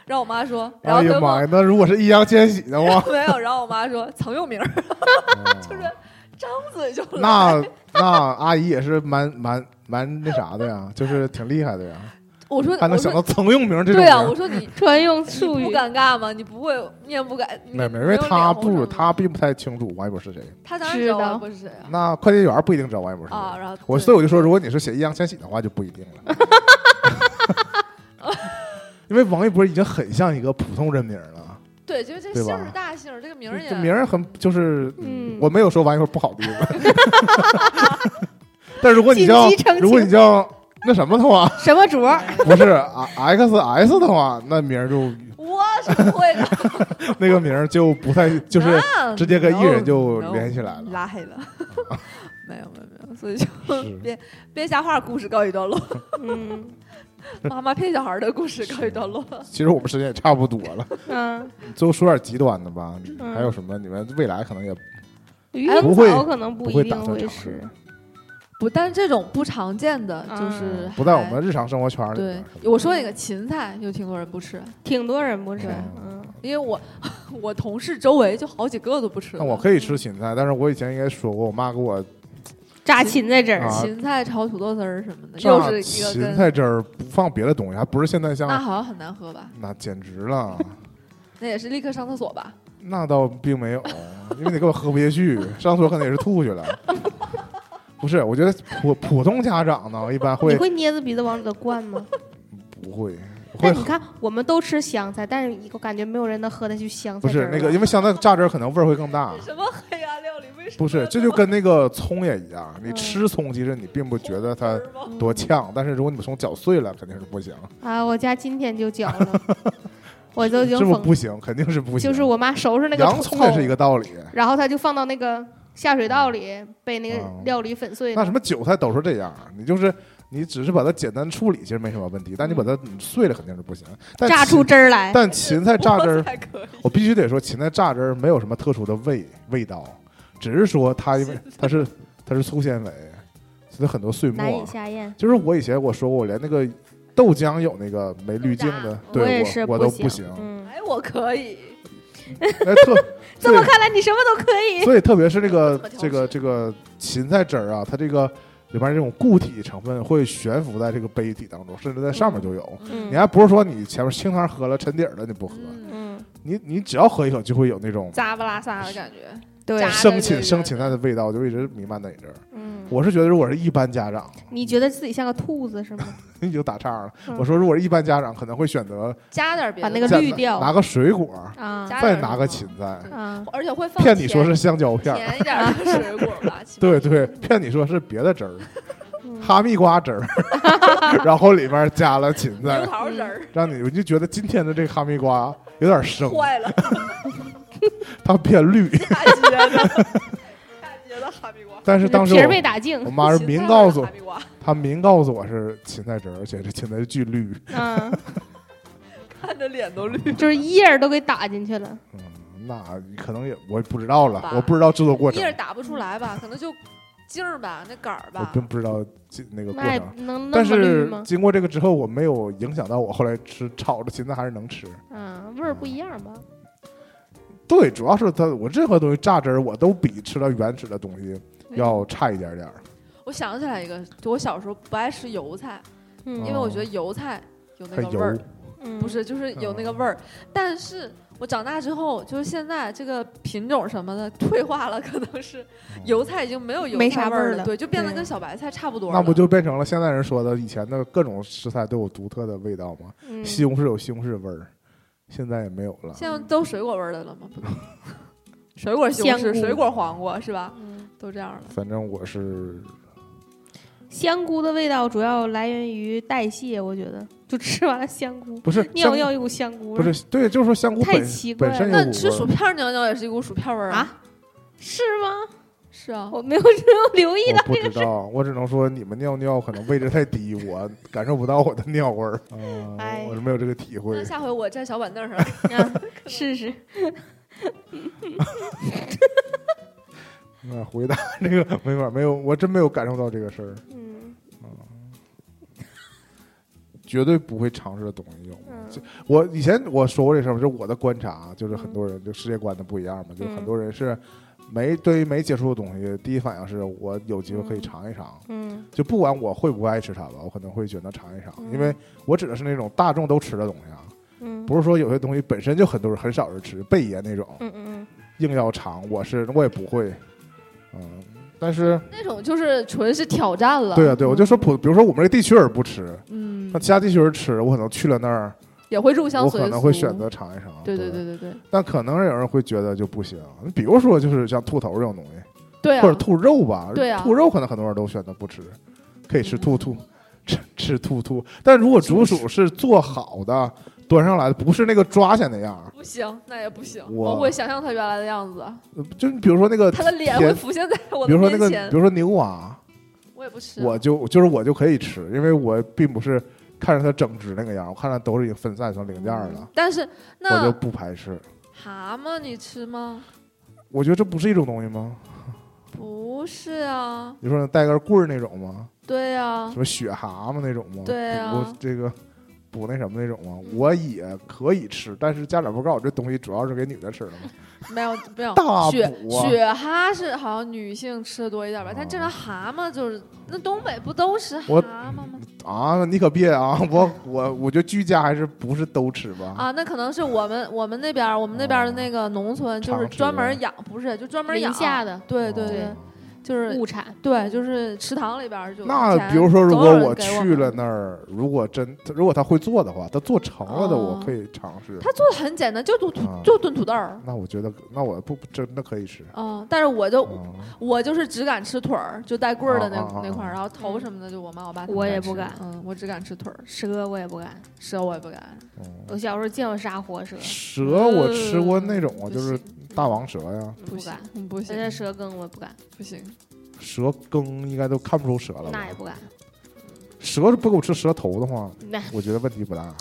S4: 然后我妈说，然后他
S2: 哎呀
S4: 就跟我
S2: 妈呀，那如果是易烊千玺的
S4: (laughs)
S2: 话，
S4: 没有，然后我妈说曾佑明儿， (laughs) 就是张嘴就来。
S2: 哦那那阿姨也是蛮蛮蛮那啥的呀，就是挺厉害
S4: (laughs)
S2: 的呀，
S4: 我说
S2: 还能
S4: 我说
S2: 想到曾用明这种
S4: 对啊，我
S2: 人。
S4: 说
S3: (laughs)
S4: 你
S3: 专用
S4: 你
S3: 术
S4: 不
S3: 语。
S4: 尴尬吗？你不会面不改？
S2: 没没，
S4: 有
S2: 因为他
S4: 脸
S2: 不
S4: 红
S2: 他并不太清楚王一博是谁，
S4: 他当然
S3: 知
S4: 知道
S3: 道
S4: 我不是谁啊
S2: 那快递员不一定知道王一博是
S4: 啊，
S2: 谁。
S4: 然后
S2: 我
S4: 对
S2: 所以我就说，如果你是写易烊千玺的话，就不一定了。 (laughs) 因为王一博已经很像一个普通人名了，
S4: 对，就是这
S2: 对
S4: 姓
S2: 吧
S4: 儿大姓儿，这个名儿也
S2: 这名儿很就是，
S3: 嗯
S2: 我没有说王一博不好的意思。 (laughs) 但如果你叫
S3: 紧急澄清
S2: 如果你叫那什么的话，
S3: 什么卓？
S2: 不是啊 X S 的话，那名儿就
S4: 我是不会的，
S2: 那个名儿就不太 (laughs) 就是
S4: 那
S2: 直接跟艺人就
S4: no，no，
S2: 联系起来了啊
S4: 拉黑了。 (laughs) 没有没有没有，所以就是编编瞎话故事告一段落，
S3: 嗯
S4: 妈妈骗小孩儿的故事告一段落。
S2: 其实我们时间也差不多了，
S3: 嗯，
S2: 最后说点极端的吧。
S3: 嗯
S2: 还有什么？你们未来可能也
S3: 鱼
S4: 哎
S2: 不
S3: 头
S2: 会
S3: 草可能不
S2: 不
S3: 一
S2: 会打
S3: 定
S2: 算
S3: 会
S2: 尝
S3: 吃
S2: 试。，
S4: (laughs) 不，但是这种不常见的就是
S2: 嗯不在我
S4: 还
S2: 们日常生活圈里
S4: 对
S2: 边。，
S4: 我说一个芹菜，有挺多人不吃，
S3: 挺多人不吃。
S2: 嗯
S3: 嗯，
S4: 因为我我同事周围就好几个都不
S2: (laughs)
S4: 吃
S2: 那
S4: 的。
S2: 我可以吃芹菜，但是我以前应该说过，我妈给我
S3: 炸芹菜汁儿
S2: 啊，
S4: 芹菜炒土豆丝儿什么的，又
S2: 榨
S4: 是一个
S2: 芹
S4: 跟
S2: 菜汁儿，不放别的东西，还不是现在
S4: 那
S3: 啊
S2: 像
S4: 好像很难喝吧？
S2: 那简直了，
S4: 那也是立刻上厕所吧？
S2: 那倒并没有，因为你给我喝不下去，上厕所可能也是吐去了。 (laughs) 不是，我觉得普普通家长呢，一般
S3: 你
S2: 会
S3: 会捏着鼻子往里头灌吗？
S2: 不会会
S3: 但你看，我们都吃香菜，但是我感觉没有人能喝得去香菜
S2: 不
S3: 汁
S2: 是
S3: 儿
S2: 那
S3: 吧
S2: 个，因为香菜榨汁儿可能味儿会更大。
S4: 什么黑暗料理？为什么
S2: 不是，这就跟那个葱也一样，
S3: 嗯
S2: 你吃葱其实你并不觉得它
S4: (laughs)
S2: 多呛，但是如果你把葱搅碎了，肯定是不行，
S3: 啊，我家今天就搅
S2: (laughs)
S3: 了，我都已经
S2: 是不
S3: 疯
S2: 是不行？肯定是不行。
S3: 就是我妈收拾那个
S2: 洋葱也是一个道理，
S3: 然后她就放到那个下水道里，被那
S2: 啊
S3: 个料理粉碎了。
S2: 那什么韭菜都是这样，啊你就是你只是把它简单处理，其实没什么问题，但你把它碎了肯定是不行。但
S3: 榨嗯出
S2: 芹
S3: 汁儿来，
S2: 但芹菜榨汁儿，
S4: 还可以？
S2: 我必须得说，芹菜榨汁儿没有什么特殊的味味道，只是说它
S3: (laughs)
S2: 因为它是它是粗纤维，所以很多碎
S6: 难以
S2: 末。啊
S6: 下咽。
S2: 就是我以前我说过，我连那个豆浆有那个没滤镜的，
S3: 我也
S2: 对
S3: 是
S2: 我我都
S3: 不
S2: 行。
S6: 嗯，
S4: 哎，我可以。
S2: 哎，特
S3: (laughs) 这么看来你什么都可以。
S2: (laughs) 所以特别是这个
S4: 怎么调
S2: 这个
S4: 试
S2: 这个芹菜汁儿啊，它这个里边这种固体成分会悬浮在这个杯底当中，甚至在上面就有。你
S3: 嗯
S2: 还不是说你前面清汤喝了沉底儿了你不喝，
S4: 嗯，
S6: 嗯，
S2: 你你只要喝一口就会有那种
S4: 扎不拉撒的感觉，
S3: 对
S4: 炸，
S2: 生芹生芹菜的味道就一直弥漫在你这儿。
S3: 嗯，
S2: 我是觉得，如果是一般家长， (laughs)
S3: 你觉得自己像个兔子是吗？
S2: 你就打岔了。
S3: 嗯
S2: 我说，如果是一般家长，可能会选择
S4: 加点别的，
S3: 把那个
S2: 再
S3: 绿掉
S2: 拿个水果，
S3: 啊
S4: 加点
S2: 再
S4: 儿
S2: 拿
S4: 什
S2: 个
S4: 么
S2: 芹菜，
S3: 啊，
S4: 而且会放
S2: 骗你说
S4: 甜
S2: 是香蕉片儿，
S4: 甜一点儿的水果
S2: (laughs)
S4: 吧，起码
S2: 对对，骗你说是别的汁儿，
S3: 嗯
S2: 哈密瓜
S3: (laughs)
S2: 汁儿，然后里面加了芹
S4: 牛
S2: 菜，
S4: 桃仁儿
S2: 让你你就觉得今天的这个哈密瓜有点生，
S4: 坏了，
S2: 它偏绿。
S4: 大街
S2: (laughs)
S4: 的，大街的哈密瓜。
S2: 但是当时
S3: 嗯皮儿被
S2: 我
S3: 打净
S2: 我，妈是
S4: 芹
S2: 明
S4: 菜
S2: 告
S4: 味
S2: 诉
S4: 的
S2: 我
S4: 哈，密瓜，
S2: 她明告诉我是芹菜汁儿，而且这芹菜巨绿。
S3: 嗯，
S4: 看着脸都绿。
S3: 就是叶儿都给打进去了，
S2: 嗯，那可能也我也不知道了
S4: 吧，
S2: 我不知道制作过程
S4: 叶，儿打不出来吧？可能就茎儿吧，那杆儿
S2: 我
S4: 吧
S2: 并。不知道这那个过
S3: 那也
S2: 程。
S3: 能那
S2: 但
S3: 么绿
S2: 是
S3: 吗？
S2: 经过这个之后，我没有影响到我后来吃炒的芹菜还是能吃。
S3: 嗯，味儿不一样吧？
S2: 对，主要是它，我任何东西榨汁儿，我都比吃了原始的东西要差一点点儿。
S4: 我想起来一个，就我小时候不爱吃油菜，
S3: 嗯，
S2: 哦
S4: 因为我觉得油菜有那
S2: 它
S4: 个味
S2: 油
S4: 儿，不是就是
S2: 嗯
S4: 有那个味儿。但是我长大之后，就是现在这个品种什么的退化了，可能是油菜已经没有油
S3: 没
S4: 菜
S3: 啥
S4: 味
S3: 味儿
S4: 了，
S3: 了
S4: 对，就变得
S3: 对
S4: 跟小白菜差不多了。
S2: 那不就变成了现在人说的以前的各种食材都有独特的味道吗？
S3: 嗯
S2: 西红柿有西红柿味儿，现在也没有了。
S4: 现在都水果味儿的了吗？
S3: (laughs)
S4: 不都水果西红
S3: 香
S4: 柿、
S3: 菇
S4: 水果黄瓜是吧？
S3: 嗯
S4: 都这样了。
S2: 反正我是
S3: 香菇的味道主要来源于代谢，我觉得就吃完了香菇，
S2: 不是
S3: 尿
S2: 香
S3: 尿一股香菇味
S2: 不
S3: 儿，
S2: 是对，就是说香菇
S3: 太
S2: 本
S3: 奇怪
S2: 本身
S3: 了
S2: 有
S4: 那
S2: 股
S4: 吃
S2: 味
S4: 薯
S2: 儿。
S4: 片儿尿尿也是一股薯片味儿啊？
S3: 啊？是吗？
S4: 是啊，
S3: 我没有没有留意到
S2: 我不知道，我只能说你们尿尿可能位置太低，我感受不到我的尿味儿，嗯
S3: 哎
S2: 我是没有这个体会
S4: 那。下回我站小板凳上， (laughs)
S3: 啊， (laughs) 试试。
S2: 那哎回答这个没法没有，我真没有感受到这个事儿，
S3: 嗯
S2: 绝对不会尝试的东西有吗？
S3: 嗯
S2: 这我以前我说过这事儿嘛，就是我的观察，就是很多人就世界观的不一样
S3: 嗯
S2: 嘛，就是很多人是没对于没接触的东西，第一反应是我有机会可以尝一尝，
S3: 嗯
S2: 就不管我会不会爱吃它吧，我可能会选择尝一尝，
S3: 嗯
S2: 因为我指的是那种大众都吃的东西啊，
S3: 嗯，
S2: 不是说有些东西本身就很多人很少人吃，贝爷那种
S3: 嗯嗯
S2: 硬要尝，我是我也不会，嗯，但是
S4: 那种就是纯是挑战了。
S2: 对啊对，我就说普，比如说我们这地区人不吃，
S4: 嗯
S2: 那，其他地区人吃，我可能去了那儿，
S4: 也会入乡
S2: 我
S4: 随俗。
S2: 可能会选。择尝一尝，
S4: 对对对对对
S2: 但可能有人会觉得就不行。比如说，就是像兔头这种东西，
S4: 对啊！
S2: 或者兔肉吧，
S4: 对啊
S2: 兔肉可能很多人都选择不吃，可以吃兔兔，吃吃兔兔。但如果竹鼠是做好的，端上来的不是那个抓起来那样儿，
S4: 不行，那也不行。
S2: 我
S4: 我会想象他原来的样子，
S2: 呃就比如说那个
S4: 他的脸会
S2: 甜，
S4: 浮现在我
S2: 比
S4: 的
S2: 如说
S4: 面
S2: 那个，
S4: 前
S2: 比。如说牛蛙，
S4: 我也不吃。啊
S2: 我就就是我就可以吃，因为我并不是看着它整只那个样儿，我看着都是已经分散成零件儿了，
S4: 但是
S2: 我就
S4: 嗯那
S2: 不排斥。
S4: 蛤蟆你吃吗？
S2: 我觉得这不是一种东西吗？
S4: 不是啊，
S2: 你说带根棍儿那种吗？
S4: 对啊
S2: 什，么雪蛤蟆那种吗？
S4: 对啊
S2: 补这个补那什么那种吗？
S4: 嗯
S2: 我也可以吃，但是家长不告诉我这东西主要是给女的吃的吗？
S4: 没有没有。
S2: 大
S4: 雪
S2: 补啊！
S4: 雪蛤是好像女性吃的多一点吧，但正常蛤蟆就是那东北不都吃蛤
S2: 我
S4: 蟆吗？
S2: 啊，你可别啊！ (laughs) 我我我觉得居家还是不是都吃吧？
S4: 啊，那可能是我们我们那边儿我们那边儿的那个农村就
S2: 常
S4: 是
S2: 吃
S4: 专门
S2: 的
S4: 养，不是就专
S3: 嗯，
S4: 门
S3: 宁
S4: 养
S3: 夏的
S4: 对对对
S2: 哦，
S4: 就是
S3: 物产，
S4: 对就是池塘里边儿就
S2: 那
S4: 钱
S2: 比如说，如
S4: 总
S2: 果
S4: 有人给
S2: 去了
S4: 们，
S2: 那儿，如果真如果他会做的话，他做成了的，
S4: 哦
S2: 我可以尝试。
S4: 他做的很简单，就炖土
S2: 啊
S4: 就炖土豆儿
S2: 那我觉得，那我不真的可以吃。
S4: 啊，但是我就
S2: 嗯
S4: 我就是只敢吃腿儿，就带棍儿的那
S2: 啊啊啊
S4: 那块儿，
S2: 啊
S4: 然后头什么的就我妈我爸他们
S3: 嗯我
S4: 来
S3: 也
S4: 吃
S3: 不敢，
S4: 嗯，我只敢吃腿儿，
S3: 蛇我也不敢。
S4: 蛇我也不敢，
S2: 嗯
S3: 我小时候见过杀活蛇，
S2: 蛇我吃过那种啊，
S4: 嗯不
S2: 就是
S4: 行
S2: 大王蛇呀，
S4: 不
S3: 不
S4: 行
S3: 敢。，
S4: 嗯不
S3: 人家
S4: 行
S3: 蛇羹我也不敢，
S4: 不行，
S2: 蛇羹应该都看不出蛇了吧。
S3: 那也不敢。
S2: 蛇是不给我吃蛇头的话，
S3: 那
S2: 我觉得问题不大。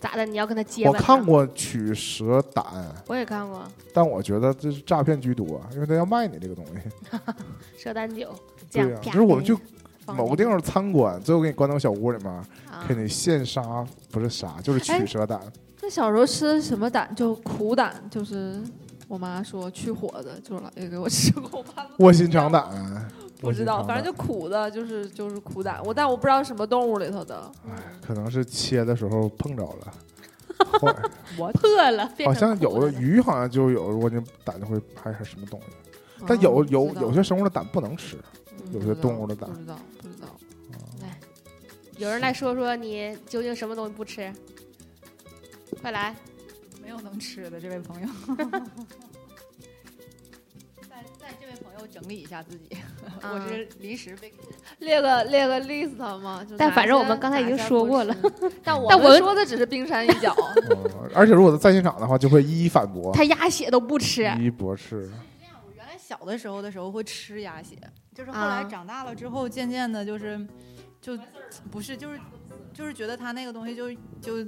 S3: 咋的？你要跟他接
S2: 我
S3: 吻？
S2: 看，过取蛇胆，
S3: 我也看过
S2: 但我觉得这是诈骗居多，因为他要卖你这个东西。
S3: 蛇胆酒，这
S2: 对
S3: 样
S2: 呀、
S3: 啪
S2: 就是我们
S3: 给
S2: 去
S3: 你放
S2: 某
S3: 进
S2: 个地方参观，最后给你关到小屋里面，
S3: 去啊
S2: 给你现杀，不是杀，就是取
S4: 哎
S2: 蛇胆。
S4: 那小时候吃什么胆？就苦胆，就是我妈说去火的，就是老也给我吃过。我妈不
S2: 卧薪尝胆，
S4: 不知道，反正
S2: 就
S4: 就苦的，就是就是苦胆。我但我不知道什么动物里头的。
S2: 哎可能是切的时候碰着
S3: (laughs)
S2: 了。后来
S4: 我
S3: 破了，变
S2: 好
S3: 成
S2: 像
S3: 苦
S2: 有的
S3: 的了啊
S2: 鱼好像就有，如果你胆就会拍是什么东西，但有
S4: 哦
S6: 嗯
S2: 有
S4: 知道
S2: 有些生物的胆不能吃，
S4: 嗯
S2: 有
S4: 不
S2: 些
S4: 知
S2: 动
S4: 道
S2: 物的胆
S4: 不知道不知道，
S6: 有人来说说你究竟什么东西不吃？快 (laughs) 来，
S5: 没有能吃的这位朋友。再再这位朋友整理一下自己，
S6: 啊
S5: 我
S3: 嗯
S5: 是临时被
S4: 列个列个 list 嘛。就
S6: 但
S4: 哪
S6: 反正
S4: 些
S6: 我们刚才已
S4: 哪
S6: 经
S4: 些
S6: 说
S4: 不
S6: 过了 (laughs)
S4: 吃，但我
S6: 但我
S4: 们说的只是冰山一角。
S2: 嗯而且如果在现场的话，就会一一反驳，
S6: (laughs) 他鸭血都不吃，
S4: 嗯
S2: 一一驳斥。
S5: 我原来小的时候的时候会吃鸭血，就是后来
S6: 啊
S5: 长大了之后，渐渐的就是就不是就是就是觉得它那个东西就就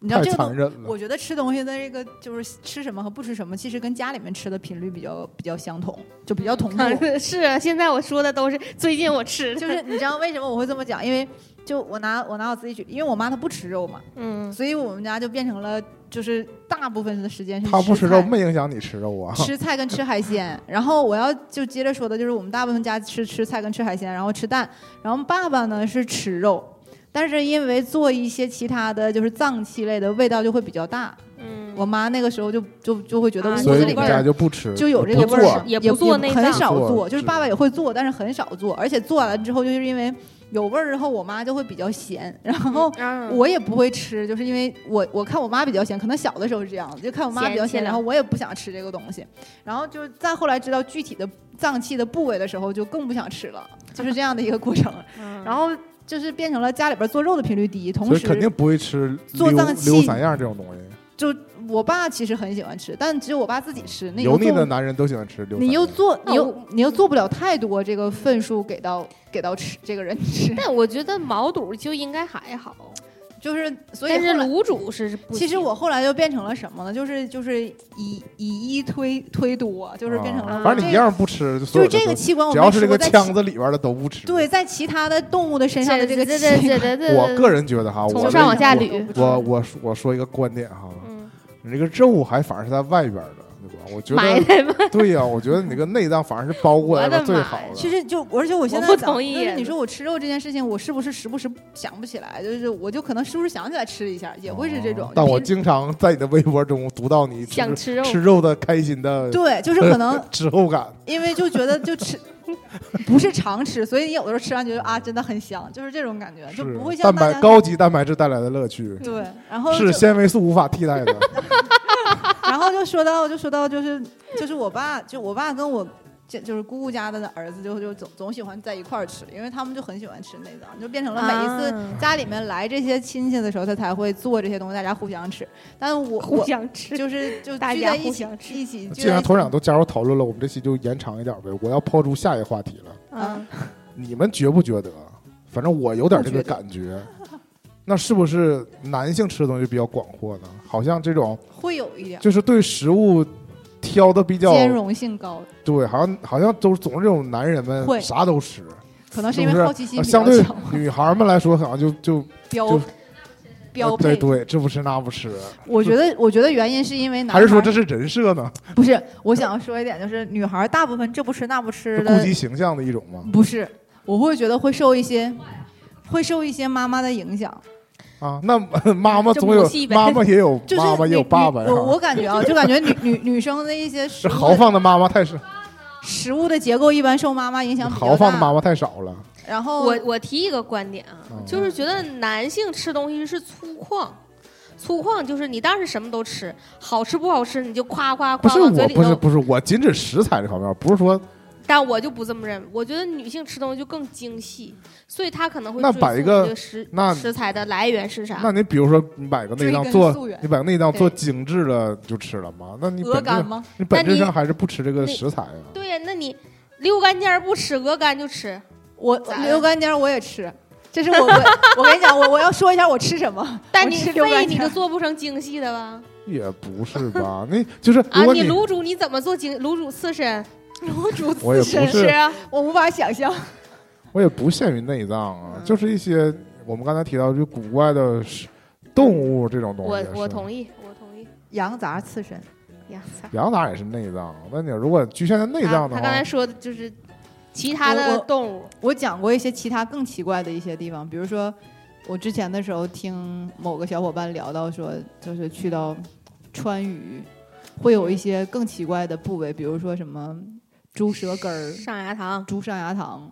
S5: 你知道
S2: 太
S5: 这个
S2: 残
S5: 东。
S2: 忍了，
S5: 我觉得吃东西的这个就是吃什么和不吃什么，其实跟家里面吃的频率比较比较相同，就
S3: 嗯
S5: 比较同步。
S6: (laughs) 是啊，现在我说的都是最近我吃的，
S5: 就是你知道为什么我会这么讲？因为就我拿我拿我自己举，因为我妈她不吃肉嘛，
S6: 嗯，
S5: 所以我们家就变成了就是大部分的时间是
S2: 他不吃
S5: 吃
S2: 肉
S5: 菜
S2: 没影响你吃肉 (laughs) 啊。
S5: 吃菜跟吃海鲜。然后我要就接着说的，就是我们大部分家吃吃菜跟吃海鲜，然后吃蛋。然后爸爸呢是吃肉，但是因为做一些其他的就是脏器类的，味道就会比较大。
S6: 嗯，
S5: 我妈那个时候就就就会觉得
S6: 啊
S5: 屋
S2: 所以
S5: 子
S2: 你
S5: 里
S2: 们
S5: 边
S2: 家
S5: 儿
S2: 就不吃，
S5: 就有这
S2: 不
S5: 个味
S2: 做
S5: 儿，
S6: 也不做内脏
S5: 很少
S2: 不做
S5: 做，就是
S2: 是
S5: 爸爸也会做，但是很少做，而且做完之后就是因为有味儿之后，我妈就会比较咸，然后。
S6: 嗯
S5: 我也不会吃，就是因为我我看我妈比较咸，可能小的时候是这样的，就看我妈比较
S6: 嫌弃
S5: 咸，
S6: 了
S5: 然后我也不想吃这个东西，然后就再后来知道具体的脏器的部位的时候，就更不想吃了，就是这样的一个过程。
S6: 嗯
S5: 然后 (laughs) 就是变成了家里边做肉的频率低，同
S2: 所以肯定
S5: 时
S2: 不会吃
S5: 做
S2: 溜
S5: 脏器
S2: 溜三样这种东西。
S5: 就我爸其实很喜欢吃，但只有我爸自己吃，那
S2: 油
S5: 个
S2: 腻的
S5: 做
S2: 男人都喜欢吃溜。
S5: 你又做
S6: 那
S5: 你又
S6: 我
S5: 你又做不了太多这个份数给到给到吃这个人吃， (laughs)
S6: 但我觉得毛肚就应该还好，
S5: 就是所以
S6: 但是
S5: 后来
S6: 卤煮是不行。
S5: 其实我后来就变成了什么呢？就是就是以以一推推多，就是变成了、
S2: 啊反正你一样不吃，就所有
S5: 这个，就是这
S2: 的
S5: 个
S2: 都吃
S5: 器官我
S2: 只
S5: 没
S2: 要是这
S5: 吃过
S2: 个
S5: 在
S2: 腔
S5: 其
S2: 子里边的都不吃。
S5: 对，，在其他的动物的身上的这个
S6: 这
S5: 器
S6: 这这
S5: 官，
S6: 这这，
S2: 我个人觉得哈，我
S6: 从
S2: 这
S6: 上往下捋
S2: 我我说我说一个观点哈，
S6: 嗯
S2: 你这个肉还反而是在外边的，对吧？我觉
S6: 埋
S2: 得
S6: 汰吧，
S2: 对呀，我觉得你这个内脏反而是包裹在
S6: 我的
S2: 那最
S6: 妈
S2: 好
S6: 呀
S2: 的。
S5: 其实就而且我现在
S6: 我不
S5: 想
S6: 同意啊
S5: 就是你说我吃肉这件事情，我是不是时不时想不起来？就是我就可能时不时想起来吃一下，也会是这种。
S2: 哦但我
S5: 就
S2: 经常在你的微博中读到你吃
S6: 想吃肉，
S2: 吃肉的开心的
S5: 比对，就是
S2: (laughs)
S5: 可能
S2: 之后感，
S5: 因为就觉得就吃。不是常吃，所以你有的时候吃完觉得啊，真的很香，就是这种感觉，就是不会像
S2: 蛋
S5: 大
S2: 白
S5: 家
S2: 高级蛋白质带来的乐趣，
S5: 对，然后就是
S2: 纤维素无法替
S5: (laughs)
S2: 代的。
S6: (laughs)
S5: 然后就说到，就说到，就是就是我爸，就我爸跟我就就是姑姑家的儿子就，就总总喜欢在一块儿吃，因为他们就很喜欢吃内脏，就变成了每
S6: (laughs)
S5: 一次
S6: 啊
S5: 家里面来这些亲戚的时候，他才会做这些东西，大家互相吃。但我
S6: 互
S5: 我
S6: 相吃，
S5: 就是就
S6: 大
S5: 聚
S6: 家
S5: 在一
S6: 互
S5: 起
S6: 相吃
S5: 一起
S2: 既
S5: 聚在
S2: 然
S5: 一起
S2: 团，长都加入讨论了，我们这期就延长一点呗。我要抛出下一个话题了，
S6: 嗯，
S2: (laughs) 你们觉不觉得？反正我有点这个感
S5: (laughs)
S2: 觉。那是不是男性吃的东西比较广阔呢？好像这种
S5: 会有一点
S2: 就是对食物挑的比较
S5: 兼容性高，
S2: 对，好像好像都是总是这种男人们
S5: 会
S2: 啥都吃，
S5: 可能
S2: 是
S5: 是因
S2: 不
S5: 为
S2: 是
S5: 好奇心
S2: 啊
S5: 比较
S2: 相对
S5: 强，
S2: 女孩们来说，好像就就
S5: 标 (laughs) 标
S2: 啊对
S5: 配。
S2: 对，这不吃那不吃，
S5: 我觉得我觉得原因是因为男
S2: 还是说
S5: 孩
S2: 这是人设呢？
S5: 不是？我想说一点，就是女孩大部分这不吃那不吃
S2: 是
S5: 的
S2: 顾及形象的一种吗？
S5: 不是，我会觉得会受一些，会受一些妈妈的影响，
S2: 啊，那 (laughs) 妈妈
S6: 这
S2: 总有
S6: 母系呗
S2: 妈妈也有
S5: (laughs) 就是
S2: 妈妈也
S5: 女
S2: 有爸
S5: 女
S2: 爸
S5: 我
S2: 呀。
S5: 我感觉
S2: (laughs)
S5: 啊，就感觉女女女生的一些食
S2: 这
S5: 物
S2: 豪放的妈妈太少，
S5: 食物的结构一般受妈妈影响比较大。
S2: 豪放的妈妈太少了。
S5: 然后
S6: 我我提一个观点啊
S2: 嗯，
S6: 就是觉得男性吃东西是粗犷。粗犷就是你当时什么都吃，好吃不好吃你就夸夸
S2: 啊不
S6: 夸
S2: 是
S6: 往嘴
S2: 我，
S6: 里
S2: 不是
S6: 头。
S2: 不是我，仅指食材这方面，不是说
S6: 但我就不这么认为，我觉得女性吃东西就更精细，所以她可能会
S2: 那
S6: 追
S2: 摆一
S6: 溯
S2: 个
S6: 这个食
S2: 那
S6: 食材的来源是啥。
S2: 那你比如说你买个内
S5: 啊追
S2: 脏
S5: 根
S6: (laughs)
S2: 做，
S5: 溯源
S2: 你把内脏做
S6: 对
S2: 精致了就吃了吗？那你
S5: 鹅
S2: 本质
S5: 肝
S2: 上
S5: 吗？
S2: 你本
S6: 那
S2: 质
S6: 你
S2: 上还是不吃这个
S6: 那
S2: 食材啊呀。
S6: 对呀，那你溜肝尖儿不吃，鹅肝就吃。
S5: 我
S6: 咋
S5: 溜肝尖儿我也吃，这是我我我跟你讲，我我要说一下我吃什么。
S6: 但
S5: 我
S6: 你
S5: 吃溜肝
S6: 肺你
S5: 尖
S6: 就
S5: 儿，
S6: 做不成精细的吧？
S2: 也不是吧？那就是
S6: 啊
S2: 如，果
S6: 你卤煮你怎么做精卤煮刺身？
S5: (laughs) 卤煮
S2: 我也
S5: 刺
S2: 不
S5: 身，
S6: 是
S2: 是，
S6: 啊，
S5: 我无法想象。
S2: 我也不限于内脏啊，就是一些我们刚才提到就古怪的食动物这种东西。
S6: 我我
S2: 意。
S6: 同意，我同意。
S5: 羊杂刺身，
S6: 呀， (laughs) 操
S2: 羊杂也是内脏，那你如果局限在内 (laughs) 脏
S6: 他
S2: 的话，
S6: 他刚才说的就是其他
S5: 我
S6: 的
S5: 我
S6: 动物，
S5: 我讲过一些其他更奇怪的一些地方，比如说我之前的时候听某个小伙伴聊到说，就是去到川渝，会有一些更奇怪的部位，比如说什么猪舌根儿、
S3: 上牙糖，
S5: 猪上牙糖，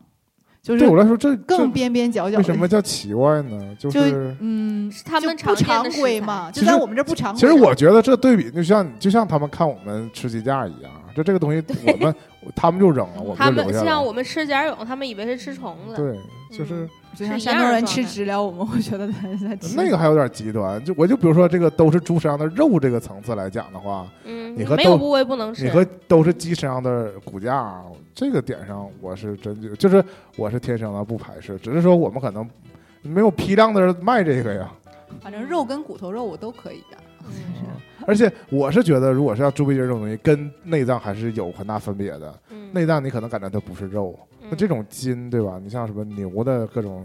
S5: 就是
S2: 对我来说这这
S5: 更边边角角
S2: 为
S5: 的。
S2: 什么叫奇怪呢？就
S5: 就是嗯，
S3: 是他们
S5: 就不
S3: 常
S5: 常
S3: 见的
S5: 规
S3: 食材
S5: 嘛，
S2: 其
S5: 就
S2: 实
S5: 在我们这不常规。
S2: 其实
S5: (laughs)
S2: 我觉得这对比就像就像他们看我们吃鸡架一样，就这个东西我们他们就扔了，我
S3: 他
S2: 们就
S3: 们
S2: 留下
S3: 就像
S2: 了。
S3: 我们吃甲蛹，他们以为是吃虫子。
S2: 对，就是
S5: 就像
S3: 是一
S5: 山
S3: 样
S5: 东
S3: 的
S5: 人
S3: 状
S5: 吃
S3: 态
S5: 知了，我们会觉得他在吃
S2: 那个还有点极端。就我就比如说这个都是猪身上的肉这个层次来讲的话，
S3: 嗯，
S2: 你和
S3: 没有
S2: 豆
S3: 部位不能吃
S2: 你。和都是鸡身上的骨架，啊这个点上我是真就就是我是天生的不排斥，只是说我们可能没有批量的卖这个呀。
S5: 反正肉跟骨头肉我都可以的。啊
S2: 而且我是觉得，如果是像猪背筋这种东西，跟内脏还是有很大分别的。
S3: 嗯
S2: 内脏你可能感觉它不是肉，那这种筋对吧？你像什么牛的各种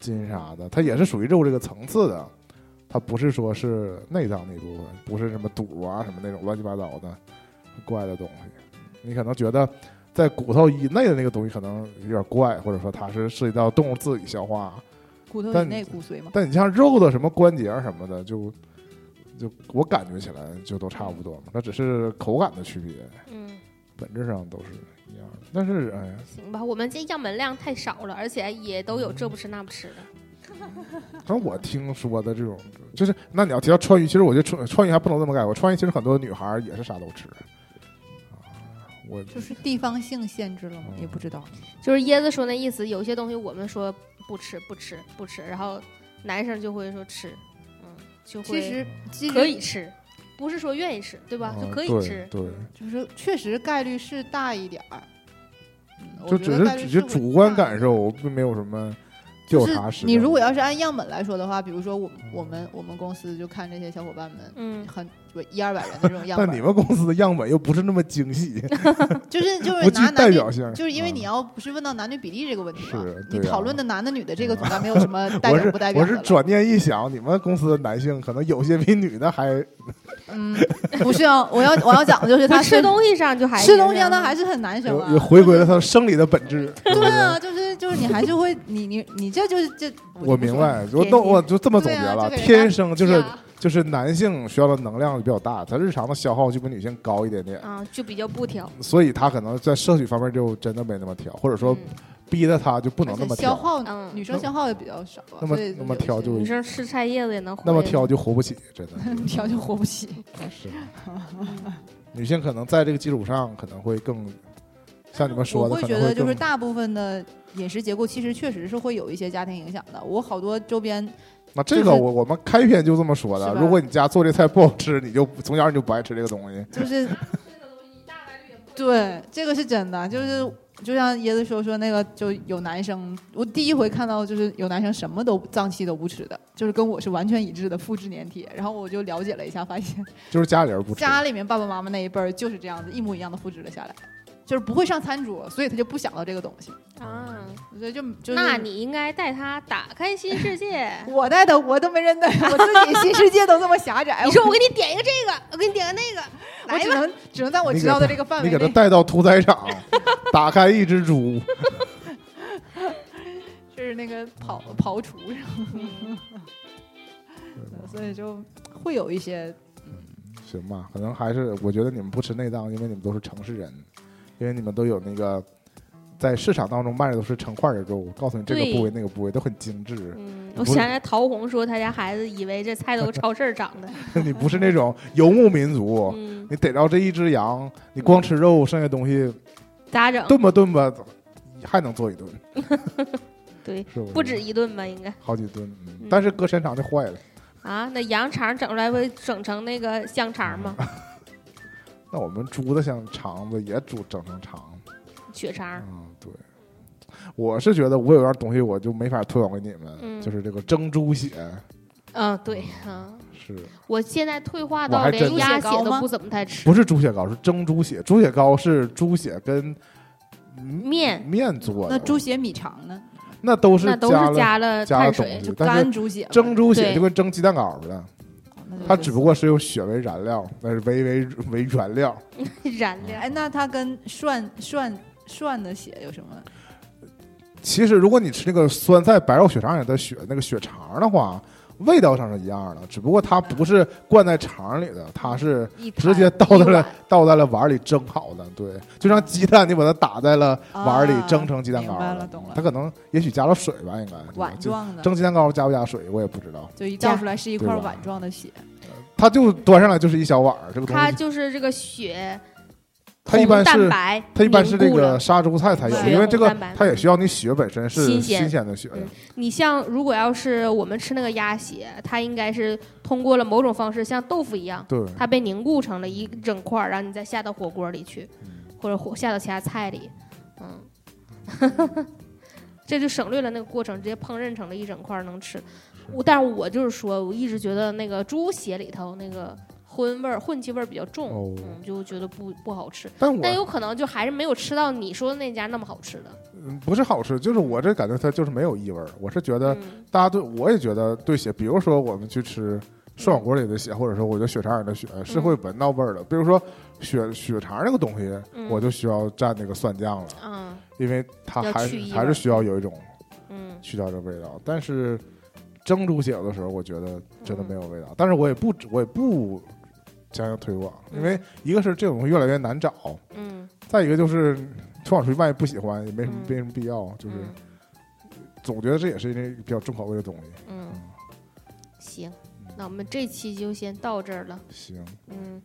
S2: 筋啥的，它也是属于肉这个层次的，它不是说是内脏那部分，不是什么肚啊什么那种乱七八糟的很怪的东西。你可能觉得在骨头以内的那个东西可能有点怪，或者说它是涉及到动物自己消化。
S5: 骨头以
S2: 但
S5: 内骨髓嘛，
S2: 但你像肉的什么关节啊什么的，就就我感觉起来就都差不多嘛，那只是口感的区别，
S3: 嗯，
S2: 本质上都是一样的。但是哎呀，
S3: 行吧，我们这样本量太少了，而且也都有这不吃那不吃的。
S2: 反正我听说的这种，就是那你要提到川渝，其实我觉得川川渝还不能这么概括，川渝其实很多女孩儿也是啥都吃。啊我
S5: 就是地方性限制了吗？
S2: 嗯
S5: 也不知道。
S3: 就是椰子说那意思，有些东西我们说不吃不吃不吃，然后男生就会说吃，嗯，就
S5: 其
S3: 会
S5: 实其
S3: 可
S5: 实
S3: 以吃，不是说愿意吃，对吧？
S2: 啊
S3: 就可以
S2: 对
S3: 吃。
S2: 对，
S5: 就是确实概率是大一点儿，嗯我
S2: 就
S5: 觉
S2: 只
S5: 得
S2: 是
S5: 概率
S2: 只
S5: 是
S2: 是
S5: 会
S2: 主观
S5: 大一
S2: 感
S5: 点儿。
S2: 受，并没有什么调
S5: 就
S2: 查实
S5: 是
S2: 证。
S5: 你如果要是按样本来说的话，比如说我
S2: 嗯
S5: 我们我们公司就看这些小伙伴们，
S3: 嗯，
S5: 很不一二百人的这种样
S2: 但
S5: 本，
S2: 你们公司的样本又不是那么精细， (laughs)
S5: 就是就是
S2: 不具
S5: 拿
S2: 代
S5: 男女
S2: 表性。
S5: 就是因为
S2: 啊
S5: 你要不是问到男女比例这个问题嘛
S2: 是，
S5: 你
S2: 对啊嗯
S5: 讨论的男的女的这个总该没有
S2: (laughs)
S5: 什么代
S2: 我
S5: 表
S2: 是
S5: 不代表
S2: 我
S5: 的
S2: 是
S5: 了。
S2: 转念一想，你们公司的男性可能有些比女的还 (laughs)
S5: 嗯，不是啊，我要我要讲的就是他
S3: 就
S5: 是
S3: 吃东西上就还
S5: 吃东西
S3: 上
S5: 上他还是很男生
S2: 有
S5: 啊
S2: 有，回归了他生理的本质。
S5: 就是对啊，就是就是你还是会你你你这就是这
S2: 我明白，我都我就这么总结
S5: 对啊
S2: 了，
S5: 就给人家
S2: 天生就是就是男性需要的能量比较大，他日常的消耗就比女性高一点点，
S3: 啊，就比较不挑。
S5: 嗯
S2: 所以他可能在摄取方面就真的没那么挑，或者说逼得他就不能那么
S5: 嗯消
S2: 挑，
S5: 耗
S3: 嗯
S5: 女生消耗也比较少啊，
S2: 那么
S5: 所以
S2: 那么
S5: 有些
S2: 挑就
S3: 女生吃菜叶子也能活
S2: 那么
S3: 下
S2: 挑
S3: 去
S2: 就活不起，真
S5: (laughs)
S2: 的
S5: 挑就活不起。
S2: 是。女性可能在这个基础上可能会更像你们说
S5: 我
S2: 的，
S5: 会
S2: 可
S5: 觉
S2: 能
S5: 得
S2: 会
S5: 就是
S2: 更
S5: 大部分的饮食结构其实确实是会有一些家庭影响的。我好多
S2: (laughs)
S5: 周边
S2: 那这
S5: 就
S2: 个
S5: 是
S2: 我我们开篇就这么说的
S5: 是，吧
S2: 如果你家做这菜不好吃，你就从小你就不爱吃这个东西。
S5: 就是，对，这个是真的，就是
S2: 嗯
S5: 就像椰子说说那个，就有男生，我第一回看到就是有男生什么都脏器都不吃的，就是跟我是完全一致的复制粘贴。然后我就了解了一下，发现
S2: 就是家里人不吃，
S5: 家里面爸爸妈妈那一辈儿就是这样子，一模一样的复制了下来，就是不会上餐桌，所以他就不想到这个东西，
S3: 啊。
S5: 所以就就是。
S3: 那你应该带他打开新世界。
S2: (laughs)
S5: (laughs) 我带的我都没认得，我自己新世界都这么狭窄，
S3: 你说我给你点一个这个，我给你点个那个，
S5: 我
S3: 来
S5: 只
S3: 吧。
S5: 能只能在我
S2: 你
S5: 知
S2: 给
S5: 道的
S2: 他
S5: 这个范
S2: 你
S5: 围
S2: 给他
S5: 内，
S2: 带到屠宰
S5: (laughs)
S2: 场，打开一只猪，
S5: 就是那个刨刨除什么的，所以就会有一些
S2: 行吧？可能还是我觉得你们不吃内脏，因为你们都是城市人，因为你们都有那个在市场当中卖的都是成块的肉，我告诉你这个
S3: 对
S2: 部位那个部位都很精致， (laughs)
S3: 嗯，我想起来陶红说他家孩子以为这菜都是超市
S2: (laughs)
S3: 儿长的。
S2: 你不是那种游牧民族，
S3: 嗯，
S2: 你逮着这一只羊，你光吃肉，剩下东西
S3: 咋整？
S2: 炖吧炖吧，还能做一顿，
S3: (laughs) 对，
S2: 是是
S3: 不止一顿吧，应该
S2: 好几吨，嗯
S3: 嗯
S2: 但是搁山肠就坏了。
S3: 啊。那羊肠整出来会整成那个香
S2: (laughs)
S3: 肠吗？
S2: 那我们猪的像肠子也煮整成肠，
S3: 血肠。
S2: 嗯，对。我是觉得我有样东西我就没法推广给你们，
S3: 嗯
S2: 就是这个蒸猪血，
S3: 嗯，对，嗯，
S2: 是
S3: 我现在退化
S2: 我
S3: 到
S2: 还
S3: 连
S2: 真
S3: 鸭血
S5: 猪血糕
S3: 都
S5: 吗
S3: 不怎么太吃。
S2: 不是猪血糕？是蒸猪血，猪血糕是猪血跟嗯
S3: 面
S2: 面做的，
S5: 那猪血米肠呢，
S2: 那都是
S3: 那都是
S2: 加了
S3: 加了
S2: 加了
S3: 碳
S2: 东
S3: 水，
S2: 西， (laughs) 但是
S5: 干猪血嘛，
S2: 蒸猪血
S3: 对
S2: 就跟蒸鸡蛋糕似的，
S5: 哦那就
S2: 它
S5: 是
S2: 只不过是用血为燃料，那是为为为原料，
S3: (laughs) 燃料。
S5: 哎，那它跟涮涮涮的血有什么？
S2: 其实，如果你吃那个酸菜白肉血肠里的血那个血肠的话，味道上是一样的，只不过它不是灌在肠里的，它是
S3: 一摊
S2: 直接倒
S3: 一
S2: 在了
S3: 碗
S2: 倒在了碗里蒸好的。对，就像鸡蛋，你把它打在了碗里
S5: 啊
S2: 蒸成鸡蛋糕
S5: 明白了懂了
S2: 它可能也许加了水吧，应该对吧
S5: 碗
S2: 就
S5: 状的，
S2: 蒸鸡蛋糕加不加水我也不知道，
S5: 就一
S3: 加
S5: 倒出来是一块
S2: 对吧
S5: 碗状的血，
S2: 它就端上来就是一小碗儿这个东
S3: 它
S2: 西，
S3: 就是这个血
S2: 它一般
S3: 红蛋
S2: 是
S3: 白
S2: 它一般是这
S3: 凝固
S2: 个
S3: 了
S2: 杀猪菜才有，
S3: 血
S2: 因为这个
S3: 红蛋白
S2: 它也需要你血本身是
S3: 新鲜
S2: 新鲜的血呀。
S3: 嗯你像如果要是我们吃那个鸭血，它应该是通过了某种方式，像豆腐一样，
S2: 对，
S3: 它被凝固成了一整块儿，然后你再下到火锅里去，或者火下到其他菜里，嗯， (laughs) 这就省略了那个过程，直接烹饪成了一整块儿能吃。我但是我就是说，我一直觉得那个猪血里头那个荤味儿、混气味儿比较重，
S2: 哦
S3: 嗯，就觉得不不好吃。
S2: 但我
S3: 但有可能就还是没有吃到你说的那家那么好吃的。
S2: 嗯不是好吃，就是我这感觉它就是没有异味儿。我是觉得
S3: 嗯，
S2: 大家对我也觉得对血，比如说我们去吃涮火锅里的血，或者说我觉得血肠里的血是会闻到味儿的。比如说血血肠这个东西，
S3: 嗯
S2: 我就需要蘸那个蒜酱了，
S3: 嗯
S2: 因为它
S3: 要
S2: 还
S3: 去异味
S2: 还是需要有一种
S3: 嗯，
S2: 去掉这味道。但是蒸猪血的时候，我觉得真的没有味
S3: 嗯
S2: 道。但是我也不我也不强行推广，因为一个是这种东西越来越难找，
S3: 嗯，
S2: 再一个就是推广出去万一不喜欢也没什么
S3: 嗯
S2: 没什么必要，就是
S3: 嗯
S2: 总觉得这也是一个比较重口味的东西。
S3: 嗯，行，
S2: 嗯
S3: 那我们这期就先到这儿了。
S2: 行，
S3: 嗯，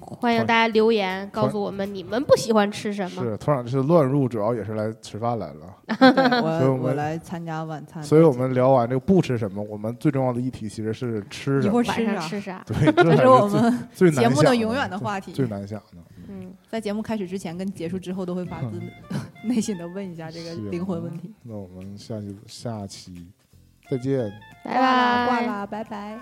S3: 欢迎大家留言告诉我们你们不喜欢吃什么。
S2: 是团长这次乱入，主要也是来吃饭来了。
S5: 对
S2: 所以我
S5: 我
S2: 们
S5: 我来参加晚餐，
S2: 所以我们聊完这个不吃什么，我们最重要的议题其实是吃
S5: 一
S2: 什
S5: 会
S2: 么。
S3: 晚
S5: 儿吃
S3: 上
S5: 啥？
S3: 吃啥？
S2: 对，这
S5: 这
S2: 才
S5: 是我
S2: 是
S5: 们
S2: 最最
S5: 节
S2: 难
S5: 目
S2: 想
S5: 的
S2: 的
S5: 永远的话题。
S2: 最难想的。
S3: 嗯，
S5: 在节目开始之前跟结束之后，都会发自 (laughs) 内心的问一下这个
S2: 嗯是啊
S5: 灵魂问题。
S2: 那我们下期下期再见。
S3: 拜
S5: 挂
S3: 拜。
S5: 吧，拜拜。